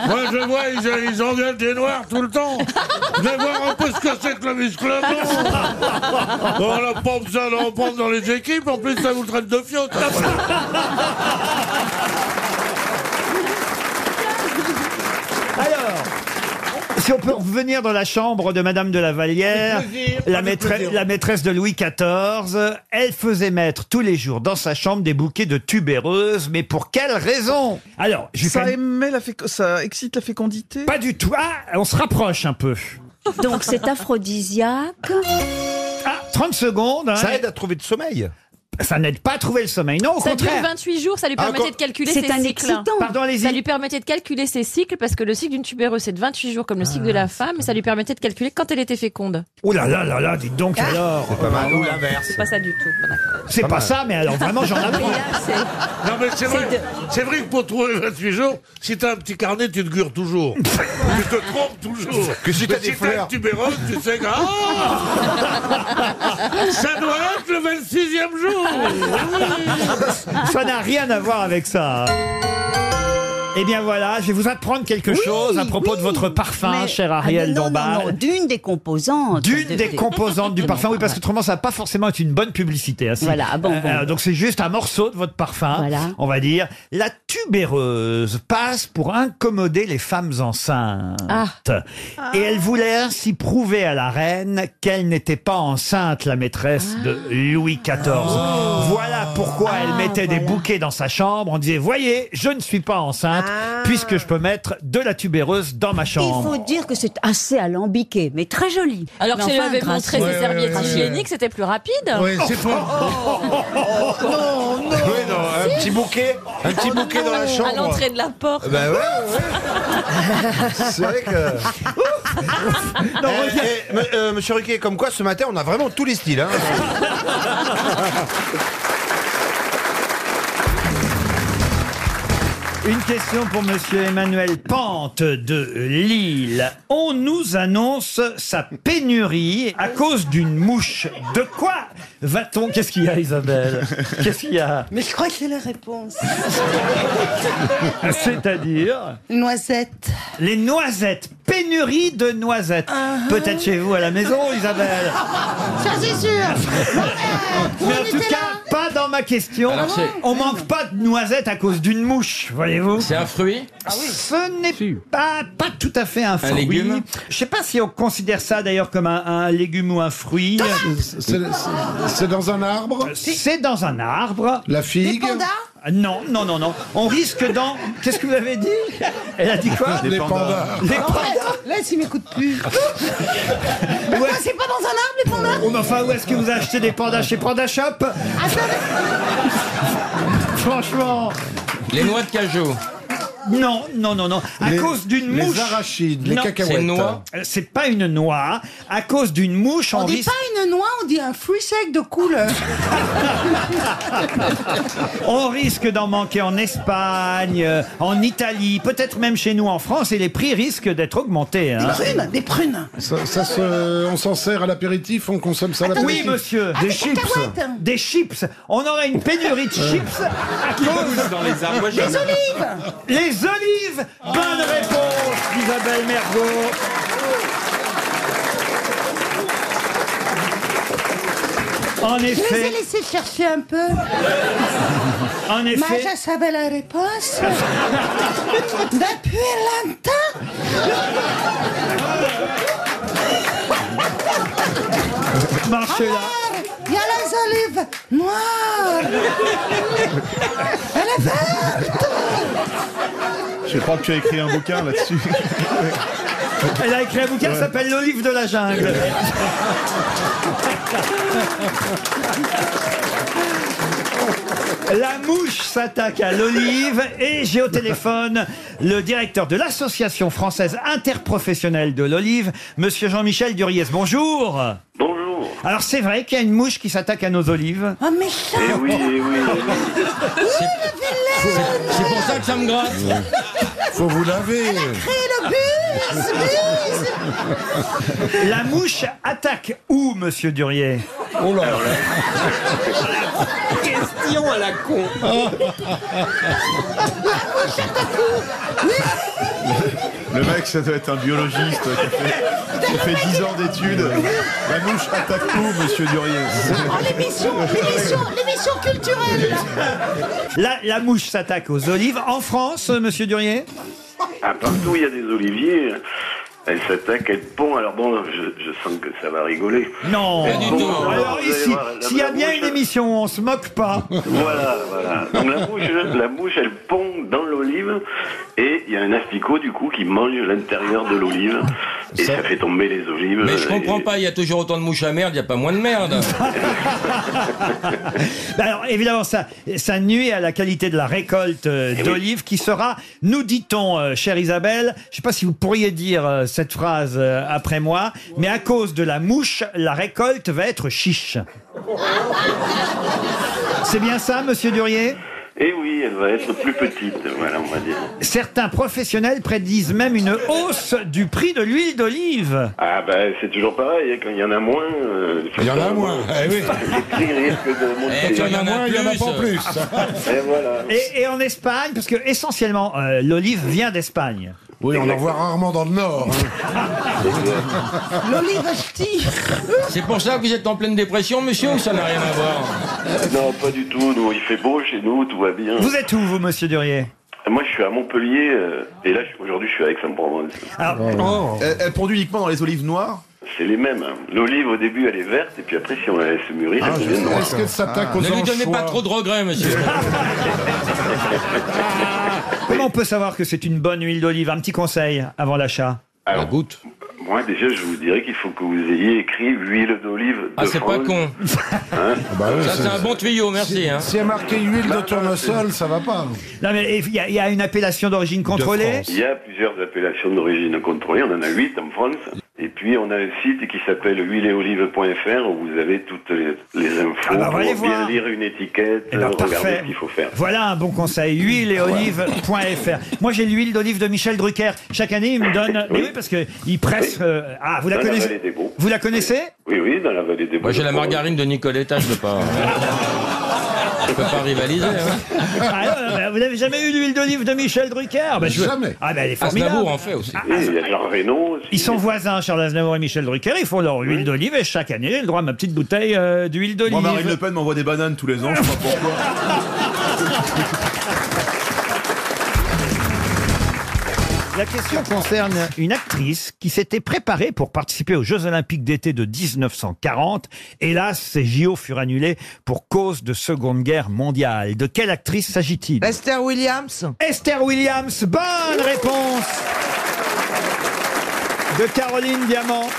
Speaker 6: Moi, je vois, ils, ils engueulent des noirs tout le temps. Je vais voir un peu ce que c'est que le muscle blanc. Oh, on la pompe ça, on la pompe dans les équipes. En plus, ça vous traite de fiotte.
Speaker 1: Si on peut revenir dans la chambre de Madame de la Vallière,
Speaker 7: Avec plaisir,
Speaker 1: la,
Speaker 7: avec
Speaker 1: maîtresse-
Speaker 7: plaisir.
Speaker 1: la maîtresse de Louis XIV, elle faisait mettre tous les jours dans sa chambre des bouquets de tubéreuses, mais pour quelle raison Alors, je vais quand
Speaker 17: Ça,
Speaker 1: même-
Speaker 17: émet la féco- ça excite la fécondité
Speaker 1: Pas du tout. Ah, on se rapproche un peu.
Speaker 16: Donc c'est aphrodisiaque.
Speaker 1: Ah, 30 secondes.
Speaker 15: Ça aide à trouver du sommeil.
Speaker 1: Ça n'aide pas à trouver le sommeil, non, au
Speaker 14: Ça dure
Speaker 1: contraire.
Speaker 14: 28 jours, ça lui
Speaker 1: Ah,
Speaker 14: permettait
Speaker 1: encore-
Speaker 14: de calculer
Speaker 1: C'est
Speaker 14: ses
Speaker 1: un
Speaker 14: cycles.
Speaker 1: excitant. Pardon, allez-y.
Speaker 14: Ça lui permettait de calculer ses cycles parce que le cycle d'une tubéreuse c'est de 28 jours comme le cycle de
Speaker 1: Ah,
Speaker 14: la femme et ça lui permettait de calculer quand elle était féconde.
Speaker 1: Oh là là là là, dites donc
Speaker 14: Ah.
Speaker 1: alors.
Speaker 15: C'est pas mal. Ou
Speaker 14: C'est
Speaker 15: l'inverse.
Speaker 14: pas ça du tout. Bon, d'accord.
Speaker 1: C'est pas,
Speaker 15: mal.
Speaker 1: ça, mais alors vraiment, j'en apprends.
Speaker 6: Non, mais c'est vrai, c'est vrai que pour trouver 28 jours, si t'as un petit carnet, tu te gures toujours. tu te trompes toujours.
Speaker 20: Que si t'as
Speaker 6: Mais
Speaker 20: des fleurs.
Speaker 6: une tubéreuse, tu sais que. Ah Ça doit être le 26e jour Oui.
Speaker 1: Ah, bah, Ça n'a rien à voir avec ça. hein. Eh bien voilà, je vais vous apprendre quelque chose à propos de votre parfum,
Speaker 16: Mais-
Speaker 1: cher
Speaker 16: Ah,
Speaker 1: Ariel
Speaker 16: mais non,
Speaker 1: Dombal.
Speaker 16: non, non, D'une des composantes.
Speaker 1: D'une
Speaker 16: de-
Speaker 1: des
Speaker 16: de-
Speaker 1: composantes du parfum, oui, parce que autrement, ça va pas forcément être une bonne publicité. hein, si.
Speaker 16: Voilà, ah bon, bon.
Speaker 1: donc c'est juste un morceau de votre parfum, on va dire. La tubéreuse passe pour incommoder les femmes enceintes.
Speaker 16: Ah.
Speaker 1: Ah. Et elle voulait ainsi prouver à la reine qu'elle n'était pas enceinte, la maîtresse
Speaker 16: Ah.
Speaker 1: de Louis XIV.
Speaker 16: Oh.
Speaker 1: Voilà pourquoi elle mettait des bouquets dans sa chambre. On disait, voyez, je ne suis pas enceinte,
Speaker 16: Ah.
Speaker 1: puisque je peux mettre de la tubéreuse dans ma
Speaker 16: Il
Speaker 1: chambre.
Speaker 16: faut dire que c'est assez alambiqué, mais très joli.
Speaker 14: Alors que
Speaker 16: Mais
Speaker 14: si elle lui
Speaker 16: enfin,
Speaker 14: avait
Speaker 16: grâce-
Speaker 14: montré ses serviettes hygiéniques, c'était plus rapide.
Speaker 16: Oui, c'est
Speaker 14: fort.
Speaker 20: Non, non.
Speaker 15: Oui, non, un petit bouquet, un petit bouquet dans la chambre.
Speaker 14: À l'entrée de la porte.
Speaker 15: Bah ouais, ouais. C'est vrai que. Eh, eh, me- euh, Monsieur Ruquier, comme quoi ce matin on a vraiment tous les styles. Hein.
Speaker 1: Une question pour Monsieur Emmanuel Pente de Lille. On nous annonce sa pénurie à cause d'une mouche. De quoi va-t-on Qu'est-ce qu'il y a, Isabelle Qu'est-ce qu'il y a
Speaker 11: Mais je crois que c'est la réponse.
Speaker 1: C'est-à-dire
Speaker 11: Noisette.
Speaker 1: les noisettes. Pénurie de noisettes. Peut-être chez vous à la maison, Isabelle.
Speaker 11: Ça c'est sûr.
Speaker 1: Mais en tout cas, pas dans ma question.
Speaker 3: Alors, c'est-
Speaker 1: On manque pas de noisettes à cause d'une mouche, voyez-vous. Ah
Speaker 3: C'est un fruit
Speaker 1: Ce n'est pas, pas tout à fait un fruit.
Speaker 3: légume
Speaker 1: Je sais pas si on considère ça d'ailleurs comme un, un légume ou un fruit. C'est dans un arbre C'est dans un arbre. La
Speaker 18: figue Des pandas
Speaker 1: Non, non, non, non. On risque dans... Qu'est-ce que vous avez dit Elle a dit quoi
Speaker 18: Les pandas.
Speaker 1: Les pandas.
Speaker 11: Laisse, il m'écoute plus. Mais quoi,
Speaker 1: Ouais.
Speaker 11: c'est pas dans un arbre les pandas Ah,
Speaker 1: Oh, mais enfin, où est-ce que vous achetez des pandas Chez Panda Shop Franchement.
Speaker 3: Les noix de cajou.
Speaker 1: Non, non, non, non. À
Speaker 18: Les-
Speaker 1: cause d'une
Speaker 18: les
Speaker 1: mouche.
Speaker 18: arachides, les
Speaker 1: Non,
Speaker 18: cacahuètes.
Speaker 1: c'est une noix. Euh, C'est pas une noix. À cause d'une mouche, on,
Speaker 11: On dit
Speaker 1: risque.
Speaker 11: pas une noix, on dit un fruit sec de couleur.
Speaker 1: On risque d'en manquer en Espagne, euh, en Italie, peut-être même chez nous en France, et les prix risquent d'être augmentés. hein.
Speaker 11: Des prunes, des prunes.
Speaker 18: Ça, ça se- Euh, on s'en sert à l'apéritif, on consomme ça à
Speaker 1: Oui,
Speaker 18: l'apéritif.
Speaker 1: monsieur.
Speaker 11: Ah, des cacahuètes.
Speaker 1: Des chips. On aurait une pénurie de chips à cause
Speaker 3: dans les arbres. Moi,
Speaker 11: Des olives.
Speaker 1: Les olives. Bonne réponse d'Isabelle Mergot. En
Speaker 11: Je les ai
Speaker 1: effet,
Speaker 11: laissés chercher un peu.
Speaker 1: en
Speaker 11: Mais
Speaker 1: effet.
Speaker 11: je savais la réponse. Depuis longtemps.
Speaker 1: Marcella.
Speaker 11: Il y a les olives noires. Elle est verte.
Speaker 5: Je crois que tu as écrit un bouquin là-dessus.
Speaker 1: Elle a écrit un bouquin qui
Speaker 5: Ouais.
Speaker 1: s'appelle L'olive de la jungle. La mouche s'attaque à l'olive et j'ai au téléphone le directeur de l'association française interprofessionnelle de l'olive, monsieur Jean-Michel Duriez. Bonjour.
Speaker 19: Bonjour.
Speaker 1: Alors c'est vrai qu'il y a une mouche qui s'attaque à nos olives.
Speaker 3: Ah,
Speaker 11: Oh méchant.
Speaker 19: Eh oui, eh oui, eh oui.
Speaker 3: C'est pour ça que ça me gratte.
Speaker 18: Faut vous laver.
Speaker 11: Et le bus, bus.
Speaker 1: La mouche attaque où, monsieur Durier Oh là
Speaker 3: Question à la con.
Speaker 5: Le mec, ça doit être un biologiste qui a fait, qui a fait 10 ans d'études. La mouche attaque tout, monsieur Durier.
Speaker 11: Oh, l'émission, l'émission, l'émission culturelle.
Speaker 1: La, la mouche s'attaque aux olives. En France, euh, monsieur Durier
Speaker 19: Ah, partout, il y a des oliviers. Elle s'attaque, elle pond. Alors bon, je, je sens que ça va rigoler.
Speaker 1: Non.
Speaker 19: Elle pond, alors,
Speaker 1: Alors
Speaker 19: vous allez
Speaker 1: ici,
Speaker 19: voir, la-
Speaker 1: s'il y a
Speaker 19: la
Speaker 1: bien
Speaker 19: bouche,
Speaker 1: une émission où on se moque pas.
Speaker 19: Voilà, voilà. Donc la bouche, la bouche, elle pond dans l'olive et il y a un asticot du coup qui mange l'intérieur de l'olive et ça... fait tomber les olives.
Speaker 10: Mais je comprends
Speaker 19: Et-
Speaker 10: pas, il y a toujours autant de mouches à merde, il n'y a pas moins de merde.
Speaker 1: Bah alors évidemment, ça, ça nuit à la qualité de la récolte euh, d'olive qui sera, nous dit-on, euh, chère Isabelle, je ne sais pas si vous pourriez dire euh, cette phrase euh, après moi, mais à cause de la mouche, la récolte va être chiche. C'est bien ça, monsieur Durier
Speaker 19: Et oui, elle va être plus petite, voilà, on va dire.
Speaker 1: Certains professionnels prédisent même une hausse du prix de l'huile d'olive.
Speaker 19: Ah ben c'est toujours pareil, hein, quand il y en a moins. euh,
Speaker 1: Il y en a moins,
Speaker 19: les prix risquent
Speaker 10: Eh,
Speaker 19: de monter.
Speaker 1: quand il y
Speaker 18: Ah,
Speaker 1: en a moins, il y en a pas
Speaker 19: plus. Et voilà.
Speaker 1: Et, et en Espagne, parce que essentiellement, euh, l'olive vient d'Espagne.
Speaker 18: Oui, on en voit rarement dans le Nord. hein.
Speaker 10: L'olive C'est pour ça que vous êtes en pleine dépression, monsieur, ou ça n'a rien à voir
Speaker 19: Non, pas du tout, nous, il fait beau chez nous, tout va bien.
Speaker 1: Vous êtes où, vous, monsieur Durier
Speaker 19: Moi je suis à Montpellier euh, et là je- aujourd'hui je suis à Aix-en-Provence.
Speaker 10: Oh.
Speaker 1: euh,
Speaker 5: Elle, elle pond uniquement dans les olives noires
Speaker 19: C'est les mêmes. hein. L'olive au début elle est verte et puis après si on la laisse mûrir
Speaker 5: Ah,
Speaker 19: elle
Speaker 5: je
Speaker 19: devient
Speaker 5: sais.
Speaker 19: noire.
Speaker 5: Est-ce qu'elle s'attaque
Speaker 10: Ah. Ne lui donnez pas trop de regrets, monsieur.
Speaker 1: Comment on peut savoir que c'est une bonne huile d'olive Un petit conseil avant l'achat.
Speaker 19: Alors, goutte. Moi déjà je vous dirais qu'il faut que vous ayez écrit huile d'olive. de
Speaker 10: Ah, c'est pas
Speaker 19: France.
Speaker 10: con.
Speaker 1: Ah,
Speaker 19: Hein
Speaker 18: Bah
Speaker 1: bah
Speaker 10: Ça, c'est un bon tuyau, merci. hein. bah,
Speaker 18: S'il y a marqué huile de tournesol, ça va pas.
Speaker 1: Non, mais il y, a- il y a une appellation d'origine contrôlée
Speaker 19: Il y a plusieurs appellations d'origine contrôlée, on en a huit en France. Et puis on a un site qui s'appelle huileetolive.fr où vous avez toutes les, les infos
Speaker 1: Ah bah, on
Speaker 19: pour
Speaker 1: va
Speaker 19: bien
Speaker 1: aller voir.
Speaker 19: lire une étiquette,
Speaker 1: Eh ben,
Speaker 19: euh, regarder
Speaker 1: parfait.
Speaker 19: ce qu'il faut faire.
Speaker 1: Voilà un bon conseil, huile et olive.fr. Moi j'ai l'huile d'olive de Michel Drucker. Chaque année il me donne. Mais oui, parce qu'il presse. euh, Ah, vous la
Speaker 19: Dans la
Speaker 1: connaissez
Speaker 19: vallée des Beaux.
Speaker 1: Vous la connaissez
Speaker 19: Oui, oui, dans la vallée des
Speaker 10: Moi, j'ai la
Speaker 19: Bouches.
Speaker 10: margarine de Nicoletta, je ne peux pas. Je peux pas rivaliser. hein.
Speaker 1: Ah, non, non, mais Vous n'avez jamais eu l'huile d'olive de Michel Drucker Bah, je veux-
Speaker 10: Jamais.
Speaker 1: Ah, ben elle est formidable.
Speaker 10: Aznavour en fait aussi.
Speaker 19: Oui, Il y a Jean Reno aussi.
Speaker 1: Ils sont voisins, Charles Aznavour et Michel Drucker. Ils font leur huile d'olive et chaque année, j'ai le droit à ma petite bouteille euh, d'huile d'olive.
Speaker 5: Moi, Marine Le Pen m'envoie des bananes tous les ans, je sais pas pourquoi.
Speaker 1: La question concerne une actrice qui s'était préparée pour participer aux Jeux Olympiques d'été de 1940. Hélas, ces JO furent annulés pour cause de Seconde Guerre mondiale. De quelle actrice s'agit-il Esther Williams. Esther Williams, bonne réponse de Caroline Diamant.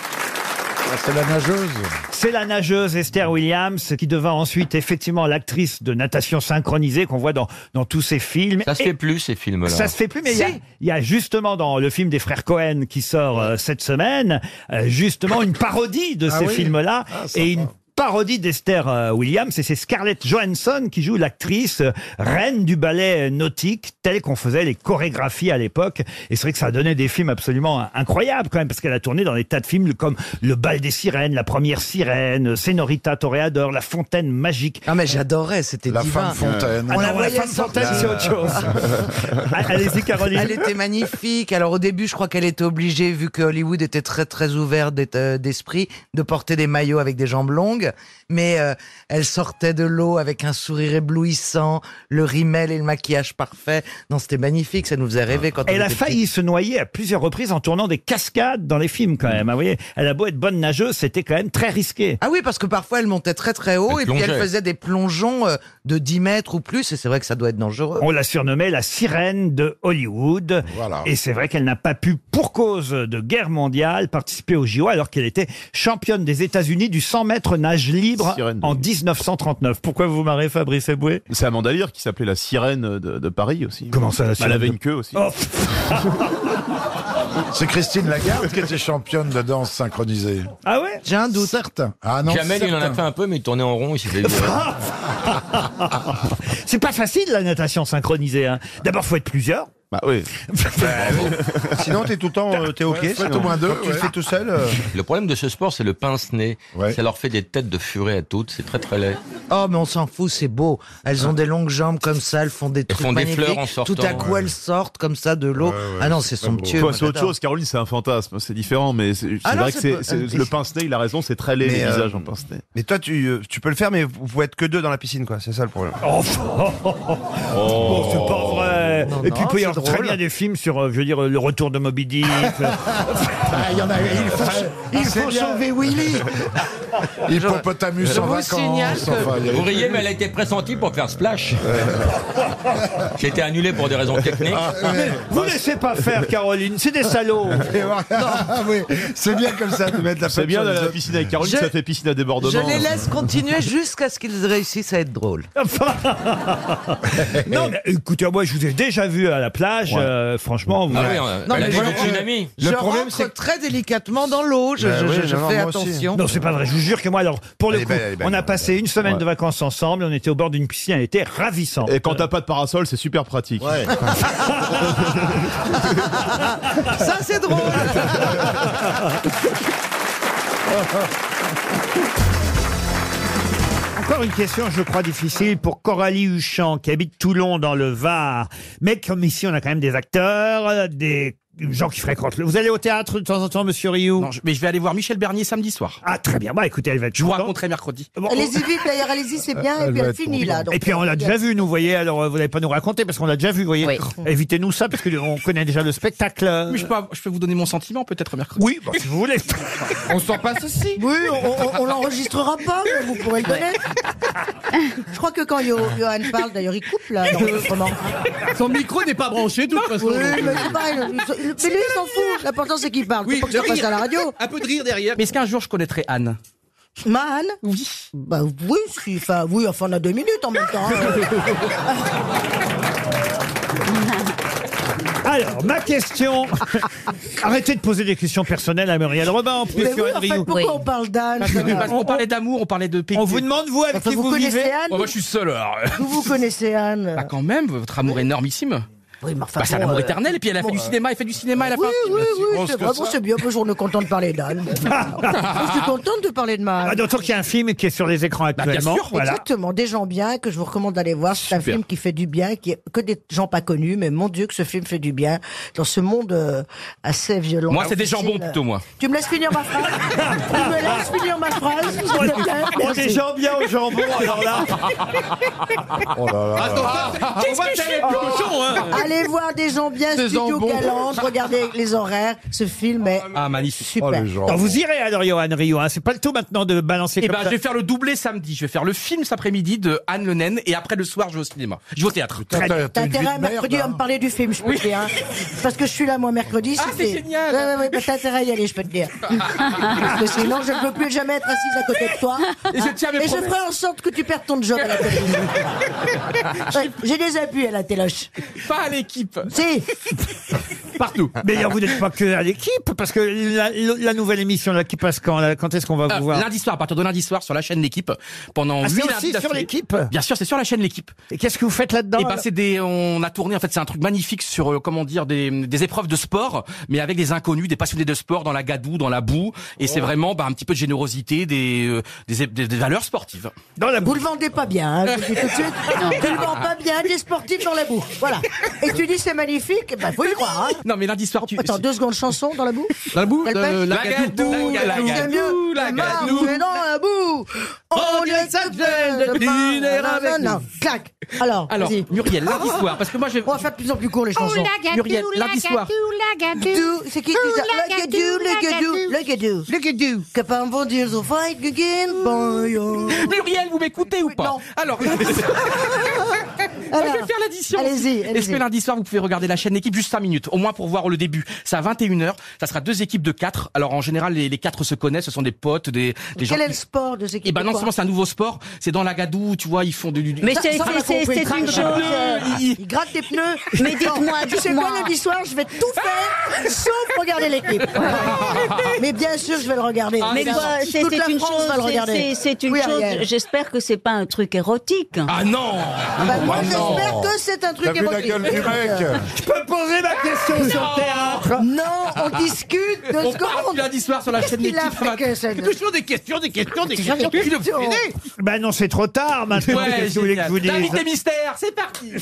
Speaker 18: C'est la nageuse.
Speaker 1: C'est la nageuse Esther Williams qui devint ensuite effectivement l'actrice de natation synchronisée qu'on voit dans, dans tous ces films.
Speaker 10: Ça se
Speaker 1: Et-
Speaker 10: fait plus ces films-là.
Speaker 1: ça se fait plus, mais il y a-
Speaker 10: Si.
Speaker 1: il y, a justement dans le film des frères Cohen qui sort euh, cette semaine, euh, justement une parodie de
Speaker 10: Ah
Speaker 1: ces
Speaker 10: oui.
Speaker 1: films-là
Speaker 10: Ah, sympa.
Speaker 1: et une parodie d'Esther euh, Williams et c'est Scarlett Johansson qui joue l'actrice euh, reine du ballet euh, nautique telle qu'on faisait les chorégraphies à l'époque et c'est vrai que ça donnait des films absolument incroyables quand même parce qu'elle a tourné dans des tas de films comme Le bal des sirènes, La première sirène, euh, Senorita Toreador, La fontaine magique. Ah mais j'adorais, c'était
Speaker 18: La divin. femme fontaine.
Speaker 1: Ah
Speaker 18: On
Speaker 1: non,
Speaker 18: la
Speaker 1: la,
Speaker 18: voyait
Speaker 1: femme fontaine c'est autre chose.
Speaker 9: Ah,
Speaker 1: Bah, Allez-y, Caroline.
Speaker 9: Elle était magnifique. Alors au début, je crois qu'elle était obligée, vu que Hollywood était très très ouvert d'être- euh, d'esprit, de porter des maillots avec des jambes longues. Mais euh, elle sortait de l'eau avec un sourire éblouissant, le rimel et le maquillage parfait. Non, c'était magnifique. Ça nous faisait rêver quand on
Speaker 1: Elle a
Speaker 9: était
Speaker 1: failli se noyer à plusieurs reprises en tournant des cascades dans les films quand même. hein, vous voyez, elle a beau être bonne nageuse, c'était quand même très risqué.
Speaker 9: Ah oui, parce que parfois elle montait très très haut
Speaker 1: Elle
Speaker 9: et puis elle
Speaker 1: plongeait.
Speaker 9: faisait des plongeons euh, de 10 mètres ou plus et c'est vrai que ça doit être dangereux.
Speaker 1: On l'a surnommée la sirène de Hollywood. Et c'est vrai qu'elle n'a pas pu, pour cause de guerre mondiale, participer aux JO alors qu'elle était championne des États-Unis du 100 mètres nage libre en 1939. Pourquoi vous vous marrez, Fabrice Eboué
Speaker 5: C'est Amanda Lear qui s'appelait la sirène de, de Paris aussi.
Speaker 1: Comment ça, la sirène
Speaker 5: Elle avait
Speaker 1: de-
Speaker 5: une queue aussi.
Speaker 1: Oh.
Speaker 18: C'est Christine Lagarde qui était championne de danse synchronisée.
Speaker 1: Ah ouais
Speaker 9: J'ai un doute.
Speaker 18: Certain. Ah non,
Speaker 10: Jamel, il en a
Speaker 18: certain.
Speaker 10: fait un peu, mais il tournait en rond. Il s'est fait-
Speaker 1: C'est pas facile la natation synchronisée. Hein. D'abord, faut être plusieurs.
Speaker 5: Bah oui.
Speaker 15: Sinon, t'es tout le temps, euh, t'es ok.
Speaker 18: Ouais, faites
Speaker 15: sinon.
Speaker 18: au moins deux,
Speaker 15: Quand tu le
Speaker 18: ouais.
Speaker 15: fais tout seul. euh,
Speaker 10: Le problème de ce sport, c'est le pince-nez. Ça leur fait des têtes de furet à toutes. C'est très très laid.
Speaker 9: Oh, mais on s'en fout, c'est beau. Elles
Speaker 1: Ah.
Speaker 9: ont des longues jambes comme ça, elles font des trucs
Speaker 10: font des
Speaker 9: magnifiques.
Speaker 10: fleurs en sortant,
Speaker 9: Tout à coup,
Speaker 10: ouais.
Speaker 9: elles sortent comme ça de l'eau. ah non, c'est somptueux.
Speaker 5: Enfin,
Speaker 9: moi,
Speaker 5: c'est autre
Speaker 9: j'adore.
Speaker 5: chose, Caroline, c'est un fantasme, c'est différent, mais c'est c'est
Speaker 9: Ah non,
Speaker 5: vrai que
Speaker 9: c'est
Speaker 5: c'est-
Speaker 9: pas-
Speaker 5: c'est-
Speaker 9: euh,
Speaker 5: le pince-nez, il a raison, c'est très laid,
Speaker 15: Mais,
Speaker 5: les
Speaker 15: euh,
Speaker 5: visages en pince-nez.
Speaker 15: Mais toi, tu, euh, tu peux le
Speaker 23: Oh,
Speaker 18: Oh.
Speaker 15: faire, mais vous pouvez être que deux dans la piscine, quoi. C'est ça le problème.
Speaker 1: Oh, c'est pas vrai. euh,
Speaker 20: Non,
Speaker 1: et puis
Speaker 20: non,
Speaker 1: il peut y
Speaker 20: c'est
Speaker 1: avoir très
Speaker 20: drôle.
Speaker 1: bien des films sur, euh, je veux dire, le retour de Moby Dick. euh,
Speaker 20: Ah, il y en a eu. Il faut- il faut sauver Willy.
Speaker 18: Hippopotamus
Speaker 10: Je
Speaker 18: en
Speaker 10: vous
Speaker 18: vacances.
Speaker 10: signale que-
Speaker 18: enfin, il y a-
Speaker 10: Vous riez, mais elle a été pressentie pour faire splash. Qui a été annulée pour des raisons techniques.
Speaker 7: Ah,
Speaker 3: Ah,
Speaker 1: Mais vous laissez pas faire, Caroline, c'est des salauds.
Speaker 18: C'est bien comme ça de mettre la
Speaker 15: C'est bien d'aller à la piscine avec Caroline,
Speaker 9: Je-
Speaker 15: ça fait piscine à débordement.
Speaker 9: Je les laisse continuer jusqu'à ce qu'ils réussissent à être drôles.
Speaker 1: non, mais écoutez, moi, je vous ai déjà vu à la plage, euh, franchement. vous-
Speaker 10: Ah oui, euh, Non, elle mais a dit voilà, beaucoup euh, d'amis.
Speaker 1: Le
Speaker 9: je
Speaker 1: problème,
Speaker 9: rentre très délicatement dans l'eau, Oh, je,
Speaker 3: Ben
Speaker 9: je- je- je fais attention.
Speaker 1: Non, c'est pas vrai. Je vous jure que moi, alors, pour le
Speaker 15: Elle est
Speaker 1: coup,
Speaker 15: belle, elle est belle.
Speaker 1: on a passé une semaine de vacances ensemble. On était au bord d'une piscine. Elle était ravissante.
Speaker 15: Et quand t'as pas de parasol, c'est super pratique.
Speaker 9: Ça, c'est drôle.
Speaker 1: Encore une question, je crois, difficile pour Coralie Huchamp, qui habite Toulon, dans le Var. Mais comme ici, on a quand même des acteurs, euh, des gens qui fréquentent. le- Vous allez au théâtre de temps en temps, monsieur Rioux
Speaker 8: mais je vais aller voir Michel Bernier samedi soir.
Speaker 1: Ah, très bien. Bah, écoutez, elle va être
Speaker 8: Je vous raconterai mercredi.
Speaker 21: Allez-y vite, d'ailleurs, allez-y, c'est bien, et puis elle finit là. Ah, donc. euh,
Speaker 1: Et puis on l'a déjà vu, nous, voyez. Alors euh, vous n'allez pas nous raconter parce qu'on l'a déjà vu, voyez. Évitez-nous ça parce que euh, on connaît déjà le spectacle.
Speaker 8: Mais je peux, je peux vous donner mon sentiment peut-être mercredi.
Speaker 1: Oui, bah. si vous voulez.
Speaker 8: on s'en passe aussi.
Speaker 21: Oui, on- on, on l'enregistrera pas, mais vous pourrez le connaître. Je crois que quand Yo- Johan parle, d'ailleurs, il coupe là, l'enregistrement.
Speaker 8: Son micro n'est pas branché, de toute façon.
Speaker 21: Oui, mais c'est pareil, il- il- mais lui, il s'en fout. L'important, c'est qu'il parle.
Speaker 8: Oui,
Speaker 21: c'est pas que
Speaker 8: de
Speaker 21: ça passe
Speaker 8: rire.
Speaker 21: à la radio.
Speaker 8: Un peu de rire derrière. Mais est-ce qu'un jour je connaîtrai Anne
Speaker 21: Man Oui. Bah oui, si, enfin, oui, enfin, on a deux minutes en même temps. hein.
Speaker 1: Alors ma question. Arrêtez de poser des questions personnelles à Muriel Robin. En plus,
Speaker 21: Mais oui,
Speaker 1: Johan
Speaker 21: en fait,
Speaker 1: Rioux.
Speaker 21: pourquoi on parle d'Anne
Speaker 8: Parce que- parce qu'on parlait d'amour, on parlait de
Speaker 1: On vous demande, vous, avec
Speaker 21: Enfin,
Speaker 1: qui
Speaker 21: vous
Speaker 1: vous
Speaker 21: connaissez
Speaker 1: vivez
Speaker 21: Anne
Speaker 8: Oh, moi je suis seul alors.
Speaker 21: Vous vous connaissez Anne
Speaker 8: Bah quand même, votre amour énormissime.
Speaker 21: Oui, mais enfin,
Speaker 8: bah, c'est un
Speaker 21: bon,
Speaker 8: amour
Speaker 21: euh,
Speaker 8: éternel. Et puis elle a fait
Speaker 21: bon,
Speaker 8: du
Speaker 21: euh,
Speaker 8: cinéma, elle fait du cinéma, elle a
Speaker 21: Oui,
Speaker 8: fait. un-
Speaker 21: oui,
Speaker 8: Je
Speaker 21: oui,
Speaker 8: pense
Speaker 21: c'est
Speaker 8: que
Speaker 21: vrai,
Speaker 8: ça-
Speaker 21: bon, c'est bien, je suis content de parler d'Anne. je suis contente de parler de ma
Speaker 1: Ah,
Speaker 21: Anne.
Speaker 1: D'autant qu'il y a un film qui est sur les écrans
Speaker 8: Bah, bien
Speaker 1: actuellement.
Speaker 8: sûr,
Speaker 1: voilà.
Speaker 21: Exactement, des gens bien que je vous recommande d'aller voir. C'est un
Speaker 1: Super.
Speaker 21: film qui fait du bien, qui est que des gens pas connus, mais mon Dieu que ce film fait du bien dans ce monde euh, assez violent.
Speaker 8: Moi, c'est des
Speaker 21: Difficile.
Speaker 8: jambons plutôt, moi.
Speaker 21: Tu me laisses finir ma phrase Tu me laisses finir ma phrase s'il te plaît
Speaker 1: Oh,
Speaker 21: Merci.
Speaker 1: des gens bien au jambon, alors là.
Speaker 18: Oh là là.
Speaker 8: Qu'est-ce que je fais cochon, hein
Speaker 21: Oh. Allez voir des gens bien,
Speaker 8: Des
Speaker 21: Studio
Speaker 8: jambons.
Speaker 21: Galante, regardez les horaires. Ce film est
Speaker 8: Ah, magnifique.
Speaker 21: super.
Speaker 1: Alors, Bah, vous irez alors, Johan Rio. Hein. C'est pas le tout maintenant de balancer
Speaker 8: Et
Speaker 1: comme
Speaker 8: ben,
Speaker 1: ça.
Speaker 8: je vais faire le doublé samedi. Je vais faire le film cet après-midi de Anne Le Nen et après le soir, je vais au cinéma. Je vais au théâtre.
Speaker 21: T'as intérêt mercredi à me parler du film, je peux te dire. hein. Parce que je suis là, moi, mercredi.
Speaker 8: Ah, c'est génial.
Speaker 21: Ouais, ouais, ouais, bah, T'as intérêt à y aller, je peux te dire. Parce que sinon, je ne peux plus jamais être assise à côté de toi.
Speaker 8: Et je tiens mes
Speaker 21: Et je
Speaker 8: promesses.
Speaker 21: ferai en sorte que tu perdes ton job à la télévision. Ouais, J'ai des appuis à la téloche.
Speaker 8: Pas à l'équipe.
Speaker 21: Si,
Speaker 8: Partout.
Speaker 1: Mais d'ailleurs, vous n'êtes pas que à l'équipe, parce que la, la nouvelle émission là, qui passe quand là, Quand est-ce qu'on va vous
Speaker 8: Euh,
Speaker 1: voir
Speaker 8: Lundi soir, à partir de lundi soir, sur la chaîne L'équipe, pendant
Speaker 1: Ah, c'est
Speaker 8: huit
Speaker 1: aussi
Speaker 8: lundis
Speaker 1: sur
Speaker 8: d'affilée.
Speaker 1: L'Équipe
Speaker 8: Bien sûr, c'est sur la chaîne L'équipe.
Speaker 1: Et qu'est-ce que vous faites là-dedans
Speaker 8: Et ben,
Speaker 1: alors
Speaker 8: c'est des, on a tourné en fait, c'est un truc magnifique sur euh, comment dire des, des épreuves de sport, mais avec des inconnus, des passionnés de sport dans la gadoue, dans la boue,
Speaker 1: Oh.
Speaker 8: et c'est vraiment bah, un petit peu de générosité, des, euh, des, des, des valeurs sportives.
Speaker 1: Dans la
Speaker 21: vous le vendez pas bien, hein, je vous le dis tout de suite. Tu le vends pas bien, des sportifs dans la boue. Voilà. Et tu dis c'est magnifique, eh ben faut y croire. hein.
Speaker 8: Non, mais lundi soir, tu.
Speaker 21: Attends, deux secondes, chanson dans la boue
Speaker 8: Dans la boue,
Speaker 21: Quelle
Speaker 8: dans le- euh,
Speaker 21: pêche
Speaker 8: la gadoue, la gadoue,
Speaker 21: C'est mieux.
Speaker 8: la
Speaker 21: marche,
Speaker 8: gadoue.
Speaker 21: mais dans la boue. On lui accepte de
Speaker 8: dîner avec
Speaker 21: Non, non,
Speaker 8: nous.
Speaker 21: clac. Alors,
Speaker 8: Alors,
Speaker 21: vas-y. Ah.
Speaker 8: Muriel, lundi soir, parce que moi, je vais-
Speaker 21: On va faire de plus en plus court les chansons.
Speaker 8: Muriel, lundi soir.
Speaker 21: Gadou, c'est qui qui ça Le gadou, le gadou, le gadou, le gadou. Que pas un bon Dieu, so fight again, boy, oh.
Speaker 8: Muriel, vous m'écoutez ou pas Alors, lundi soir- je vais
Speaker 21: Alors,
Speaker 8: faire l'addition.
Speaker 21: Allez-y,
Speaker 8: Est-ce que
Speaker 21: allez-y.
Speaker 8: lundi soir, vous pouvez regarder la chaîne L'équipe juste 5 minutes, au moins pour voir le début C'est à 21h, ça sera deux équipes de 4. Alors en général, les, les 4 se connaissent, ce sont des potes, des, des gens.
Speaker 21: Quel est le
Speaker 8: qui-
Speaker 21: sport de ces
Speaker 8: Eh ben non seulement c'est un nouveau sport, c'est dans la gadoue, tu vois, ils font du... du-
Speaker 21: Mais
Speaker 8: Ça-
Speaker 21: c'est
Speaker 8: ça, on a compris.
Speaker 21: c'est une chose.
Speaker 8: Il-
Speaker 21: Il gratte des pneus. Mais dites-moi, Tu sais dites-moi. quoi, lundi soir, je vais tout faire sauf regarder l'équipe. Mais bien sûr, je vais le regarder.
Speaker 8: Mais
Speaker 21: Toute
Speaker 8: quoi,
Speaker 21: la
Speaker 16: Ah, c'est c'est une
Speaker 21: France va le
Speaker 16: chose,
Speaker 21: regarder.
Speaker 16: c'est- c'est une
Speaker 21: Oui,
Speaker 16: chose,
Speaker 21: Ariel.
Speaker 16: j'espère que c'est pas un truc érotique.
Speaker 8: Ah non
Speaker 21: Ah
Speaker 16: Oh,
Speaker 21: bah, moi,
Speaker 8: Ah non.
Speaker 21: j'espère que c'est un
Speaker 18: T'as
Speaker 21: truc
Speaker 18: vu la
Speaker 21: érotique.
Speaker 18: gueule du mec
Speaker 1: Je peux poser ma question sur le théâtre
Speaker 21: Non, on discute de
Speaker 8: On
Speaker 21: ce
Speaker 8: parle
Speaker 21: qu'on
Speaker 8: depuis lundi soir sur la
Speaker 21: Qu'est-ce
Speaker 8: chaîne
Speaker 21: qu'il a
Speaker 8: L'équipe.
Speaker 21: fait
Speaker 8: ça va-
Speaker 21: que ça ne-
Speaker 8: Toujours des questions, des questions, des
Speaker 21: Toujours des
Speaker 8: questions. Tu le
Speaker 21: questions.
Speaker 8: connais.
Speaker 1: Bah non, c'est trop tard maintenant.
Speaker 8: Ouais,
Speaker 1: Qu'est-ce que vous voulez que je vous
Speaker 8: génial.
Speaker 1: dise bah.
Speaker 8: L'invité mystère, c'est parti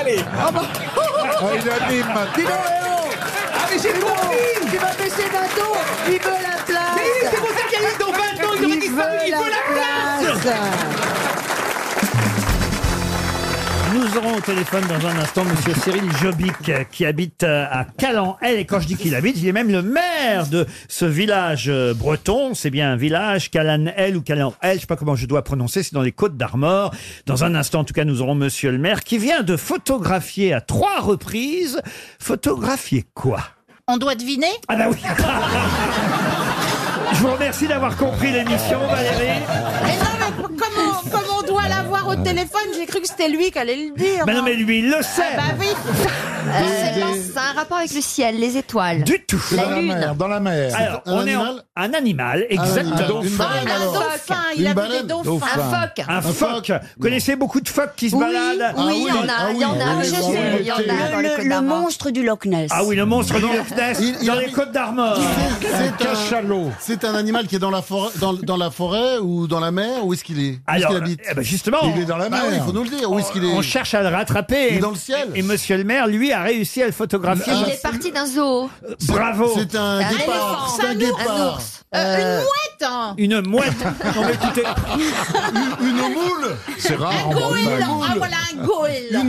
Speaker 8: Allez
Speaker 11: Oh,
Speaker 18: Ah, il
Speaker 21: Dis
Speaker 18: anime
Speaker 21: donc,
Speaker 18: maintenant.
Speaker 21: eh oh,
Speaker 8: Ah mais j'ai
Speaker 21: dis donc,
Speaker 8: compris
Speaker 21: Tu vas baisser d'un ton Il veut la place
Speaker 8: Mais c'est pour ça qu'il y a eu dans 20 ans, il aurait dit ça, il veut la place
Speaker 21: place
Speaker 1: Nous aurons au téléphone dans un instant Monsieur Cyril Jobic euh, qui habite euh, à Calan. Elle, et quand je dis qu'il habite, il est même le maire de ce village euh, breton. C'est bien un village, Calan El ou Calan El, je sais pas comment je dois prononcer, c'est dans les Côtes d'Armor. Dans un instant, en tout cas, nous aurons Monsieur le maire qui vient de photographier à trois reprises. Photographier quoi
Speaker 2: On doit deviner
Speaker 1: Ah bah oui Je vous remercie d'avoir compris l'émission, Valérie.
Speaker 2: Mais Eh non, mais comment, comment on doit l'avoir au téléphone J'ai cru que c'était lui qui allait le dire.
Speaker 1: Mais Bah non, mais lui, il le sait. Euh,
Speaker 2: Ah bah oui
Speaker 7: C'est un rapport avec le ciel, les étoiles.
Speaker 1: Du tout.
Speaker 7: La lune.
Speaker 1: dans la mer. Alors,
Speaker 7: Un
Speaker 1: on est en-
Speaker 7: animal
Speaker 1: un animal, exactement.
Speaker 7: Un dauphin,
Speaker 2: Ah, un dauphin, il a vu des dauphins. Un phoque.
Speaker 1: Un phoque. Vous connaissez beaucoup de phoques qui se baladent
Speaker 2: oui, Ah il y oui, en a, ah il y oui, en a, oui, je oui, sais, oui, il y en a oui. dans les
Speaker 16: Le,
Speaker 2: Côtes
Speaker 16: le
Speaker 2: d'Armor.
Speaker 16: monstre du Loch Ness.
Speaker 1: Ah oui, le monstre du Loch Ness, dans les Côtes d'Armor.
Speaker 19: C'est un cachalot. C'est un animal qui est dans la forêt, dans, dans la forêt ou dans la mer. Où est-ce qu'il est, Où est-ce
Speaker 1: Alors,
Speaker 19: qu'il habite
Speaker 1: eh ben, justement,
Speaker 19: il est dans la
Speaker 1: bah
Speaker 19: mer.
Speaker 1: oui.
Speaker 19: Il faut nous le dire. Où est-ce qu'il est
Speaker 1: On cherche à le rattraper.
Speaker 19: Il est
Speaker 1: Et-
Speaker 19: dans le ciel.
Speaker 1: Et monsieur le maire, lui, a réussi à le photographier.
Speaker 7: Il est parti d'un zoo.
Speaker 1: Bravo.
Speaker 19: C'est un
Speaker 7: Un
Speaker 19: guépard.
Speaker 7: éléphant.
Speaker 19: C'est un
Speaker 7: Un
Speaker 19: guépard.
Speaker 7: ours.
Speaker 2: Euh, Une mouette hein.
Speaker 1: Une mouette. Non, mais écoutez.
Speaker 19: Une, une moule. C'est rare.
Speaker 2: Un goéland Ah voilà, un goéland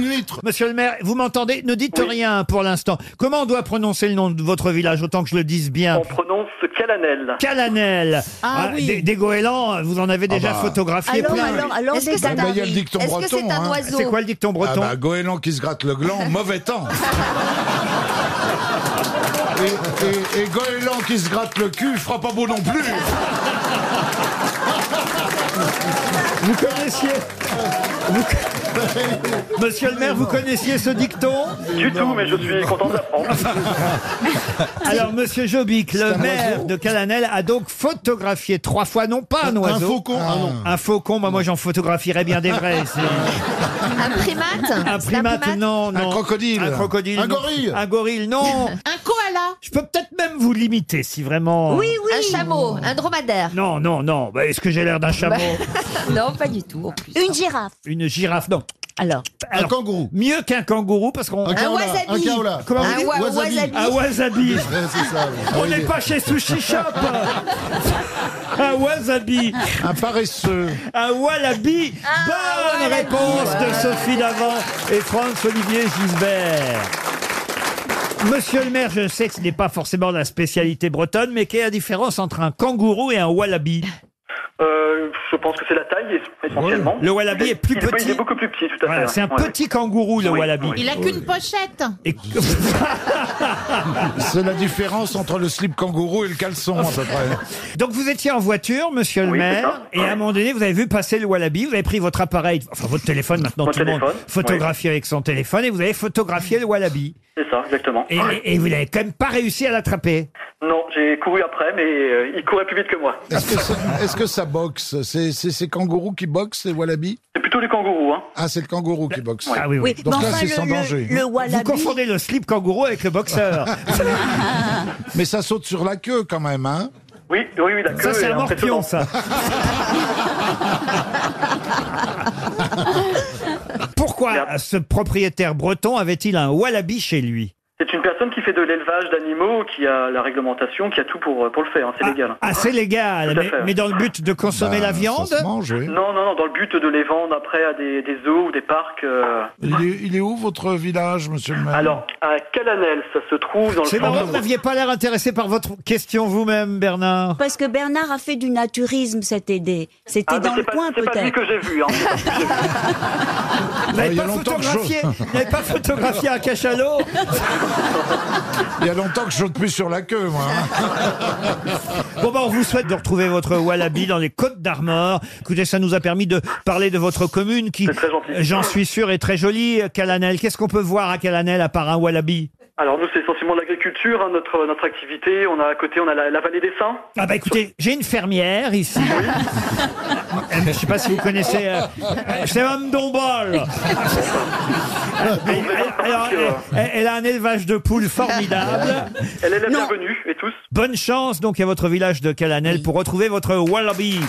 Speaker 1: Monsieur le maire, vous m'entendez Ne dites rien pour l'instant. Comment on doit prononcer le nom de votre village autant que je le dise bien
Speaker 17: prononce Calanel.
Speaker 1: Calanel.
Speaker 17: Ah oui.
Speaker 1: des, des goélands, vous en avez déjà
Speaker 17: bah.
Speaker 1: photographié
Speaker 17: Alors,
Speaker 1: plein.
Speaker 17: alors,
Speaker 7: alors, Est-ce que c'est
Speaker 1: Ah bah,
Speaker 7: un-
Speaker 1: il y a le dicton
Speaker 7: est-ce que c'est
Speaker 1: breton,
Speaker 7: un
Speaker 1: hein.
Speaker 7: oiseau
Speaker 1: C'est quoi le dicton breton
Speaker 13: Ah bah, goéland qui se gratte le gland, mauvais temps. Et, et, et goéland qui se gratte le cul, fera pas beau non plus.
Speaker 1: Vous connaissiez vous- Monsieur le maire, vous connaissiez ce dicton
Speaker 17: Du tout, mais je suis content d'apprendre.
Speaker 1: Alors, monsieur Jobic,
Speaker 17: C'est
Speaker 1: le
Speaker 17: un
Speaker 1: maire
Speaker 17: oiseau.
Speaker 1: de Calanel, a donc photographié trois fois, non pas un
Speaker 19: Un
Speaker 1: oiseau.
Speaker 19: faucon, ah non.
Speaker 1: Un faucon, bah, moi j'en photographierais bien des vrais. c'est-
Speaker 7: Un primate
Speaker 1: Un
Speaker 7: C'est
Speaker 1: primate, Ah, non, non.
Speaker 19: Un crocodile.
Speaker 1: Un crocodile.
Speaker 19: Un
Speaker 1: non.
Speaker 19: gorille.
Speaker 1: Un gorille, non.
Speaker 2: Un koala
Speaker 1: Je peux peut-être même vous limiter si vraiment.
Speaker 7: Oui, oui. Un chameau, un dromadaire.
Speaker 1: Non, non, non. Bah, Est-ce que j'ai l'air d'un chameau
Speaker 19: Bah.
Speaker 7: non, pas du tout. en plus.
Speaker 2: Une girafe
Speaker 1: Une girafe, non.
Speaker 2: Alors,
Speaker 1: un kangourou. Mieux qu'un kangourou parce qu'on.
Speaker 19: Un kaola, wasabi. un kaola.
Speaker 1: Comment
Speaker 19: Un
Speaker 1: vous dites
Speaker 19: wa- Wasabi. wasabi.
Speaker 1: Un wasabi.
Speaker 19: Ouais, c'est ça, oui.
Speaker 1: On
Speaker 19: Oui.
Speaker 1: n'est pas chez Sushi Shop. un wasabi.
Speaker 19: Un paresseux.
Speaker 1: Un wallaby. Bonne réponse de Sophie Davant et Franz-Olivier Gisbert. Monsieur le maire, je sais que ce n'est pas forcément la spécialité bretonne, mais quelle est la différence entre un kangourou et un wallaby
Speaker 17: Euh, je pense que c'est la taille essentiellement.
Speaker 1: Le wallaby est plus
Speaker 17: Il est- Il
Speaker 1: petit.
Speaker 17: est beaucoup plus petit, tout à fait.
Speaker 1: Voilà, c'est un
Speaker 17: Ouais.
Speaker 1: petit kangourou, le
Speaker 17: Oui,
Speaker 1: wallaby.
Speaker 17: oui.
Speaker 2: il a
Speaker 11: Oh,
Speaker 2: qu'une pochette
Speaker 1: Et-
Speaker 13: C'est la différence entre le slip kangourou et le caleçon, à peu près.
Speaker 1: Donc vous étiez en voiture, monsieur le
Speaker 17: Oui, c'est
Speaker 1: maire,
Speaker 17: ça.
Speaker 1: et à un moment donné, vous avez vu passer le wallaby, vous avez pris votre appareil, enfin votre téléphone maintenant,
Speaker 17: Mon
Speaker 1: tout le monde
Speaker 17: téléphone,
Speaker 1: photographie avec son téléphone, et vous avez photographié le wallaby.
Speaker 17: C'est ça, exactement.
Speaker 1: Et, et- et vous n'avez quand même pas réussi à l'attraper.
Speaker 17: Non, j'ai couru après, mais euh, il courait plus vite que moi.
Speaker 13: Est-ce que, ça- est-ce que ça boxe C'est c'est ces kangourous qui boxent, les wallabies
Speaker 17: C'est plutôt les kangourous, hein.
Speaker 13: Ah, c'est le kangourou qui boxe.
Speaker 1: Ah oui, oui.
Speaker 13: Donc là, c'est sans
Speaker 16: le,
Speaker 13: danger.
Speaker 16: le
Speaker 1: Vous
Speaker 16: wallaby.
Speaker 1: confondez le slip kangourou avec le boxeur.
Speaker 13: Mais ça saute sur la queue quand même, hein
Speaker 17: Oui, oui, oui, d'accord.
Speaker 1: ça, c'est un morpion, ça. Pourquoi ce propriétaire breton avait-il un wallaby chez lui
Speaker 17: C'est une personne qui fait de l'élevage d'animaux, qui a la réglementation, qui a tout pour, pour le faire, hein, c'est légal.
Speaker 1: Ah, c'est légal,
Speaker 17: Tout à
Speaker 1: mais,
Speaker 17: fait.
Speaker 1: mais dans le but de
Speaker 17: Bah,
Speaker 1: consommer la viande
Speaker 17: Non, non, non, dans le but de les vendre après à des, des zoos ou des parcs. euh.
Speaker 13: Il est, il est où votre village, monsieur le maire
Speaker 17: Alors, à Calanel, ça se trouve dans le
Speaker 1: C'est marrant, vous n'aviez pas l'air intéressé par votre question vous-même, Bernard.
Speaker 16: Parce que Bernard a fait du naturisme cet été. C'était
Speaker 17: Ah, mais
Speaker 16: dans
Speaker 17: c'est
Speaker 16: le
Speaker 17: pas-
Speaker 16: coin
Speaker 17: C'est pas lui
Speaker 16: peut-être.
Speaker 17: que j'ai vu. Hein. c'est pas lui que j'ai vu.
Speaker 1: Vous n'avez
Speaker 13: Ah, il y a
Speaker 1: pas,
Speaker 13: longtemps que je-
Speaker 1: photographié- vous n'avez pas photographié un cachalot
Speaker 13: Il y a longtemps que je saute plus sur la queue, moi. hein.
Speaker 1: Bon, ben, on vous souhaite de retrouver votre Wallaby dans les Côtes d'Armor. Écoutez, ça nous a permis de parler de votre commune qui, euh, j'en suis sûr, est très jolie, euh, Calanel. Qu'est-ce qu'on peut voir à Calanel à part un Wallaby
Speaker 17: Alors nous, c'est essentiellement de l'agriculture, hein, notre, notre activité. On a à côté, on a la, la vallée des Saints.
Speaker 1: Ah bah écoutez, j'ai une fermière ici. Euh, Je sais pas si vous connaissez. euh, euh, C'est Mme Dombal. Alors, elle, elle- elle a un élevage de poules formidable.
Speaker 17: Elle est la bienvenue, et tous.
Speaker 1: Bonne chance donc à votre village de Calanel pour retrouver votre wallaby.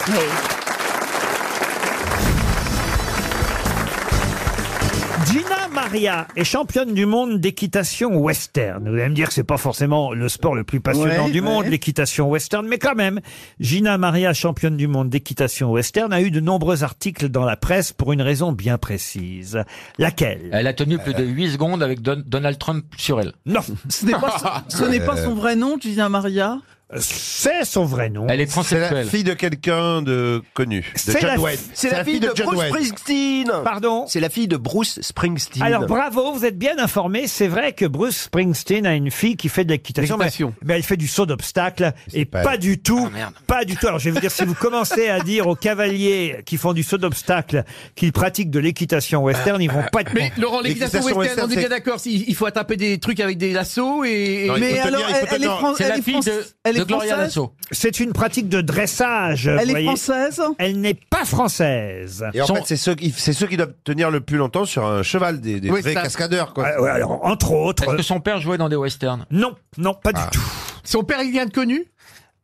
Speaker 1: Gina Maria est championne du monde d'équitation western. Vous allez me dire que c'est pas forcément le sport le plus passionnant
Speaker 2: Ouais,
Speaker 1: du monde,
Speaker 2: ouais.
Speaker 1: l'équitation western, mais quand même, Gina Maria, championne du monde d'équitation western, a eu de nombreux articles dans la presse pour une raison bien précise. Laquelle
Speaker 3: Elle a tenu plus de 8 secondes avec Don- Donald Trump sur elle.
Speaker 1: Non
Speaker 17: Ce n'est pas, son- ce n'est pas
Speaker 2: Euh,
Speaker 17: son vrai nom, Gina Maria.
Speaker 1: C'est son vrai nom.
Speaker 15: Elle
Speaker 3: est
Speaker 15: C'est la
Speaker 3: transsexuelle.
Speaker 15: fille de quelqu'un de connu. De
Speaker 23: C'est
Speaker 15: John
Speaker 23: la,
Speaker 15: Wayne.
Speaker 23: c'est la fille de,
Speaker 15: John
Speaker 23: Bruce
Speaker 15: Wayne.
Speaker 23: Springsteen.
Speaker 1: Pardon
Speaker 23: C'est la fille de Bruce Springsteen.
Speaker 1: Alors bravo, vous êtes bien informé. C'est vrai que Bruce Springsteen a une fille qui fait de l'équitation, mais, mais elle fait du saut d'obstacle et pas, du tout, pas du tout. Alors je vais vous dire, si vous commencez à dire aux cavaliers qui font du saut d'obstacle qu'ils pratiquent de l'équitation western, ils vont pas être
Speaker 28: Mais
Speaker 1: contents.
Speaker 28: Laurent, l'équitation western, on est bien d'accord, si- il faut attraper des trucs avec des lassos et.
Speaker 1: Non, il
Speaker 28: mais
Speaker 1: faut tenir, il faut
Speaker 28: elle- elle
Speaker 1: tenir.
Speaker 28: est fran-
Speaker 1: C'est
Speaker 28: elle
Speaker 1: la
Speaker 28: est
Speaker 1: fille
Speaker 28: fran-
Speaker 1: de-
Speaker 28: elle est
Speaker 1: de Gloria
Speaker 28: française
Speaker 1: Lasso. C'est une pratique de dressage. vous voyez. Elle n'est pas française.
Speaker 15: Et en
Speaker 1: Son-
Speaker 15: fait, c'est ceux, qui- c'est ceux qui doivent tenir le plus longtemps sur un cheval, des, des vrais cascadeurs. Quoi.
Speaker 1: Ah, ouais, alors, entre autres.
Speaker 3: Est-ce que son père jouait dans des westerns
Speaker 1: Non, non, pas
Speaker 15: Ah.
Speaker 1: du tout.
Speaker 28: Son père est quelqu'un de connu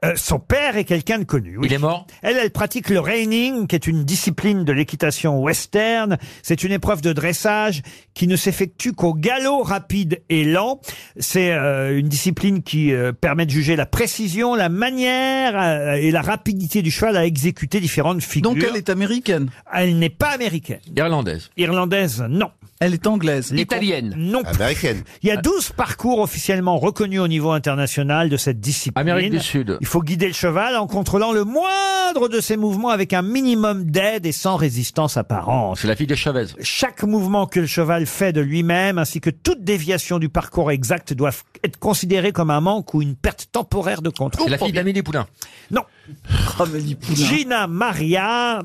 Speaker 1: Euh, son père est quelqu'un de connu. Il est
Speaker 3: mort
Speaker 1: Elle, elle pratique le reining, qui est une discipline de l'équitation western. C'est une épreuve de dressage qui ne s'effectue qu'au galop rapide et lent. C'est euh, une discipline qui euh, permet de juger la précision, la manière euh, et la rapidité du cheval à exécuter différentes figures. Donc elle
Speaker 17: est américaine
Speaker 1: Elle n'est pas américaine.
Speaker 3: Irlandaise.
Speaker 1: Irlandaise, non.
Speaker 17: Elle est anglaise.
Speaker 1: Italienne. Non.
Speaker 15: Ah,
Speaker 1: plus.
Speaker 15: Américaine.
Speaker 1: Il y a 12 parcours officiellement reconnus au niveau international de cette discipline.
Speaker 3: Amérique du Sud.
Speaker 1: Il faut guider le cheval en contrôlant le moindre de ses mouvements avec un minimum d'aide et sans résistance apparente.
Speaker 3: C'est la fille de Chavez.
Speaker 1: Chaque mouvement que le cheval fait de lui-même, ainsi que toute déviation du parcours exact, doivent être considérés comme un manque ou une perte temporaire de contrôle.
Speaker 3: C'est la fille d'Amélie Poulain.
Speaker 1: Non. Gina Maria.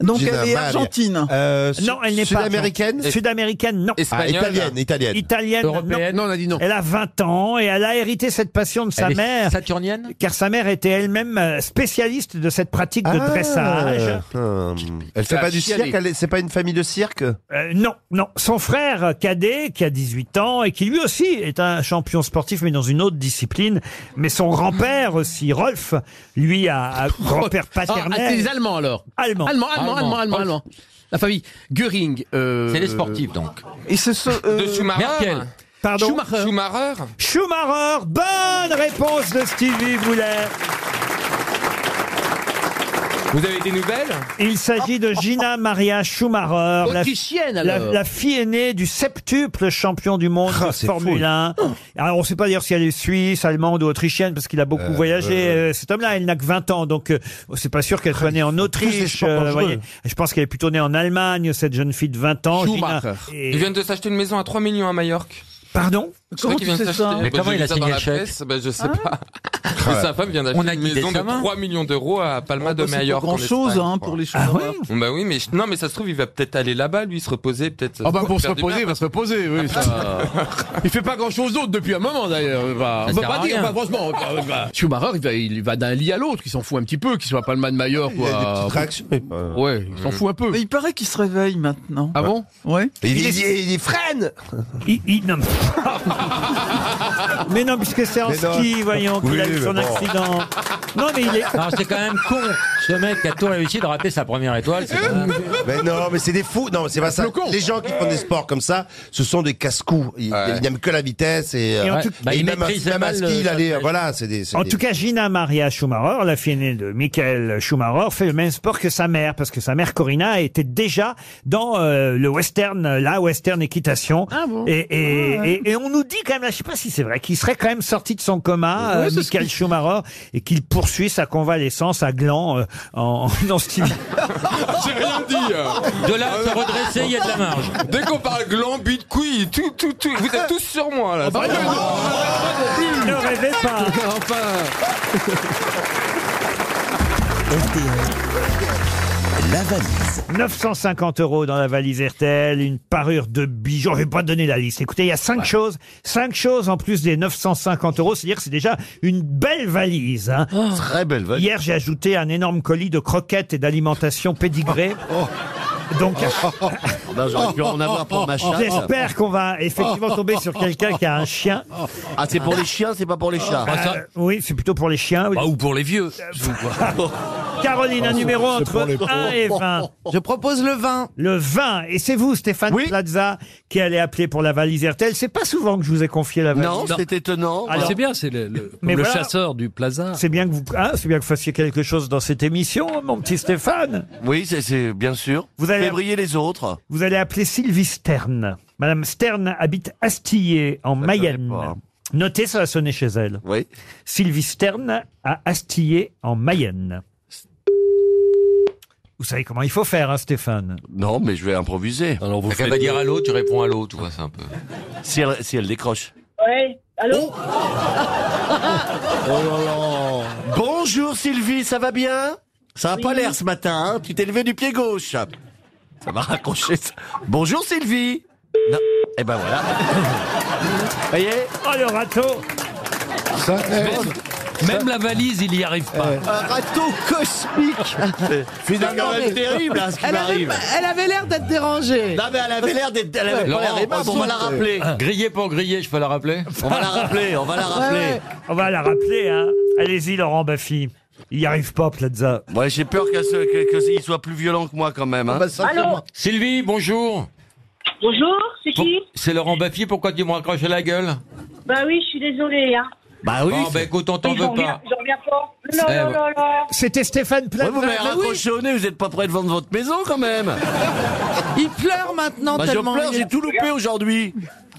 Speaker 17: Donc Gina elle est Maria. argentine.
Speaker 15: Euh, su-
Speaker 1: non, elle n'est pas
Speaker 15: sud-américaine
Speaker 1: argentine. Sud-américaine, non.
Speaker 15: Espagnole. Ah, italienne, italienne.
Speaker 1: Italienne,
Speaker 15: Européenne.
Speaker 1: non.
Speaker 15: Non, on a dit non.
Speaker 1: Elle a 20 ans et elle a hérité cette passion de sa
Speaker 3: Elle est
Speaker 1: mère.
Speaker 3: Saturnienne
Speaker 1: Car sa mère était elle-même euh, spécialiste de cette pratique de
Speaker 15: Ah,
Speaker 1: dressage.
Speaker 15: hum. Elle fait
Speaker 1: Ah,
Speaker 15: pas du
Speaker 1: chialer.
Speaker 15: cirque, elle est- c'est pas une famille de cirque
Speaker 1: Euh, non, non. Son frère cadet, qui a 18 ans et qui lui aussi est un champion sportif, mais dans une autre discipline. Mais son grand-père aussi, Rolf, lui, a, a grand-père paternel.
Speaker 28: Ah, c'est les Allemands alors
Speaker 1: Allemand.
Speaker 28: Allemand, Allemand,
Speaker 1: Allemand.
Speaker 28: Allemand, Allemand. Allemand. La famille Göring. euh,
Speaker 3: C'est les sportifs, donc.
Speaker 28: Et ce sont.
Speaker 3: De Schumacher Merkel.
Speaker 1: euh, Pardon
Speaker 28: Schumacher.
Speaker 1: Schumacher, bonne réponse de Stevie Boulet.
Speaker 24: Vous avez des nouvelles
Speaker 1: Il s'agit de Gina Maria Schumacher, la,
Speaker 24: Autrichienne,
Speaker 1: la-
Speaker 24: alors.
Speaker 1: la fille aînée du septuple champion du monde
Speaker 3: Ah,
Speaker 1: de
Speaker 24: c'est
Speaker 1: Formule
Speaker 24: fou.
Speaker 1: 1. Alors on ne sait pas dire si elle est suisse, allemande ou autrichienne parce qu'il a beaucoup
Speaker 24: Euh,
Speaker 1: voyagé.
Speaker 24: euh,
Speaker 1: euh, cet homme-là, elle n'a que 20 ans, donc euh, c'est pas sûr qu'elle
Speaker 3: Ah,
Speaker 1: soit née en Autriche.
Speaker 24: sports
Speaker 1: euh,
Speaker 24: dangereux.
Speaker 1: voyez. Je pense qu'elle est plutôt née en Allemagne, cette jeune fille de 20 ans. Gina. Et-
Speaker 24: Ils viennent de s'acheter une maison à 3 millions à Majorque.
Speaker 1: Pardon
Speaker 24: Je crois qu'ils viennent s'acheter-
Speaker 3: Mais
Speaker 24: Bah,
Speaker 3: comment
Speaker 24: j'ai
Speaker 3: il a
Speaker 24: vu ça
Speaker 3: signé
Speaker 24: dans
Speaker 3: le
Speaker 24: la
Speaker 3: chèque
Speaker 24: presse, bah, Je sais pas.
Speaker 3: Ah ouais.
Speaker 24: Et sa femme vient
Speaker 3: On
Speaker 24: d'acheter
Speaker 3: a
Speaker 24: une
Speaker 3: guidé
Speaker 24: maison
Speaker 3: sa
Speaker 24: de
Speaker 3: main.
Speaker 24: 3 millions d'euros à Palma de
Speaker 17: bah, c'est pas
Speaker 24: Majorque. en
Speaker 17: grand-chose,
Speaker 24: Espagne,
Speaker 17: hein,
Speaker 24: quoi.
Speaker 17: pour les Ah chauffeurs.
Speaker 24: Bah oui, mais je- non, mais ça se trouve, il va peut-être aller là-bas, lui, se reposer, peut-être.
Speaker 28: Ah bah, pour se
Speaker 24: faire du
Speaker 28: reposer,
Speaker 24: bien.
Speaker 28: il va se reposer, oui, ça. Il fait pas grand chose d'autre depuis un moment d'ailleurs. Bah,
Speaker 24: Ça
Speaker 28: on peut
Speaker 24: sert
Speaker 28: pas
Speaker 24: à
Speaker 28: dire,
Speaker 24: rien.
Speaker 28: bah, franchement. bah, bah, Schumacher, il va, il va d'un lit à l'autre, il s'en fout un petit peu, qu'il soit pas le man Mayor.
Speaker 15: Il y a des petites réactions, mais euh,
Speaker 28: Ouais, il s'en fout un peu.
Speaker 17: Mais il paraît qu'il se réveille maintenant.
Speaker 28: Ah bon
Speaker 17: Ouais.
Speaker 15: Il est- il est- il est freine
Speaker 1: Il, il- non, mais non, puisque c'est en
Speaker 3: Mais non.
Speaker 1: ski, voyons, qu'il a
Speaker 3: Oui,
Speaker 1: eu son
Speaker 3: mais bon.
Speaker 1: accident. Non, mais il est.
Speaker 3: Non, c'est quand même con. Ce mec qui a tout réussi de rater sa première étoile, c'est quand même...
Speaker 15: Mais non, mais c'est des fous. Non, c'est pas ça. Les gens qui font des sports comme ça, ce sont des casse-cous. Ils ils n'aiment que la vitesse et,
Speaker 1: Et en
Speaker 15: euh,
Speaker 1: tout- Bah, ils
Speaker 15: même, à-
Speaker 1: maîtrisent
Speaker 15: même à
Speaker 1: mal
Speaker 15: ski,
Speaker 1: le-
Speaker 15: là, les-
Speaker 1: le-
Speaker 15: voilà, c'est des. c'est
Speaker 1: En
Speaker 15: des-
Speaker 1: tout cas, Gina Maria Schumacher, la fille aînée de Michael Schumacher, fait le même sport que sa mère, parce que sa mère Corinna était déjà dans euh, le western, euh, la western équitation. et, et, et- et on nous dit quand même, là, je sais pas si c'est vrai, qu'il serait quand même sorti de son coma, euh, Michael Schumacher, et qu'il poursuit sa convalescence à Gland euh, en, en en style-
Speaker 24: J'ai rien dit.
Speaker 3: De
Speaker 24: Ah,
Speaker 3: là
Speaker 7: Ah
Speaker 3: à se redresser, il y a de la marge.
Speaker 24: Dès qu'on parle gland, but, couille, tout, tout, tout. Vous êtes tous sur moi, là.
Speaker 1: Ne rêvez pas. La valise. 950 euros dans la valise RTL, une parure de bijoux. Je vais pas donner la liste. Écoutez, il y a cinq choses, cinq choses en plus des 950 euros. C'est-à-dire que c'est déjà une belle valise. hein.
Speaker 28: Oh.
Speaker 15: Très belle valise.
Speaker 1: Hier, j'ai ajouté un énorme colis de croquettes et d'alimentation pédigrée.
Speaker 28: Oh.
Speaker 1: Donc,
Speaker 28: Ben,
Speaker 1: Oh.
Speaker 28: j'aurais pu en avoir pour ma chatte. Oh.
Speaker 1: J'espère qu'on va effectivement tomber sur quelqu'un qui a un chien.
Speaker 28: Ah, c'est pour les chiens, c'est pas pour les chats. Bah,
Speaker 1: Euh, oui, c'est plutôt pour les chiens.
Speaker 3: Bah, ou pour les vieux.
Speaker 1: Caroline, un numéro entre 1 et 20.
Speaker 29: Je propose le 20.
Speaker 1: Le 20. Et c'est vous, Stéphane Plaza, qui allez appeler pour la valise RTL. C'est pas souvent que je vous ai confié la valise.
Speaker 30: Non, Non. c'est
Speaker 1: étonnant.
Speaker 30: Ah, c'est bien, c'est le, le-
Speaker 1: Mais
Speaker 30: comme le
Speaker 1: voilà.
Speaker 30: chasseur du plaza.
Speaker 1: C'est bien que vous, hein, c'est bien que vous fassiez quelque chose dans cette émission, mon petit Stéphane.
Speaker 3: Oui, c'est- c'est bien sûr.
Speaker 1: Vous allez-
Speaker 3: Fais briller les autres.
Speaker 1: Vous allez appeler Sylvie Stern. Madame Stern habite Astillé, en Mayenne. Notez, ça va sonner chez elle.
Speaker 3: Oui.
Speaker 1: Sylvie Stern à Astillé, en Mayenne. Vous savez comment il faut faire, hein, Stéphane
Speaker 3: Non, mais je vais improviser. Alors vous
Speaker 7: Elle va dire à l'autre, tu réponds à l'autre, tu vois, c'est un peu.
Speaker 3: Si elle, si elle décroche.
Speaker 11: Ouais, allô Oh
Speaker 3: Bonjour Sylvie, ça va bien Ça a pas l'air ce matin, hein tu t'es levé du pied gauche. Ça va raccrocher. ça. Bonjour Sylvie. Non. Eh ben voilà. Vous voyez
Speaker 1: Oh le râteau
Speaker 30: Même la valise, il n'y arrive pas.
Speaker 3: Un râteau cosmique C'est
Speaker 30: Non, non, mais-
Speaker 3: terrible hein, ce qui
Speaker 30: Elle avait
Speaker 3: m'arrive.
Speaker 30: pas-
Speaker 9: Elle avait l'air d'être dérangée.
Speaker 3: Non mais elle avait l'air d'être... Elle avait pas
Speaker 7: Laurent,
Speaker 3: l'air aimable, on va la
Speaker 7: saute.
Speaker 3: rappeler.
Speaker 7: Grillé pour griller, je peux la rappeler
Speaker 3: On va la rappeler, on va la rappeler.
Speaker 1: On va la rappeler, hein. Allez-y, Laurent Baffy. Il n'y arrive pas, Plaza.
Speaker 3: Ouais, j'ai peur qu'il soit plus violent que moi quand même. hein.
Speaker 11: Allô
Speaker 7: Sylvie, bonjour.
Speaker 11: Bonjour, c'est qui
Speaker 7: C'est Laurent Baffy, pourquoi tu me raccroches la gueule
Speaker 11: Bah oui, je suis désolée. Hein.
Speaker 3: Bah oui.
Speaker 7: Bon, bah écoute, on t'en
Speaker 11: J'en
Speaker 7: veut
Speaker 11: reviens,
Speaker 7: pas.
Speaker 11: j'en reviens pas. Non,
Speaker 7: Eh,
Speaker 11: non, non, non.
Speaker 1: C'était Stéphane
Speaker 3: Ouais, vous m'avez raccroché au nez, vous n'êtes pas prêt de vendre votre maison quand même.
Speaker 9: Il pleure maintenant
Speaker 3: Bah, je
Speaker 9: tellement.
Speaker 3: pleure,
Speaker 9: il est-
Speaker 3: j'ai tout loupé aujourd'hui.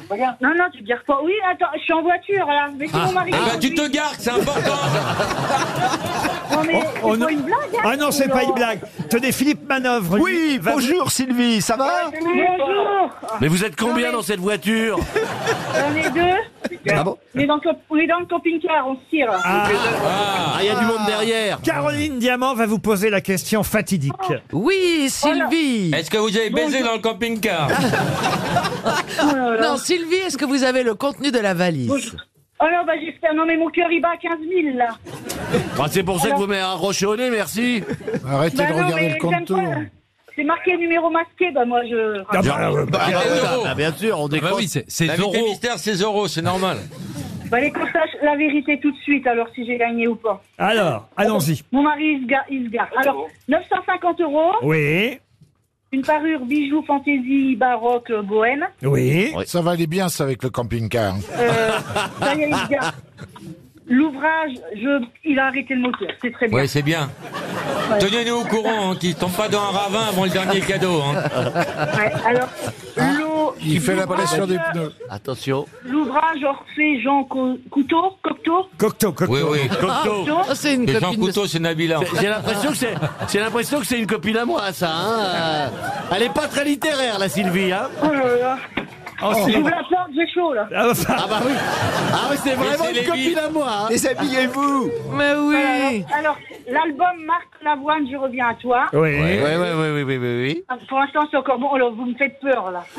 Speaker 11: Regarde. Non, non, tu te gares pas. Oui, attends, je suis en voiture là. Mais c'est mon mari.
Speaker 7: Ah, bah, tu te gardes, c'est important.
Speaker 11: Non, mais
Speaker 1: Oh,
Speaker 11: c'est
Speaker 1: non.
Speaker 11: pas une blague. hein,
Speaker 1: Ah non, c'est pas une
Speaker 11: Laurent.
Speaker 1: blague. Tenez, Philippe Manœuvre.
Speaker 3: Oui, bonjour Sylvie, ça va
Speaker 11: Bonjour.
Speaker 3: Mais vous êtes
Speaker 11: Non,
Speaker 3: combien
Speaker 11: mais-
Speaker 3: dans cette voiture
Speaker 11: On est deux.
Speaker 3: Ah bon
Speaker 11: on, est dans le, camp- on est dans le camping-car, on se tire.
Speaker 3: Ah, il y a du monde derrière.
Speaker 1: Caroline Diamant va vous poser la question fatidique.
Speaker 9: Ah. Oui, Sylvie.
Speaker 7: Est-ce que vous avez baisé dans le camping-car
Speaker 9: Non, Sylvie, est-ce que vous avez le contenu de la valise
Speaker 11: Oh non, bah j'espère. Non, mais mon cœur il bat à 15 000 là.
Speaker 3: Ah, c'est pour ça que vous m'avez raccroché au nez, merci.
Speaker 13: Arrêtez
Speaker 11: Bah
Speaker 13: de
Speaker 11: non,
Speaker 13: regarder
Speaker 11: mais
Speaker 13: le
Speaker 11: j'aime
Speaker 13: contour.
Speaker 11: pas. C'est marqué numéro masqué, bah moi je.
Speaker 7: Ah,
Speaker 1: Ah,
Speaker 3: bah,
Speaker 7: euros.
Speaker 3: bien sûr, on
Speaker 1: bah
Speaker 3: décroche.
Speaker 7: oui, c'est- c'est
Speaker 3: euros.
Speaker 7: L'invité mystère, c'est Zoro, c'est normal.
Speaker 11: Bah les qu'on sache la vérité tout de suite, alors si j'ai gagné ou pas.
Speaker 1: Alors, allons-y.
Speaker 11: Mon mari, il se gare. Il se gare. Alors, 950 euros,
Speaker 1: Oui,
Speaker 11: une parure bijoux fantaisie baroque euh, bohème.
Speaker 1: oui.
Speaker 13: Ça va aller bien, ça, avec le camping-car.
Speaker 11: Euh, ça y est, il se gare. L'ouvrage, je, il a arrêté le moteur, c'est très bien.
Speaker 7: Oui, c'est bien. Tenez-nous au courant, hein, qu'ils tombent pas dans un ravin avant le dernier cadeau. hein.
Speaker 11: Ouais, alors, l'eau,
Speaker 13: Hein Il fait la
Speaker 11: l'ouvrage,
Speaker 13: pression des pneus.
Speaker 3: Attention.
Speaker 11: L'ouvrage Orphée Jean Co- Couteau, Cocteau.
Speaker 1: Cocteau, Cocteau.
Speaker 7: Oui, oui.
Speaker 3: Cocteau.
Speaker 11: Cocteau.
Speaker 9: Ah, C'est une
Speaker 7: Et Jean
Speaker 9: copine. de-
Speaker 7: Couteau, c'est Nabila. en fait.
Speaker 3: J'ai l'impression que c'est, j'ai l'impression que c'est une copine à moi, ça. hein. Euh, Elle est pas très littéraire, la Sylvie. Hein.
Speaker 11: Oh là là.
Speaker 1: Oh, c'est-
Speaker 11: J'ouvre la porte, j'ai chaud là.
Speaker 1: Ah, bah,
Speaker 3: Ah bah oui. Ah oui, c'est vraiment
Speaker 7: c'est
Speaker 3: une
Speaker 7: Lévi.
Speaker 3: copine à moi. hein.
Speaker 31: Déshabillez-vous
Speaker 9: Mais oui.
Speaker 11: Alors, alors, l'album Marc Lavoine, je reviens à toi.
Speaker 1: oui.
Speaker 3: Ouais, ouais, ouais, ouais, ouais, ouais, ouais, ouais.
Speaker 11: Ah, Pour l'instant, c'est encore bon. Alors, vous me faites peur, là.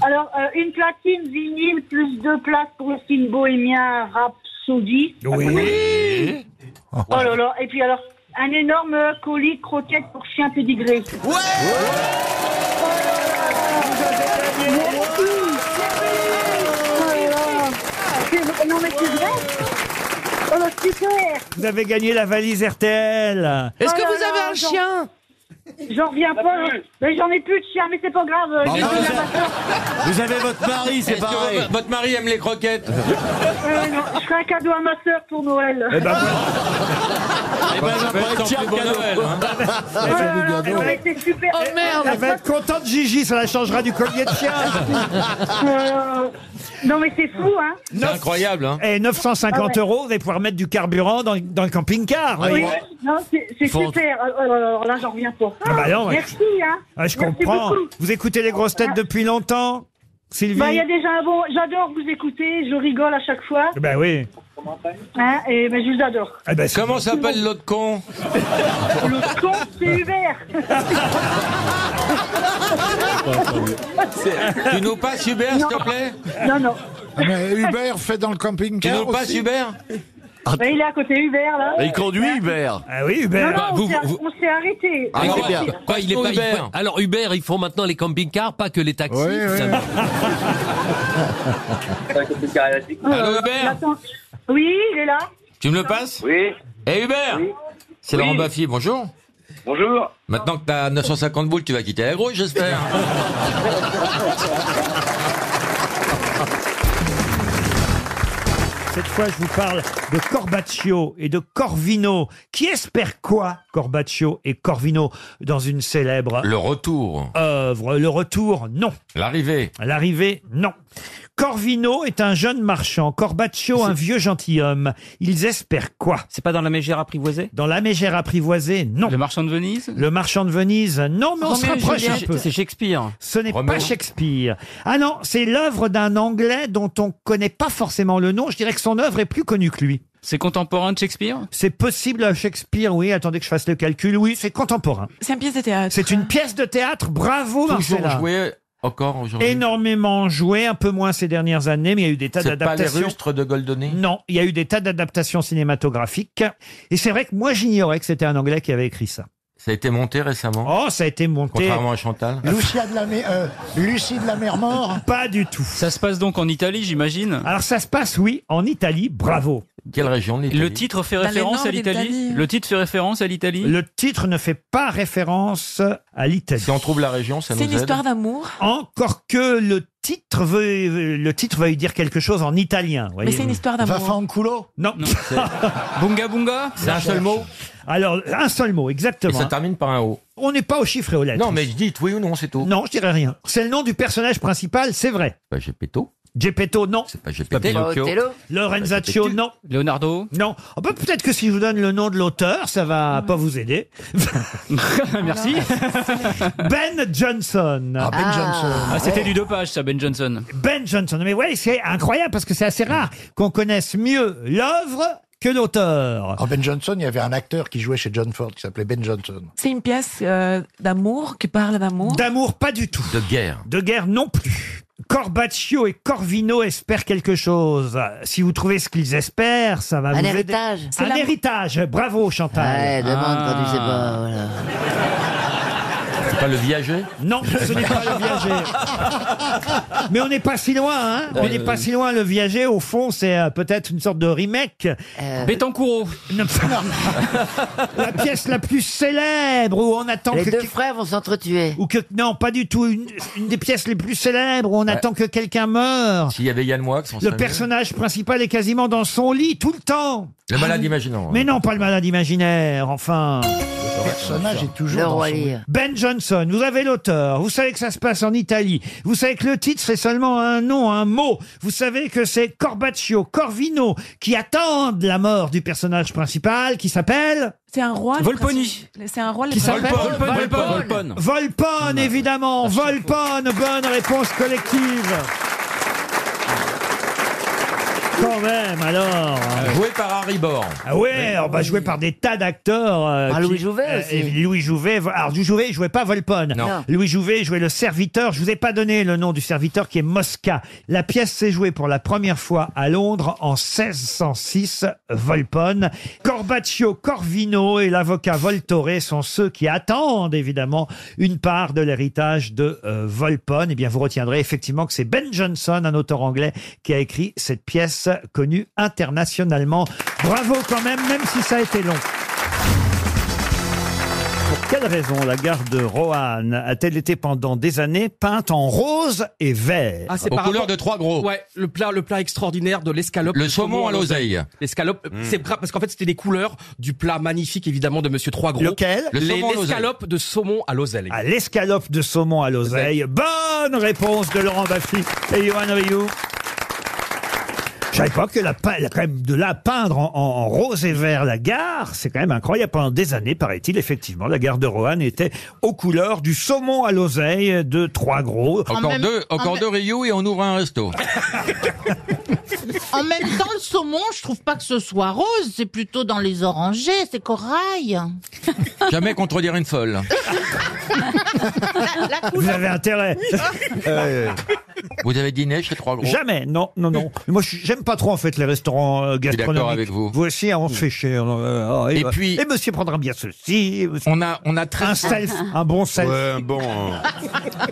Speaker 11: Ah Alors, euh, une platine vinyle, plus deux places pour le film bohémien Rhapsody. Ah,
Speaker 1: Oui.
Speaker 11: Oh là là. Et puis, alors, un énorme colis croquette pour chien pédigré. Oh Ouais Non, mais Oh c'est vrai Oh là, super
Speaker 1: Vous avez gagné la valise RTL.
Speaker 9: Est-ce que
Speaker 11: Oh là
Speaker 9: vous avez
Speaker 11: là,
Speaker 9: un
Speaker 11: j'en-
Speaker 9: chien
Speaker 11: J'en reviens pas. hein. Mais j'en ai plus de chien, mais c'est pas grave. euh, j'ai plus la vapeur.
Speaker 3: Vous avez votre mari, c'est
Speaker 7: Est-ce que
Speaker 3: pareil.
Speaker 7: vo- votre mari aime les croquettes
Speaker 11: Euh, non, je ferai un cadeau à ma sœur pour Noël.
Speaker 1: Eh ben,
Speaker 3: Eh ben, elle va
Speaker 7: Ça va
Speaker 3: pas
Speaker 7: être
Speaker 3: être
Speaker 7: son
Speaker 3: chère
Speaker 7: plus beau
Speaker 3: cadeau.
Speaker 7: Noël, hein.
Speaker 1: Ah,
Speaker 3: Ah,
Speaker 11: Oh
Speaker 1: bah,
Speaker 11: là là,
Speaker 13: cadeau.
Speaker 11: non, mais c'est super.
Speaker 9: Oh merde.
Speaker 1: elle va être contente, Gigi, ça la changera du collier de chien.
Speaker 11: Euh, non, mais c'est fou, hein.
Speaker 7: C'est incroyable, hein.
Speaker 1: Et 950
Speaker 11: Ah ouais.
Speaker 1: euros, vous allez pouvoir mettre du carburant dans, dans le camping-car.
Speaker 3: Ah,
Speaker 11: Oui,
Speaker 1: voyez.
Speaker 11: non, c'est c'est
Speaker 3: Faut-
Speaker 11: super. Alors, alors, alors, là, j'en reviens pas.
Speaker 1: Ah bah non, ouais.
Speaker 11: Merci, hein.
Speaker 1: Ah, je
Speaker 11: Merci
Speaker 1: comprends.
Speaker 11: beaucoup.
Speaker 1: Vous écoutez les grosses têtes depuis longtemps, Sylvie
Speaker 11: Bah, il y a déjà un bon. J'adore vous écouter, je rigole à chaque fois.
Speaker 1: Eh Ben oui.
Speaker 11: Hein, et ben, je vous adore.
Speaker 1: Eh ben, c'est-
Speaker 7: Comment s'appelle l'autre con
Speaker 11: Le con, c'est Hubert.
Speaker 7: Tu nous passes Hubert, s'il te plaît
Speaker 11: Non, non.
Speaker 13: Ah, Mais Hubert fait dans le
Speaker 7: Tu
Speaker 13: camping-car
Speaker 7: nous passes
Speaker 13: aussi.
Speaker 7: Hubert
Speaker 11: Bah, il est à côté, Hubert, là.
Speaker 3: Il conduit, Hubert.
Speaker 1: Ah oui,
Speaker 11: Non,
Speaker 1: Ah, Hubert.
Speaker 7: Bah,
Speaker 11: non,
Speaker 30: vous-
Speaker 11: on s'est-
Speaker 30: vous-
Speaker 11: on s'est arrêté.
Speaker 3: Ah,
Speaker 11: On
Speaker 3: il est
Speaker 11: s'est
Speaker 3: bien.
Speaker 11: arrêté.
Speaker 30: Quoi, il est pas, il
Speaker 7: Uber.
Speaker 30: faut- Alors Uber, ils font maintenant les camping-cars, pas que les taxis.
Speaker 13: Ouais, ouais.
Speaker 30: Ça-
Speaker 7: Allô
Speaker 11: Euh,
Speaker 7: Hubert
Speaker 11: attends. Oui, il est là.
Speaker 7: Tu me le passes
Speaker 32: Oui,
Speaker 7: Eh Hubert
Speaker 10: C'est
Speaker 23: Oui.
Speaker 10: Laurent Baffy, bonjour.
Speaker 23: Bonjour.
Speaker 10: Maintenant que t'as 950 boules, tu vas quitter la grouille, j'espère.
Speaker 1: Cette fois, je vous parle de Corbaccio et de Corvino. Qui espère quoi, Corbaccio et Corvino, dans une célèbre
Speaker 10: Le retour.
Speaker 1: œuvre Le retour, non.
Speaker 10: L'arrivée.
Speaker 1: L'arrivée, non. Corvino est un jeune marchand, Corbaccio un vieux gentilhomme. Ils espèrent quoi C'est pas dans la mégère apprivoisée Dans la mégère apprivoisée, non. Le marchand de Venise Le marchand de Venise, non, mais on
Speaker 5: Roméo
Speaker 1: se
Speaker 5: et
Speaker 1: rapproche un
Speaker 5: Juliette.
Speaker 1: peu.
Speaker 5: C'est Shakespeare.
Speaker 1: Ce n'est pas Shakespeare. Ah non, c'est l'œuvre d'un Anglais dont on connaît pas forcément le nom. Je dirais que son œuvre est plus connue que lui.
Speaker 5: C'est contemporain de Shakespeare
Speaker 1: C'est possible à Shakespeare, oui. Attendez que je fasse le calcul. Oui, c'est contemporain.
Speaker 5: C'est une pièce de théâtre.
Speaker 1: C'est une pièce de théâtre. Bravo,
Speaker 10: Toujours
Speaker 1: Marcella.
Speaker 10: joué encore aujourd'hui.
Speaker 1: Énormément joué, un peu moins ces dernières années, mais il y a eu des tas
Speaker 10: C'est pas les
Speaker 1: d'adaptations.
Speaker 10: rustres de Goldoni
Speaker 1: Non, il y a eu des tas d'adaptations cinématographiques. Et c'est vrai que moi, j'ignorais que c'était un Anglais qui avait écrit ça.
Speaker 10: Ça a été monté récemment.
Speaker 1: Oh, ça a été monté.
Speaker 10: Contrairement à Chantal.
Speaker 5: Lucia de la mer, Lucie de la mer mort
Speaker 1: Pas du tout.
Speaker 5: Ça se passe donc en Italie, j'imagine
Speaker 1: Alors ça se passe, oui, en Italie. Bravo.
Speaker 10: Quelle région
Speaker 5: Le titre fait
Speaker 1: Dans les
Speaker 5: référence
Speaker 1: nords
Speaker 5: à l'Italie
Speaker 1: d'Italie.
Speaker 5: Le titre fait référence à l'Italie
Speaker 1: Le titre ne fait pas référence à l'Italie. Si
Speaker 10: on trouve la région, ça
Speaker 5: d'amour
Speaker 1: Encore que le titre veut, le titre veuille dire quelque chose en italien. voyez.
Speaker 5: d'amour.
Speaker 1: Va
Speaker 5: culo
Speaker 1: Non.
Speaker 5: bunga bunga
Speaker 1: C'est un seul mot Alors, un seul mot, exactement.
Speaker 10: Et ça termine par un O.
Speaker 1: On n'est pas au chiffre et aux lettres.
Speaker 10: Non, mais je dis oui ou non, c'est tout.
Speaker 1: Non, je dirais rien. C'est le nom du personnage principal, c'est vrai.
Speaker 10: Bah, Gepetto.
Speaker 1: Gepetto, non.
Speaker 10: C'est pas Gepetto.
Speaker 1: Lorenzaccio, non.
Speaker 5: Leonardo
Speaker 1: Non. Ah bah, Peut-être que si je vous donne le nom de l'auteur, ça va pas vous aider.
Speaker 5: Merci.
Speaker 1: Ben Johnson.
Speaker 5: Ah. Ah, c'était du dopage, ça, Ben Johnson.
Speaker 1: Ben Johnson. Mais ouais, c'est incroyable parce que c'est assez rare qu'on connaisse mieux l'œuvre que l'auteur.
Speaker 6: En Ben Johnson, il y avait un acteur qui jouait chez John Ford qui s'appelait Ben Johnson.
Speaker 20: C'est une pièce euh, d'amour qui parle d'amour.
Speaker 1: D'amour, pas du tout.
Speaker 10: De guerre.
Speaker 1: De guerre non plus. Corbaccio et Corvino espèrent quelque chose. Si vous trouvez ce qu'ils espèrent, ça va
Speaker 2: Un
Speaker 1: vous
Speaker 2: héritage.
Speaker 1: aider.
Speaker 2: C'est
Speaker 1: Un
Speaker 2: la-
Speaker 1: héritage. Bravo, Chantal.
Speaker 2: Ouais, demande quand tu sais
Speaker 1: Ah.
Speaker 2: pas, voilà.
Speaker 10: C'est pas le viager
Speaker 1: Non, ce n'est pas le viager. Mais on n'est pas si loin, hein. On
Speaker 2: Euh,
Speaker 10: Ouais,
Speaker 1: n'est
Speaker 10: ouais.
Speaker 1: pas si loin. Le viager, au fond, c'est euh, peut-être une sorte de remake.
Speaker 2: Euh.
Speaker 5: Bettencourt.
Speaker 1: la pièce la plus célèbre où on attend
Speaker 2: Les
Speaker 1: que
Speaker 2: deux frères vont s'entretuer.
Speaker 1: ou que non, pas du tout. Une, une des pièces les plus célèbres où on attend que quelqu'un meure.
Speaker 10: S'il y avait Yann Moix, on
Speaker 1: Le
Speaker 10: serait
Speaker 1: personnage principal est quasiment dans son lit tout le temps.
Speaker 10: mieux. Le malade imaginant.
Speaker 1: Mais non, pas le malade imaginaire, enfin. Le
Speaker 6: personnage est toujours Le dans roi son lit. Lear.
Speaker 1: Ben Johnson, vous avez l'auteur, vous savez que ça se passe en Italie, vous savez que le titre c'est seulement un nom, un mot, vous savez que c'est Corbaccio, Corvino, qui attendent la mort du personnage principal qui s'appelle...
Speaker 20: C'est un roi. le
Speaker 1: Volponi.
Speaker 20: principe- C'est un roi. le
Speaker 1: Qui
Speaker 20: principe-
Speaker 1: s'appelle Volpone. Volpone, évidemment. Volpone, bonne réponse collective. Quand même, alors.
Speaker 10: Joué par Harry Bor.
Speaker 1: Ah ouais, on va jouer par des tas d'acteurs. euh,
Speaker 2: Par Ah, Louis
Speaker 1: qui-
Speaker 2: Jouvet aussi.
Speaker 1: et Louis Jouvet. vo- Alors, Louis Jouvet, il jouait pas Volpone.
Speaker 2: Non. Non.
Speaker 1: Louis Jouvet jouait le serviteur. Je vous ai pas donné le nom du serviteur qui est Mosca. La pièce s'est jouée pour la première fois à Londres en 1606. Volpone. Corbaccio, Corvino et l'avocat Voltore sont ceux qui attendent, évidemment, une part de l'héritage de euh, Volpone. Eh bien, vous retiendrez effectivement que c'est Ben Johnson, un auteur anglais, qui a écrit cette pièce connue internationalement. Bravo quand même, même si ça a été long. Pour quelle raison la gare de Roanne a-t-elle été pendant des années peinte en rose et vert
Speaker 2: Ah, c'est par rapport- Ouais, le plat, le plat extraordinaire de l'escalope.
Speaker 10: Le saumon à l'oseille.
Speaker 2: L'escalope,
Speaker 10: Mm.
Speaker 2: c'est grave parce qu'en fait c'était les couleurs du plat magnifique évidemment de Monsieur Trois Gros.
Speaker 1: Lequel Le
Speaker 2: Les-
Speaker 1: saumon à l'oseille.
Speaker 2: L'escalope de saumon à l'oseille.
Speaker 1: À l'escalope de saumon à l'oseille. Bonne réponse de Laurent Baffy et Johan Rioux. Je savais pas que la, pein- la- quand même de la peindre en, en- en rose et vert la gare, c'est quand même incroyable. Pendant des années, paraît-il, effectivement, la gare de Roanne était aux couleurs du saumon à l'oseille de trois gros.
Speaker 10: Encore deux, encore deux Rio et on ouvre un resto.
Speaker 33: En même temps, le saumon, je trouve pas que ce soit rose, c'est plutôt dans les orangés, c'est corail.
Speaker 10: Jamais contredire une folle.
Speaker 33: La
Speaker 1: Vous avez intérêt.
Speaker 3: Vous avez dîné chez Trois Gros
Speaker 1: Jamais, non, non, non. Moi, je suis- j'aime pas trop en fait les restaurants euh,
Speaker 3: suis d'accord
Speaker 1: gastronomiques.
Speaker 3: avec vous.
Speaker 1: Vous aussi, hein, on se
Speaker 15: Mm.
Speaker 1: fait chier. on, euh, ah,
Speaker 3: Et
Speaker 1: bah,
Speaker 3: puis-
Speaker 1: et Monsieur prendra bien ceci.
Speaker 3: On a, on a très
Speaker 1: un self, un bon self.
Speaker 3: Ouais, un bon.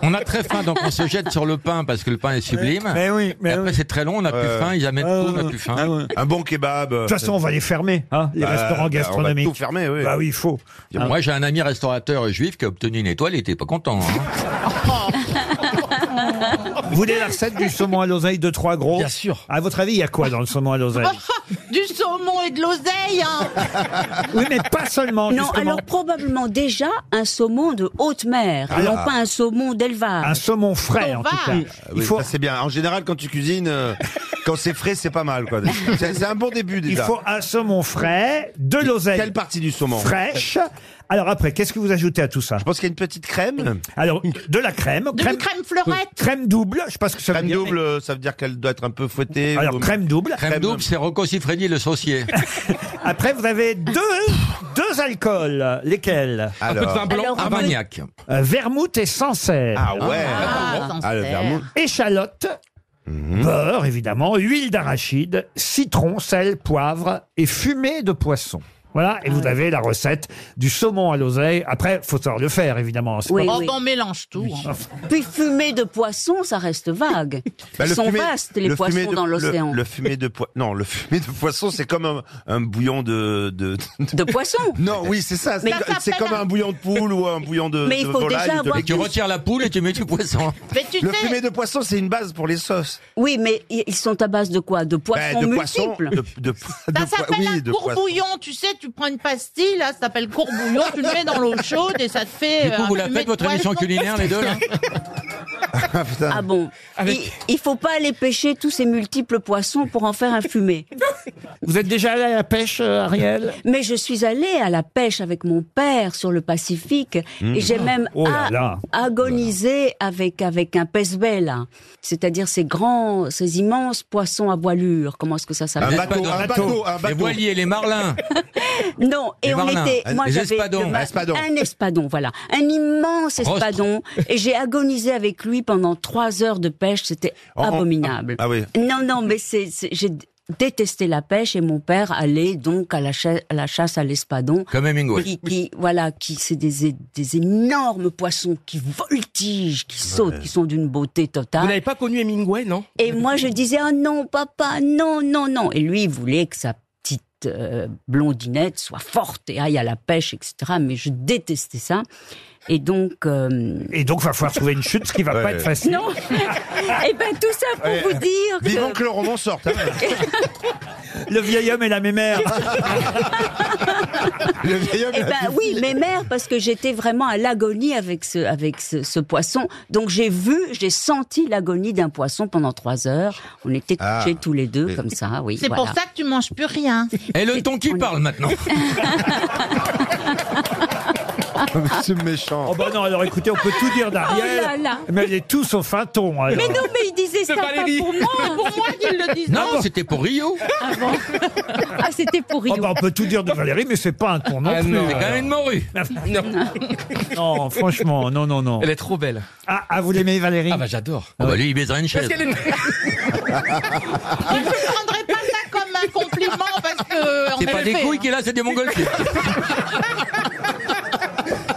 Speaker 3: On a très faim, donc on se jette sur le pain parce que le pain est sublime.
Speaker 1: Mais oui, mais
Speaker 3: Et après c'est très long, on n'a plus
Speaker 1: Ouais.
Speaker 3: faim, ils amènent
Speaker 1: Ah
Speaker 3: tout, on n'a
Speaker 1: ouais.
Speaker 3: plus faim.
Speaker 1: Ah ouais.
Speaker 3: Un bon kebab.
Speaker 1: De toute façon, on va les fermer, hein, les
Speaker 3: Bah, bah, on
Speaker 1: restaurants
Speaker 3: va
Speaker 1: gastronomiques.
Speaker 3: tout fermer, oui.
Speaker 1: Bah oui, il faut. Hein.
Speaker 3: Moi j'ai un ami restaurateur juif qui a obtenu une étoile, il était pas content. hein.
Speaker 1: Vous voulez la recette du saumon à l'oseille de trois gros Bien sûr. À votre avis, il y a quoi dans le saumon à l'oseille
Speaker 11: Du saumon et de l'oseille, hein
Speaker 1: Oui, mais pas seulement.
Speaker 16: Non,
Speaker 1: justement.
Speaker 16: alors probablement déjà un saumon de haute mer,
Speaker 1: Ah.
Speaker 16: et non pas un saumon d'élevage.
Speaker 1: Un saumon frais,
Speaker 16: en tout cas.
Speaker 15: Ah oui, ça, c'est bien. En général, quand tu cuisines, euh, quand c'est frais, c'est pas mal. quoi. C'est c'est un bon début
Speaker 1: Il
Speaker 15: déjà.
Speaker 1: faut un saumon frais, de l'oseille.
Speaker 15: Quelle partie du saumon
Speaker 1: Fraîche. Alors après, qu'est-ce que vous ajoutez à tout ça Je
Speaker 15: pense qu'il y a une petite crème.
Speaker 1: Alors, de la crème.
Speaker 16: De la crème fleurette.
Speaker 1: Crème double, je pense que ça
Speaker 15: crème
Speaker 1: veut dire-
Speaker 15: double, euh, ça veut dire qu'elle doit être un peu fouettée.
Speaker 1: Alors, crème double.
Speaker 3: Crème, double, c'est Rocco Siffredi le saucier.
Speaker 1: Après, vous avez deux, deux alcools. Lesquels
Speaker 3: peu de vin blanc, Alors, un vous- cognac.
Speaker 1: Euh, vermouth et Sancerre.
Speaker 15: Ah ouais.
Speaker 16: Ah, Ah, le Sancerre. vermouth.
Speaker 1: Échalote. Beurre, évidemment, huile d'arachide, citron, sel, poivre et fumée de poisson. Voilà, et vous avez la recette du saumon à l'oseille. Après, faut savoir le faire, évidemment. C'est pas-
Speaker 11: Oh, ben, on mélange tout. hein.
Speaker 16: Puis fumée de poisson, ça reste vague.
Speaker 15: Bah,
Speaker 16: Ils
Speaker 15: le
Speaker 16: sont
Speaker 15: fumé-
Speaker 16: vastes, les
Speaker 15: le
Speaker 16: poissons
Speaker 15: fumé de-
Speaker 16: dans
Speaker 15: le-
Speaker 16: l'océan.
Speaker 15: Le, fumé de poisson. Non, le fumé de poisson, c'est comme un, un bouillon de. De,
Speaker 16: de poisson
Speaker 15: Non, oui, c'est ça.
Speaker 16: Mais
Speaker 15: C'est
Speaker 16: ça
Speaker 15: c'est
Speaker 16: s'appelle
Speaker 15: comme
Speaker 16: un-
Speaker 15: un bouillon de poule ou un bouillon de.
Speaker 16: Mais il
Speaker 15: de
Speaker 16: faut
Speaker 15: volaille,
Speaker 16: déjà
Speaker 15: de
Speaker 16: avoir
Speaker 15: légumes.
Speaker 16: du- Tu
Speaker 3: retires la poule et tu mets du poisson.
Speaker 16: Mais tu
Speaker 15: le
Speaker 16: sais-
Speaker 15: fumé de poisson, c'est une base pour les sauces.
Speaker 16: Oui, mais i- ils sont à base de quoi De
Speaker 15: Ben,
Speaker 16: poissons
Speaker 15: de poisson.
Speaker 16: multiples
Speaker 15: De, de, de,
Speaker 11: Ça
Speaker 15: poi-
Speaker 11: s'appelle
Speaker 15: oui,
Speaker 11: un
Speaker 15: de poisson.
Speaker 11: courbouillon, tu sais, tu prends une pastille, là, ça s'appelle courbouillon, tu le mets dans l'eau chaude et ça te fait...
Speaker 3: Du coup,
Speaker 11: euh,
Speaker 3: vous
Speaker 11: un
Speaker 3: la
Speaker 11: fumé
Speaker 3: faites
Speaker 11: de
Speaker 3: votre émission
Speaker 11: poisson.
Speaker 3: culinaire les deux là
Speaker 16: Ah bon Il ne faut pas aller pêcher tous ces multiples poissons pour en faire un fumé.
Speaker 1: Vous êtes déjà allé à la pêche, euh, Ariel
Speaker 16: Mais je suis allée à la pêche avec mon père sur le Pacifique
Speaker 1: Mmh.
Speaker 16: et j'ai même
Speaker 1: Oh là
Speaker 16: a-
Speaker 1: là.
Speaker 16: agonisé avec, avec un pez bel, c'est-à-dire ces grands, ces immenses poissons à voilure. Comment est-ce que ça s'appelle
Speaker 3: un bateau, un bateau. Les voiliers, les marlins.
Speaker 16: Non, et
Speaker 3: Les
Speaker 16: on
Speaker 3: marlins.
Speaker 16: était. Moi,
Speaker 3: Les
Speaker 16: j'avais
Speaker 3: espadons.
Speaker 16: le
Speaker 3: Un espadon.
Speaker 16: Un espadon, voilà. Un immense
Speaker 15: Rostre.
Speaker 16: espadon. et j'ai agonisé avec lui pendant trois heures de pêche. C'était
Speaker 15: En- en-
Speaker 16: abominable.
Speaker 15: Ah oui.
Speaker 16: Non, non, mais c'est, c'est- j'ai détesté la pêche et mon père allait donc à la, cha- à la chasse à l'espadon.
Speaker 3: Comme Hemingway.
Speaker 16: Qui, qui- voilà, qui, c'est des, é- des énormes poissons qui voltigent, qui sautent, qui sont d'une beauté
Speaker 8: Vous
Speaker 16: totale.
Speaker 8: n'avez pas connu Hemingway, non
Speaker 16: Et moi, je disais, ah non, papa, non, non, non. Et lui, il voulait que sa petite euh, blondinette soit forte et aille à la pêche, etc. Mais je détestais ça. Et donc. euh,
Speaker 1: Et donc, va falloir trouver une chute, ce qui va pas être facile.
Speaker 16: Non Eh bien, tout ça pour
Speaker 15: Ouais.
Speaker 16: vous dire que.
Speaker 15: Vivant que le roman sorte. hein.
Speaker 1: Le vieil homme et la mémère.
Speaker 15: le vieil homme.
Speaker 16: Eh
Speaker 15: là,
Speaker 16: ben oui, mes mères, parce que j'étais vraiment à l'agonie avec ce, avec ce, ce poisson. Donc j'ai vu, j'ai senti l'agonie d'un poisson pendant trois heures. On était couchés
Speaker 11: Ah.
Speaker 16: tous les deux comme ça, oui.
Speaker 11: hein. C'est pour
Speaker 16: voilà.
Speaker 11: ça que tu manges plus rien.
Speaker 3: Et le ton qui parle maintenant.
Speaker 15: C'est méchant.
Speaker 1: Oh bah non, alors écoutez, on peut tout dire d'Ariel.
Speaker 16: Oh là là.
Speaker 1: Mais elle est tout sauf un ton. alors.
Speaker 16: Mais non, mais il disait ça pas pour moi.
Speaker 11: Pour moi, qu'ils le disent.
Speaker 3: Non, c'était pour Rio.
Speaker 16: Ah, c'était pour Rio.
Speaker 1: Oh bah on peut tout dire de Valérie, mais c'est pas un ton non
Speaker 8: Ah
Speaker 1: plus.
Speaker 8: non.
Speaker 3: C'est quand même une morue.
Speaker 1: Non, franchement, non, non, non.
Speaker 8: Elle est trop belle.
Speaker 1: Ah, ah, vous l'aimez, Valérie
Speaker 8: Ah bah j'adore.
Speaker 3: Oh bah lui, il baiserait une chaise.
Speaker 8: Parce qu'elle est-
Speaker 11: Moi, je ne prendrais pas ça comme un compliment parce que...
Speaker 28: Ah,
Speaker 11: en
Speaker 3: C'est pas des
Speaker 11: effet,
Speaker 8: hein.
Speaker 11: hein,
Speaker 3: couilles qu'il a, c'est des montgolfiers.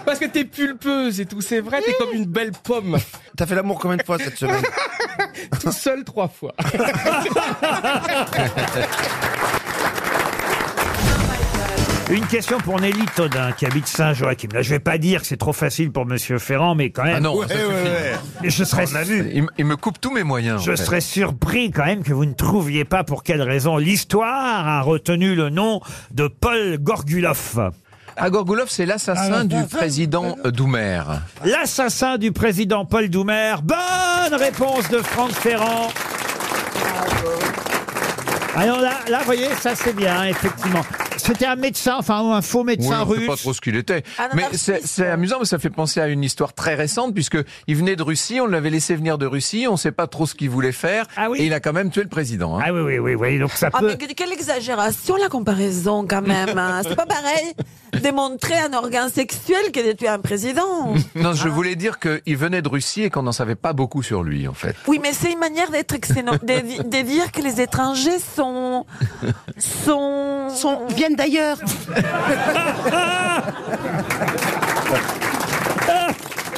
Speaker 8: Parce que t'es pulpeuse et tout, c'est vrai, t'es comme une belle pomme.
Speaker 15: T'as fait l'amour combien de fois cette semaine
Speaker 8: tout seul trois fois.
Speaker 1: Une question pour Nelly Todin, qui habite Saint-Joachim. Là, je vais pas dire que c'est trop facile pour Monsieur Ferrand, mais quand même.
Speaker 23: Ah non,
Speaker 1: Ouais,
Speaker 23: ça
Speaker 1: ouais,
Speaker 23: suffit.
Speaker 1: ouais. Et Je serais,
Speaker 23: On a vu. Il, il me coupe tous mes moyens.
Speaker 1: je
Speaker 23: en fait.
Speaker 1: serais surpris quand même que vous ne trouviez pas pour quelle raison l'histoire a retenu le nom de Paul Gorguloff.
Speaker 23: Ah, Gorgoulov, c'est
Speaker 1: Ah,
Speaker 23: l'assassin du président euh, Doumer.
Speaker 1: L'assassin du président Paul Doumer. Bonne réponse de Franck Ferrand. Alors là, là, vous voyez, ça c'est bien, effectivement. C'était un médecin, enfin un faux
Speaker 23: Oui,
Speaker 1: médecin
Speaker 23: on sait
Speaker 1: russe.
Speaker 23: pas trop ce qu'il était.
Speaker 1: Un
Speaker 23: mais
Speaker 1: anarchiste.
Speaker 23: c'est c'est amusant, mais ça fait penser à une histoire très récente, puisque il venait de Russie, on l'avait laissé venir de Russie, on sait pas trop ce qu'il voulait faire, et il a quand même tué le président. hein.
Speaker 1: Ah oui, oui, oui, oui, donc ça
Speaker 12: Ah, mais quelle exagération la comparaison quand même. hein. C'est pas pareil. démontrer un organe sexuel que de tuer un président. Ah.
Speaker 23: Non, je voulais dire qu'il venait de Russie et qu'on n'en savait pas beaucoup sur lui, en fait.
Speaker 12: Oui, mais c'est une manière d'être xéno... de, de dire que les étrangers sont sont,
Speaker 16: viennent d'ailleurs.
Speaker 1: Ah.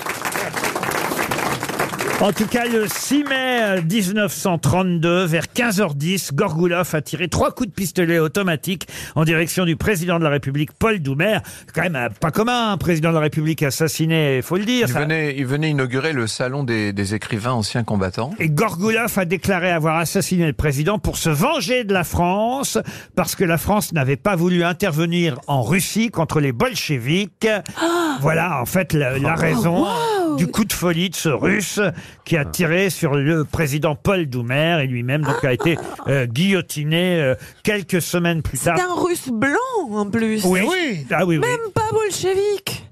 Speaker 1: En tout cas, le 6 mai 1932, vers 15h10, Gorgoulov a tiré trois coups de pistolet automatique en direction du président de la République, Paul Doumer. C'est quand même euh, pas commun, un président de la République assassiné, il faut le dire.
Speaker 23: Il
Speaker 1: ça.
Speaker 23: venait, il venait inaugurer le salon des, des écrivains anciens combattants.
Speaker 1: Et Gorgoulov a déclaré avoir assassiné le président pour se venger de la France, parce que la France n'avait pas voulu intervenir en Russie contre les bolcheviks.
Speaker 12: Ah.
Speaker 1: voilà, en fait, la, la
Speaker 34: Oh,
Speaker 1: raison
Speaker 34: wow.
Speaker 1: du coup de folie de ce Russe qui a tiré sur le président Paul Doumer et lui-même donc a été euh, guillotiné euh, quelques semaines plus tard.
Speaker 12: C'est un russe blanc en plus.
Speaker 1: Oui. Oui. Ah oui, oui.
Speaker 12: Même pas bolchevique.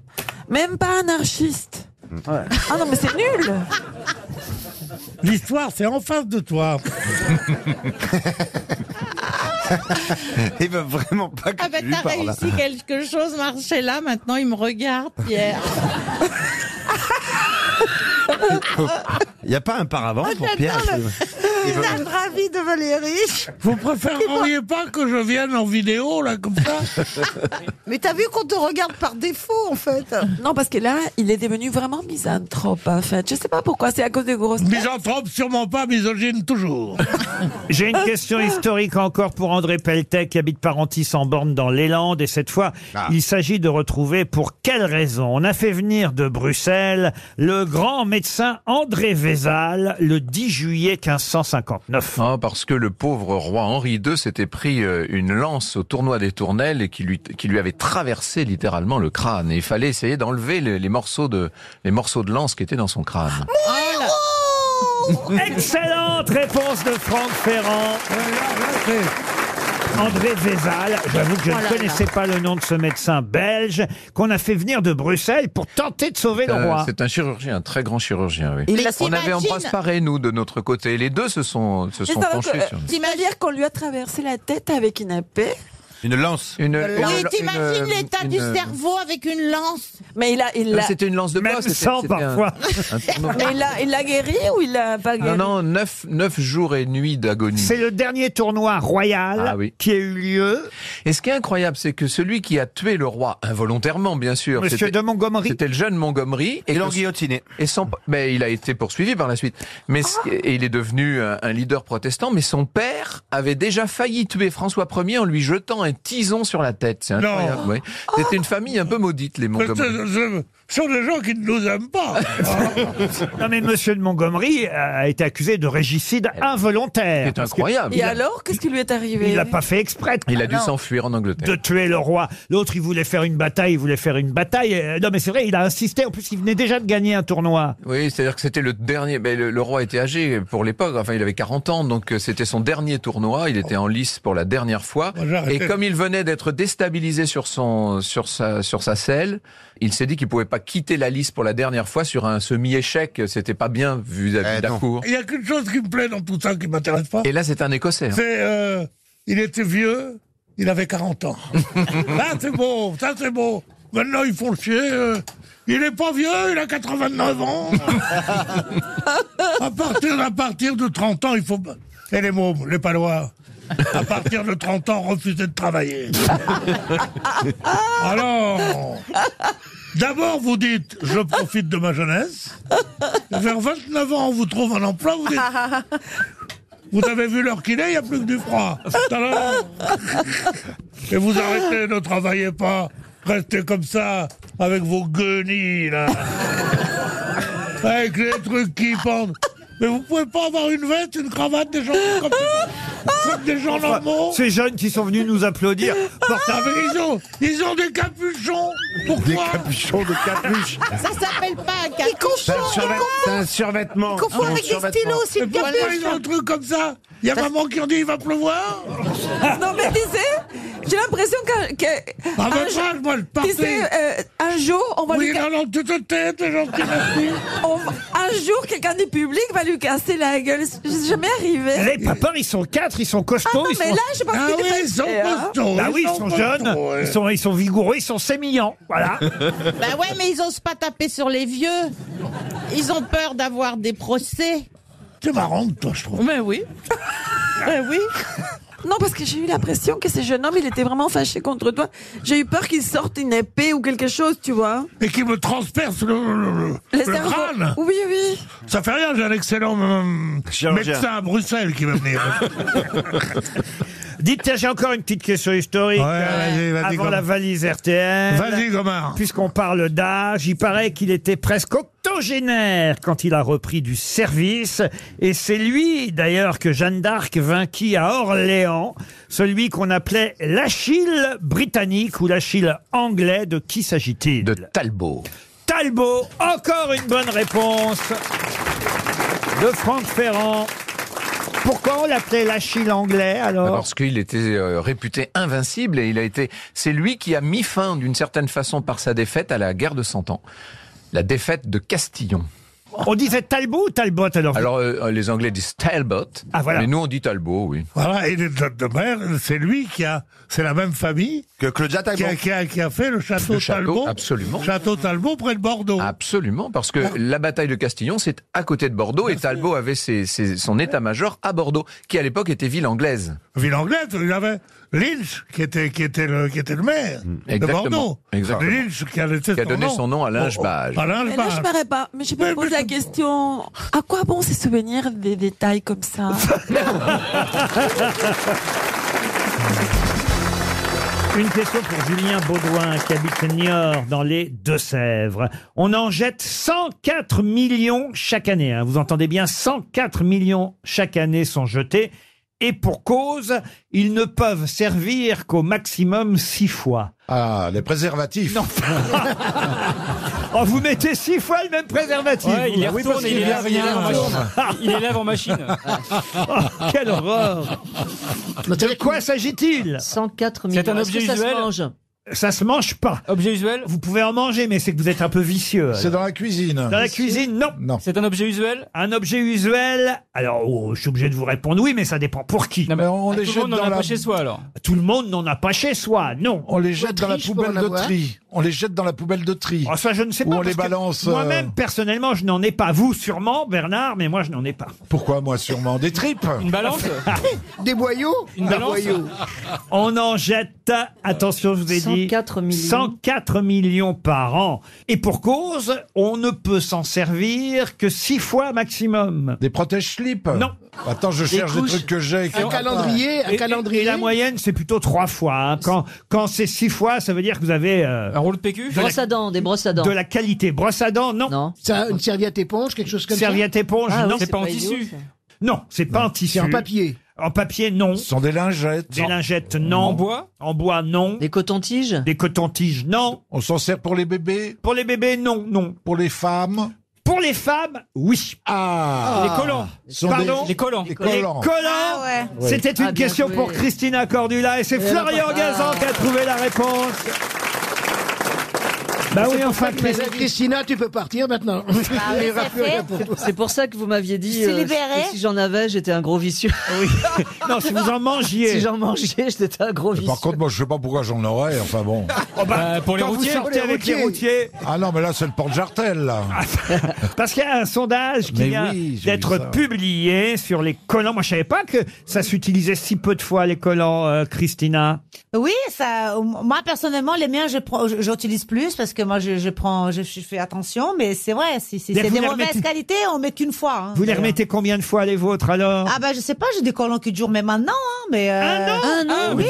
Speaker 12: Même pas anarchiste. Ah non, mais c'est nul.
Speaker 6: L'histoire, c'est en face de toi.
Speaker 15: Il veut Eh ben, vraiment pas que
Speaker 11: Ah bah
Speaker 15: tu lui
Speaker 11: t'as
Speaker 15: parles.
Speaker 11: réussi quelque chose, Marcella, maintenant il me regarde, Pierre.
Speaker 15: Il n'y a pas un paravent
Speaker 16: Oh,
Speaker 15: pour
Speaker 11: j'adore
Speaker 15: Pierre.
Speaker 11: le-
Speaker 15: Il veut-
Speaker 12: ravi de Valérie.
Speaker 6: Vous préféreriez pas que je vienne en vidéo, là, comme ça
Speaker 12: Mais t'as vu qu'on te regarde par défaut en fait. Non, parce que là, il est devenu vraiment misanthrope en fait. hein. Je sais pas pourquoi, c'est à cause des grosses.
Speaker 6: Misanthrope, sûrement pas, misogyne, toujours.
Speaker 1: J'ai une question historique encore pour André Pelletet qui habite Parentis en borne dans les Landes et cette fois
Speaker 23: Ah.
Speaker 1: il s'agit de retrouver pour quelle raison on a fait venir de Bruxelles le grand médecin André Vézal le 10 juillet 1559.
Speaker 23: Ah, parce que le pauvre roi Henri II s'était pris euh, une lance au tournoi des tournelles et qui lui, qui lui avait traversé littéralement le crâne. Et il fallait essayer d'enlever les, les morceaux de, les morceaux de lance qui étaient dans son
Speaker 11: Ah,
Speaker 23: crâne.
Speaker 34: Oh.
Speaker 1: Excellente réponse de Franck Ferrand. André Vézal, j'avoue que je
Speaker 34: Oh là
Speaker 1: ne connaissais pas le nom de ce médecin belge qu'on a fait venir de Bruxelles pour tenter de sauver le
Speaker 23: Euh,
Speaker 1: roi.
Speaker 23: C'est un chirurgien, un très grand chirurgien, oui.
Speaker 12: Il
Speaker 23: On
Speaker 12: s'imagine-
Speaker 23: avait Ambroise Paré, nous, de notre côté. Les deux se sont, se
Speaker 12: Mais
Speaker 23: sont
Speaker 12: ça va
Speaker 23: penchés
Speaker 12: que-
Speaker 23: sur
Speaker 12: T'imagines qu'on lui a traversé la tête avec une épée
Speaker 23: Une lance. Euh, Une,
Speaker 11: Euh,
Speaker 12: Euh,
Speaker 11: oui, t'imagines l'état du
Speaker 23: une- euh,
Speaker 12: cerveau avec une lance Mais il a, il l'a.
Speaker 23: C'était une lance de bois. c'était- c'était un- un-
Speaker 12: Mais il l'a, il l'a guéri ou il l'a pas guéri
Speaker 23: Non, non, neuf, neuf jours et nuits d'agonie. Ah
Speaker 1: C'est le dernier tournoi royal qui a eu lieu.
Speaker 23: Et ce qui est incroyable, c'est que celui qui a tué le roi, involontairement bien sûr,
Speaker 1: Monsieur
Speaker 23: c'était-
Speaker 1: de Montgomery.
Speaker 23: C'était le jeune Montgomery. Et
Speaker 15: Ils l'ont
Speaker 23: que-
Speaker 15: guillotiné.
Speaker 23: Et son, mais il a été poursuivi par la suite. Mais ce- et il est devenu un, un leader protestant. Mais son père avait déjà failli tuer François Ier en lui jetant un tison sur la tête. C'est
Speaker 6: Non.
Speaker 23: incroyable. oui. C'était une famille un peu maudite, les
Speaker 6: Parce que
Speaker 23: Montgomery.
Speaker 6: ce- ce ce sont des gens qui ne nous aiment pas.
Speaker 1: Non mais Monsieur de Montgomery a été accusé de régicide involontaire.
Speaker 23: Eh ben, C'est
Speaker 1: Parce que-
Speaker 23: incroyable.
Speaker 12: Et alors, qu'est-ce qui lui est Ah arrivé
Speaker 1: Il l'a pas fait exprès.
Speaker 23: Il a dû
Speaker 1: Non.
Speaker 23: s'enfuir en Angleterre.
Speaker 1: de tuer le roi. L'autre, il voulait faire une bataille, il voulait faire une bataille. Euh, Non, mais c'est vrai, il a insisté. En plus, il venait déjà de gagner un tournoi.
Speaker 23: Oui, c'est-à-dire que c'était le dernier. ben, le, le roi était âgé pour l'époque. Enfin, il avait 40 ans, donc euh, c'était son dernier tournoi. Il était en lice pour la dernière fois.
Speaker 6: Moi, j'arrête.
Speaker 23: Et comme il venait d'être déstabilisé sur son sur sa sur sa selle, il s'est dit qu'il pouvait pas quitter la lice pour la dernière fois sur un semi-échec. C'était pas bien vu à la cour.
Speaker 6: Il n'y a qu'une chose qui me plaît dans tout ça, qui ne m'intéresse pas.
Speaker 23: Et là, c'est un Écossais. hein.
Speaker 6: C'est, euh, il était vieux, il avait 40 ans. là, c'est beau, ça c'est beau. Maintenant, ils font le chier. euh, il est pas vieux, il a 89 ans. à, partir, à partir de 30 ans, il faut... Et les mômes, les palois à partir de 30 ans, refuser de travailler. Alors, d'abord vous dites, je profite de ma jeunesse. Vers 29 ans, on vous trouve un emploi, vous dites, vous avez vu l'heure qu'il est, il n'y a plus que du froid. Alors, et vous arrêtez, ne travaillez pas. Restez comme ça, avec vos guenilles, là. Avec les trucs qui pendent. Mais vous pouvez pas avoir une veste, une cravate, des gens comme, comme des gens
Speaker 1: Enfin,
Speaker 6: normaux.
Speaker 1: Ces jeunes qui sont venus nous applaudir. portent
Speaker 6: Ah, mais ils ont, ils ont des capuchons. Pourquoi Des capuchons, des capuches.
Speaker 11: Ça s'appelle pas un capuchon.
Speaker 6: C'est un survêtement.
Speaker 11: Il confond avec des stylos, s'il te
Speaker 6: Pourquoi
Speaker 11: plaît.
Speaker 6: ils ont un truc comme ça Il y a maman qui en dit il va pleuvoir
Speaker 12: Non, mais tu sais, J'ai l'impression qu'un. qu'un-
Speaker 6: Ah,
Speaker 12: un
Speaker 6: bah,
Speaker 12: jour-
Speaker 6: ça, moi, le
Speaker 12: Tu sais, euh, un jour, on va
Speaker 6: Oui,
Speaker 12: lui. ca-
Speaker 6: non, non, tu te tais, t'es gentil, merci.
Speaker 12: on va- un jour, quelqu'un du public va lui casser la gueule. C'est jamais arrivé.
Speaker 1: Eh, Les papas, ils sont quatre, ils sont costauds.
Speaker 12: Ah non,
Speaker 1: ils
Speaker 12: mais
Speaker 1: sont...
Speaker 12: là, je pense Ah qu'il oui, est ils sont passé, hein. costauds,
Speaker 1: Bah
Speaker 12: ils
Speaker 1: oui, ils
Speaker 12: sont
Speaker 1: sont,
Speaker 12: costauds,
Speaker 1: jeunes,
Speaker 12: ouais.
Speaker 1: ils, sont, ils sont vigoureux, ils sont sémillants. Voilà.
Speaker 11: Bah ouais, mais ils osent pas taper sur les vieux. Ils ont peur d'avoir des procès.
Speaker 6: C'est marrant, toi, je trouve.
Speaker 12: Mais oui. Mais oui. Non, parce que j'ai eu l'impression que ce jeune homme, il était vraiment fâché contre toi. J'ai eu peur qu'il sorte une épée ou quelque chose, tu vois.
Speaker 6: Et qui me transperce le, le- le-
Speaker 12: Le
Speaker 6: le
Speaker 12: cerveau.
Speaker 6: crâne.
Speaker 12: Oui, oui.
Speaker 6: Ça fait rien, j'ai un excellent euh,
Speaker 1: Chirurgien.
Speaker 6: médecin à Bruxelles qui va venir.
Speaker 1: Dites, tiens, j'ai encore une petite question historique.
Speaker 6: vas-y,
Speaker 1: euh,
Speaker 6: vas-y,
Speaker 1: avant
Speaker 6: Gomard.
Speaker 1: la valise RTL.
Speaker 6: Vas-y, Gomard.
Speaker 1: Puisqu'on parle d'âge, il paraît qu'il était presque octogénaire quand il a repris du service. Et c'est lui, d'ailleurs, que Jeanne d'Arc vainquit à Orléans. Celui qu'on appelait l'Achille britannique ou l'Achille anglais. De qui s'agit-il De
Speaker 23: Talbot.
Speaker 1: Talbot, encore une bonne réponse de Franck Ferrand. Pourquoi on l'appelait l'Achille anglais alors
Speaker 23: Parce qu'il était euh, réputé invincible et il a été. C'est lui qui a mis fin, d'une certaine façon, par sa défaite à la guerre de Cent Ans. La défaite de Castillon.
Speaker 1: On disait Talbot ou Talbot alors Ah,
Speaker 23: Alors euh, les Anglais disent Talbot, mais nous on dit Talbot, oui.
Speaker 6: Voilà, et les John de Mer, c'est lui qui a, c'est la même famille
Speaker 23: que Claudia
Speaker 6: qui a, qui a- qui a fait le château,
Speaker 23: Le château,
Speaker 6: Talbot.
Speaker 23: absolument.
Speaker 6: Château Talbot près de Bordeaux. Ah.
Speaker 23: Absolument, parce que la bataille de Castillon, c'est à côté de Bordeaux, et Talbot avait ses- ses- son état-major à Bordeaux, qui à l'époque était ville anglaise.
Speaker 6: Ville anglaise, il avait Lynch qui était, qui était, le, qui était le maire de
Speaker 23: Exactement,
Speaker 6: Bordeaux.
Speaker 23: exactement.
Speaker 6: Lynch qui a, laissé
Speaker 23: Qui a donné son nom à Lingebage.
Speaker 6: À
Speaker 12: Mais là, je
Speaker 6: Lingebage.
Speaker 12: ne pas. Mais je me pose la question à quoi bon ces souvenirs des détails comme ça
Speaker 1: Une question pour Julien Baudouin qui habite Niort dans les Deux-Sèvres. On en jette 104 millions chaque année. hein. Vous entendez bien, 104 millions chaque année sont jetés. Et pour cause, ils ne peuvent servir qu'au maximum six fois.
Speaker 13: Ah, les préservatifs.
Speaker 1: Oh, vous mettez six fois le même préservatif. Ah
Speaker 7: Ouais, il les
Speaker 1: vous.
Speaker 7: retourne et il les lave- il les lave en machine. Il les lève en machine.
Speaker 1: Oh, quelle horreur. De quoi s'agit-il
Speaker 2: 104
Speaker 7: C'est un objet usuel.
Speaker 1: Ça se mange pas.
Speaker 7: Objet usuel
Speaker 1: Vous pouvez en manger, mais c'est que vous êtes un peu vicieux.
Speaker 13: C'est
Speaker 1: alors.
Speaker 13: dans la cuisine.
Speaker 1: Dans la cuisine, non.
Speaker 7: C'est un objet usuel
Speaker 1: Un objet usuel. Alors, oh, je suis obligé de vous répondre oui, mais ça dépend pour qui.
Speaker 13: on
Speaker 7: Tout le monde n'en a pas chez soi alors.
Speaker 1: Tout le monde n'en a pas chez soi, non.
Speaker 13: On les jette dans la poubelle de tri. On les jette dans la poubelle de tri.
Speaker 1: Ah, ça, je ne sais
Speaker 13: Ou
Speaker 1: pas.
Speaker 13: on
Speaker 1: parce
Speaker 13: les
Speaker 1: que
Speaker 13: balance. euh,
Speaker 1: Moi-même, personnellement, je n'en ai pas. Vous, sûrement, Bernard, mais moi, je n'en ai pas.
Speaker 13: Pourquoi moi sûrement Des tripes
Speaker 7: Une balance
Speaker 2: Des boyaux
Speaker 1: Des boyaux. On en jette, attention, je vous ai dit,
Speaker 2: 104 millions.
Speaker 1: 104 millions par an. Et pour cause, on ne peut s'en servir que six fois maximum.
Speaker 13: Des protèges slip
Speaker 1: Non.
Speaker 13: Attends, je
Speaker 1: Des
Speaker 13: cherche des
Speaker 1: couches.
Speaker 13: trucs que j'ai. qui-
Speaker 1: Et- et- Et, la moyenne, c'est plutôt trois fois. hein. Quand, quand c'est six fois, ça veut dire que vous avez. euh,
Speaker 7: Un rouleau de PQ
Speaker 1: de
Speaker 2: Brosse
Speaker 1: la-
Speaker 2: à dents, des brosses à dents.
Speaker 1: De la qualité. Brosse à dents, non.
Speaker 2: Ça, une serviette éponge, quelque chose comme
Speaker 1: Serviette
Speaker 2: ça
Speaker 1: éponge,
Speaker 2: Ah oui,
Speaker 1: non.
Speaker 2: c'est C'est pas pas en idiot, tissu. ça.
Speaker 1: Non, c'est pas en tissu.
Speaker 2: C'est en papier.
Speaker 1: En papier, non. Ce
Speaker 13: sont des lingettes.
Speaker 1: Des lingettes, non.
Speaker 7: En bois
Speaker 1: En bois, non.
Speaker 2: Des cotons-tiges
Speaker 1: Des cotons-tiges, non.
Speaker 13: On s'en sert pour les bébés
Speaker 1: Pour les bébés, non, non.
Speaker 13: Pour les femmes
Speaker 1: Pour les femmes, oui.
Speaker 13: Ah
Speaker 7: Les collants.
Speaker 13: Ce sont
Speaker 1: Pardon
Speaker 13: des-
Speaker 7: Les collants.
Speaker 13: Les collants.
Speaker 1: Les collants.
Speaker 12: Ah
Speaker 13: ouais.
Speaker 1: C'était
Speaker 13: Oui.
Speaker 1: une
Speaker 13: Ah, bien
Speaker 1: question
Speaker 13: joué.
Speaker 1: pour Christina Cordula et c'est
Speaker 2: Et elle a
Speaker 1: Florian
Speaker 2: pas-
Speaker 1: Gazan
Speaker 2: Ah.
Speaker 1: qui a trouvé la réponse. Bah oui, enfin,
Speaker 2: Mais
Speaker 1: Christi-
Speaker 2: Christina, tu peux partir maintenant.
Speaker 11: Ah oui, Il y aura c'est plus rien fait. pour toi.
Speaker 2: C'est pour ça que vous m'aviez dit
Speaker 11: Je suis
Speaker 2: euh,
Speaker 11: libérée.
Speaker 2: que si j'en avais, j'étais un gros vicieux.
Speaker 1: non, Ah, si vous en mangiez.
Speaker 2: Si j'en mangeais, j'étais un gros vicieux.
Speaker 13: Par contre, moi, je sais pas pourquoi j'en aurais, enfin bon.
Speaker 1: Oh bah,
Speaker 7: Euh, pour les
Speaker 1: quand
Speaker 7: routiers,
Speaker 1: vous
Speaker 7: pour
Speaker 1: sortez
Speaker 7: les
Speaker 1: avec les routiers,
Speaker 13: Ah non, mais là, c'est le porte-jartel, là.
Speaker 1: Ah. parce qu'il y a un sondage qui
Speaker 13: Mais
Speaker 1: vient
Speaker 13: oui, j'ai vu ça.
Speaker 1: d'être publié sur les collants. Moi, je savais pas que ça s'utilisait si peu de fois les collants, euh, Christina.
Speaker 18: Oui, ça. euh, Moi personnellement, les miens, je prends, je- j'utilise plus parce que moi, je, je prends, je, je fais attention. Mais c'est vrai, si, si
Speaker 1: Mais
Speaker 18: c'est
Speaker 1: vous
Speaker 18: des
Speaker 1: les
Speaker 18: mauvaises
Speaker 1: remettez-
Speaker 18: qualités, on met qu'une fois. hein.
Speaker 1: Vous les remettez combien de fois les vôtres alors
Speaker 18: Ah bah je sais pas, j'ai des collants qui durent même maintenant, hein, mais euh...
Speaker 1: Ah non,
Speaker 18: oui.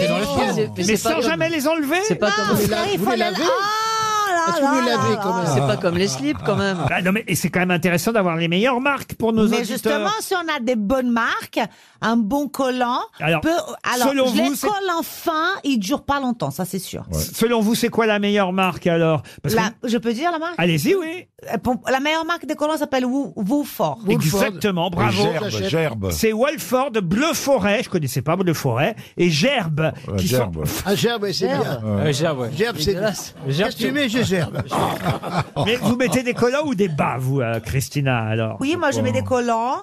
Speaker 1: mais, sans jamais les enlever
Speaker 18: Ah, il faut les- Ah,
Speaker 12: là
Speaker 17: tu peux
Speaker 12: là
Speaker 17: laver
Speaker 12: là
Speaker 17: quand même.
Speaker 12: là.
Speaker 17: C'est pas comme les slips quand même.
Speaker 1: Ah non, mais et c'est quand même intéressant d'avoir les meilleures marques pour nos
Speaker 18: Mais
Speaker 1: auditeurs.
Speaker 18: justement, si on a des bonnes marques, un bon collant
Speaker 1: Alors,
Speaker 18: peut. Alors,
Speaker 1: selon
Speaker 18: je les
Speaker 1: vous, c'est-
Speaker 18: colle enfin, ils durent pas longtemps, ça c'est sûr.
Speaker 1: Selon vous, c'est quoi la meilleure marque alors Parce que-
Speaker 18: La- Je peux dire la marque
Speaker 1: Allez-y, oui.
Speaker 18: Euh, pour- La meilleure marque de collants s'appelle Woo- Wooford.
Speaker 1: Exactement, bravo. C'est Walford, Bleu Forêt, je connaissais pas Bleu Forêt, et Gerbe. qui
Speaker 6: Gerbe.
Speaker 1: sont-
Speaker 6: Ah, gerbe, ouais, c'est
Speaker 1: Gerbe.
Speaker 6: bien.
Speaker 1: Ouais, gerbe, ouais.
Speaker 6: Gerbe, c'est bien.
Speaker 1: Dégueulasse. Gerbe,
Speaker 6: Qu'est-ce que
Speaker 1: c'est-
Speaker 6: tu mets, je gerbe
Speaker 1: Mais vous mettez des collants ou des bas, vous, euh, Christina, alors
Speaker 18: Oui, moi je mets des collants.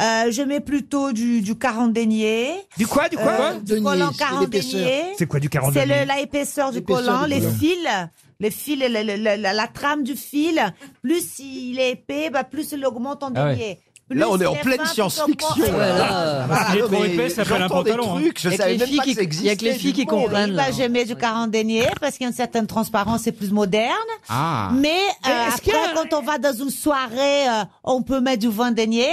Speaker 18: Euh, je mets plutôt du, du carandaignier.
Speaker 1: Du quoi, du quoi
Speaker 18: Du collant carandaignier.
Speaker 1: C'est quoi du carandaignier
Speaker 18: C'est le- la épaisseur du
Speaker 1: L'épaisseur
Speaker 18: collant,
Speaker 1: du
Speaker 18: les
Speaker 1: collant.
Speaker 18: fils, les fils, le- le- le- la, la trame du fil. Plus il est épais, bah, plus il augmente en
Speaker 7: Ah ouais.
Speaker 18: denier.
Speaker 7: Là, on est en pleine
Speaker 18: science-fiction.
Speaker 7: Ah, non, mais j'entends des
Speaker 1: hein.
Speaker 7: trucs, je savais même pas que ça existait, du coup.
Speaker 18: Oui, bah, je mets du carandaignier parce qu'il y a une certaine transparence, c'est plus moderne.
Speaker 11: Ah.
Speaker 18: Mais euh,
Speaker 11: Mais est-ce
Speaker 18: après, quand on va dans une soirée, euh, on peut mettre du vendenier.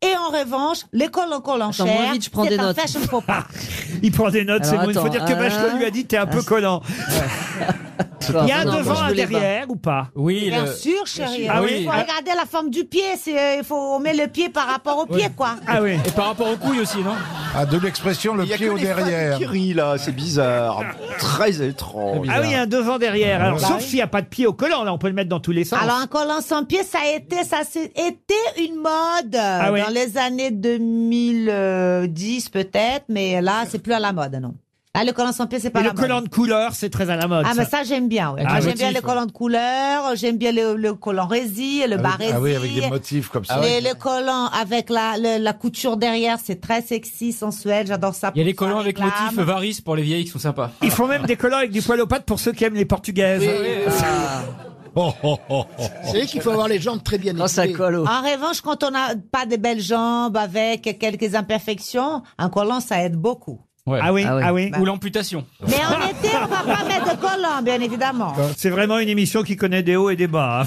Speaker 18: Et en revanche, les collants collants
Speaker 17: Attends,
Speaker 18: chers,
Speaker 17: moi, vite, je prends
Speaker 18: c'est
Speaker 17: des
Speaker 18: un
Speaker 17: notes.
Speaker 18: fashion faux pas.
Speaker 1: Il prend des notes, c'est
Speaker 17: Alors,
Speaker 1: bon. Il faut
Speaker 17: attends,
Speaker 1: dire que
Speaker 17: un,
Speaker 1: Bachelot lui a dit t'es un peu collant. Il y a un
Speaker 17: Non,
Speaker 1: devant,
Speaker 17: je
Speaker 1: un
Speaker 17: voulais
Speaker 1: derrière ou pas
Speaker 5: Oui,
Speaker 18: Bien sûr, chérie.
Speaker 1: Ah
Speaker 18: Il
Speaker 1: oui.
Speaker 18: faut regarder la forme du pied. c'est- euh, Il faut on met le pied par rapport au pied, quoi.
Speaker 1: Ah oui.
Speaker 5: Et par rapport aux couilles aussi, non
Speaker 6: Ah, de l'expression le
Speaker 7: Il y a
Speaker 6: pied
Speaker 7: que
Speaker 6: au
Speaker 7: les femmes
Speaker 6: derrière.
Speaker 7: qui rient, là, c'est bizarre. Très étrange.
Speaker 1: Ah oui, il y a un devant derrière. Alors,
Speaker 7: Bah
Speaker 1: sauf
Speaker 7: oui.
Speaker 1: s'il n'y a pas de pied au collant, là, on peut le mettre dans tous les sens.
Speaker 18: Alors un collant sans pied, ça a été, ça s'est- était une mode euh,
Speaker 1: Ah oui.
Speaker 18: dans les années 2010 peut-être, mais là c'est plus à la mode, non. Là le collant sans pied, c'est pas
Speaker 1: Et
Speaker 18: la
Speaker 1: le
Speaker 18: mode.
Speaker 1: collant de couleur, c'est très à la mode.
Speaker 18: Ah, mais ça, j'aime bien. ouais.
Speaker 1: Avec
Speaker 18: Ah,
Speaker 1: un
Speaker 18: j'aime
Speaker 1: motif,
Speaker 18: bien les
Speaker 1: ouais.
Speaker 18: collants de couleur, j'aime bien le, le collant résille, le bas résille.
Speaker 6: ah oui, avec des motifs comme ça. Ah
Speaker 18: Les- les collants avec la, le- la couture derrière, c'est très sexy, sensuel, j'adore ça.
Speaker 5: Il y a
Speaker 18: pour
Speaker 5: les
Speaker 18: ça,
Speaker 5: collants avec
Speaker 18: réclame.
Speaker 5: motif varice pour les vieilles qui sont sympas.
Speaker 1: Ils font même des collants avec du poil aux pattes pour ceux qui aiment les portugaises. Ah.
Speaker 17: C'est vrai qu'il faut avoir les jambes très bien épilées. Oh, ça colle au...
Speaker 18: En revanche, quand on n'a pas de belles jambes avec quelques imperfections, un collant, ça aide beaucoup.
Speaker 1: Ah oui, ah
Speaker 18: Bah.
Speaker 1: oui.
Speaker 5: Ou l'amputation.
Speaker 18: Mais en été, on va pas mettre de collant, bien
Speaker 1: Bah,
Speaker 18: évidemment.
Speaker 1: C'est vraiment une émission qui connaît des hauts et des bas. hein.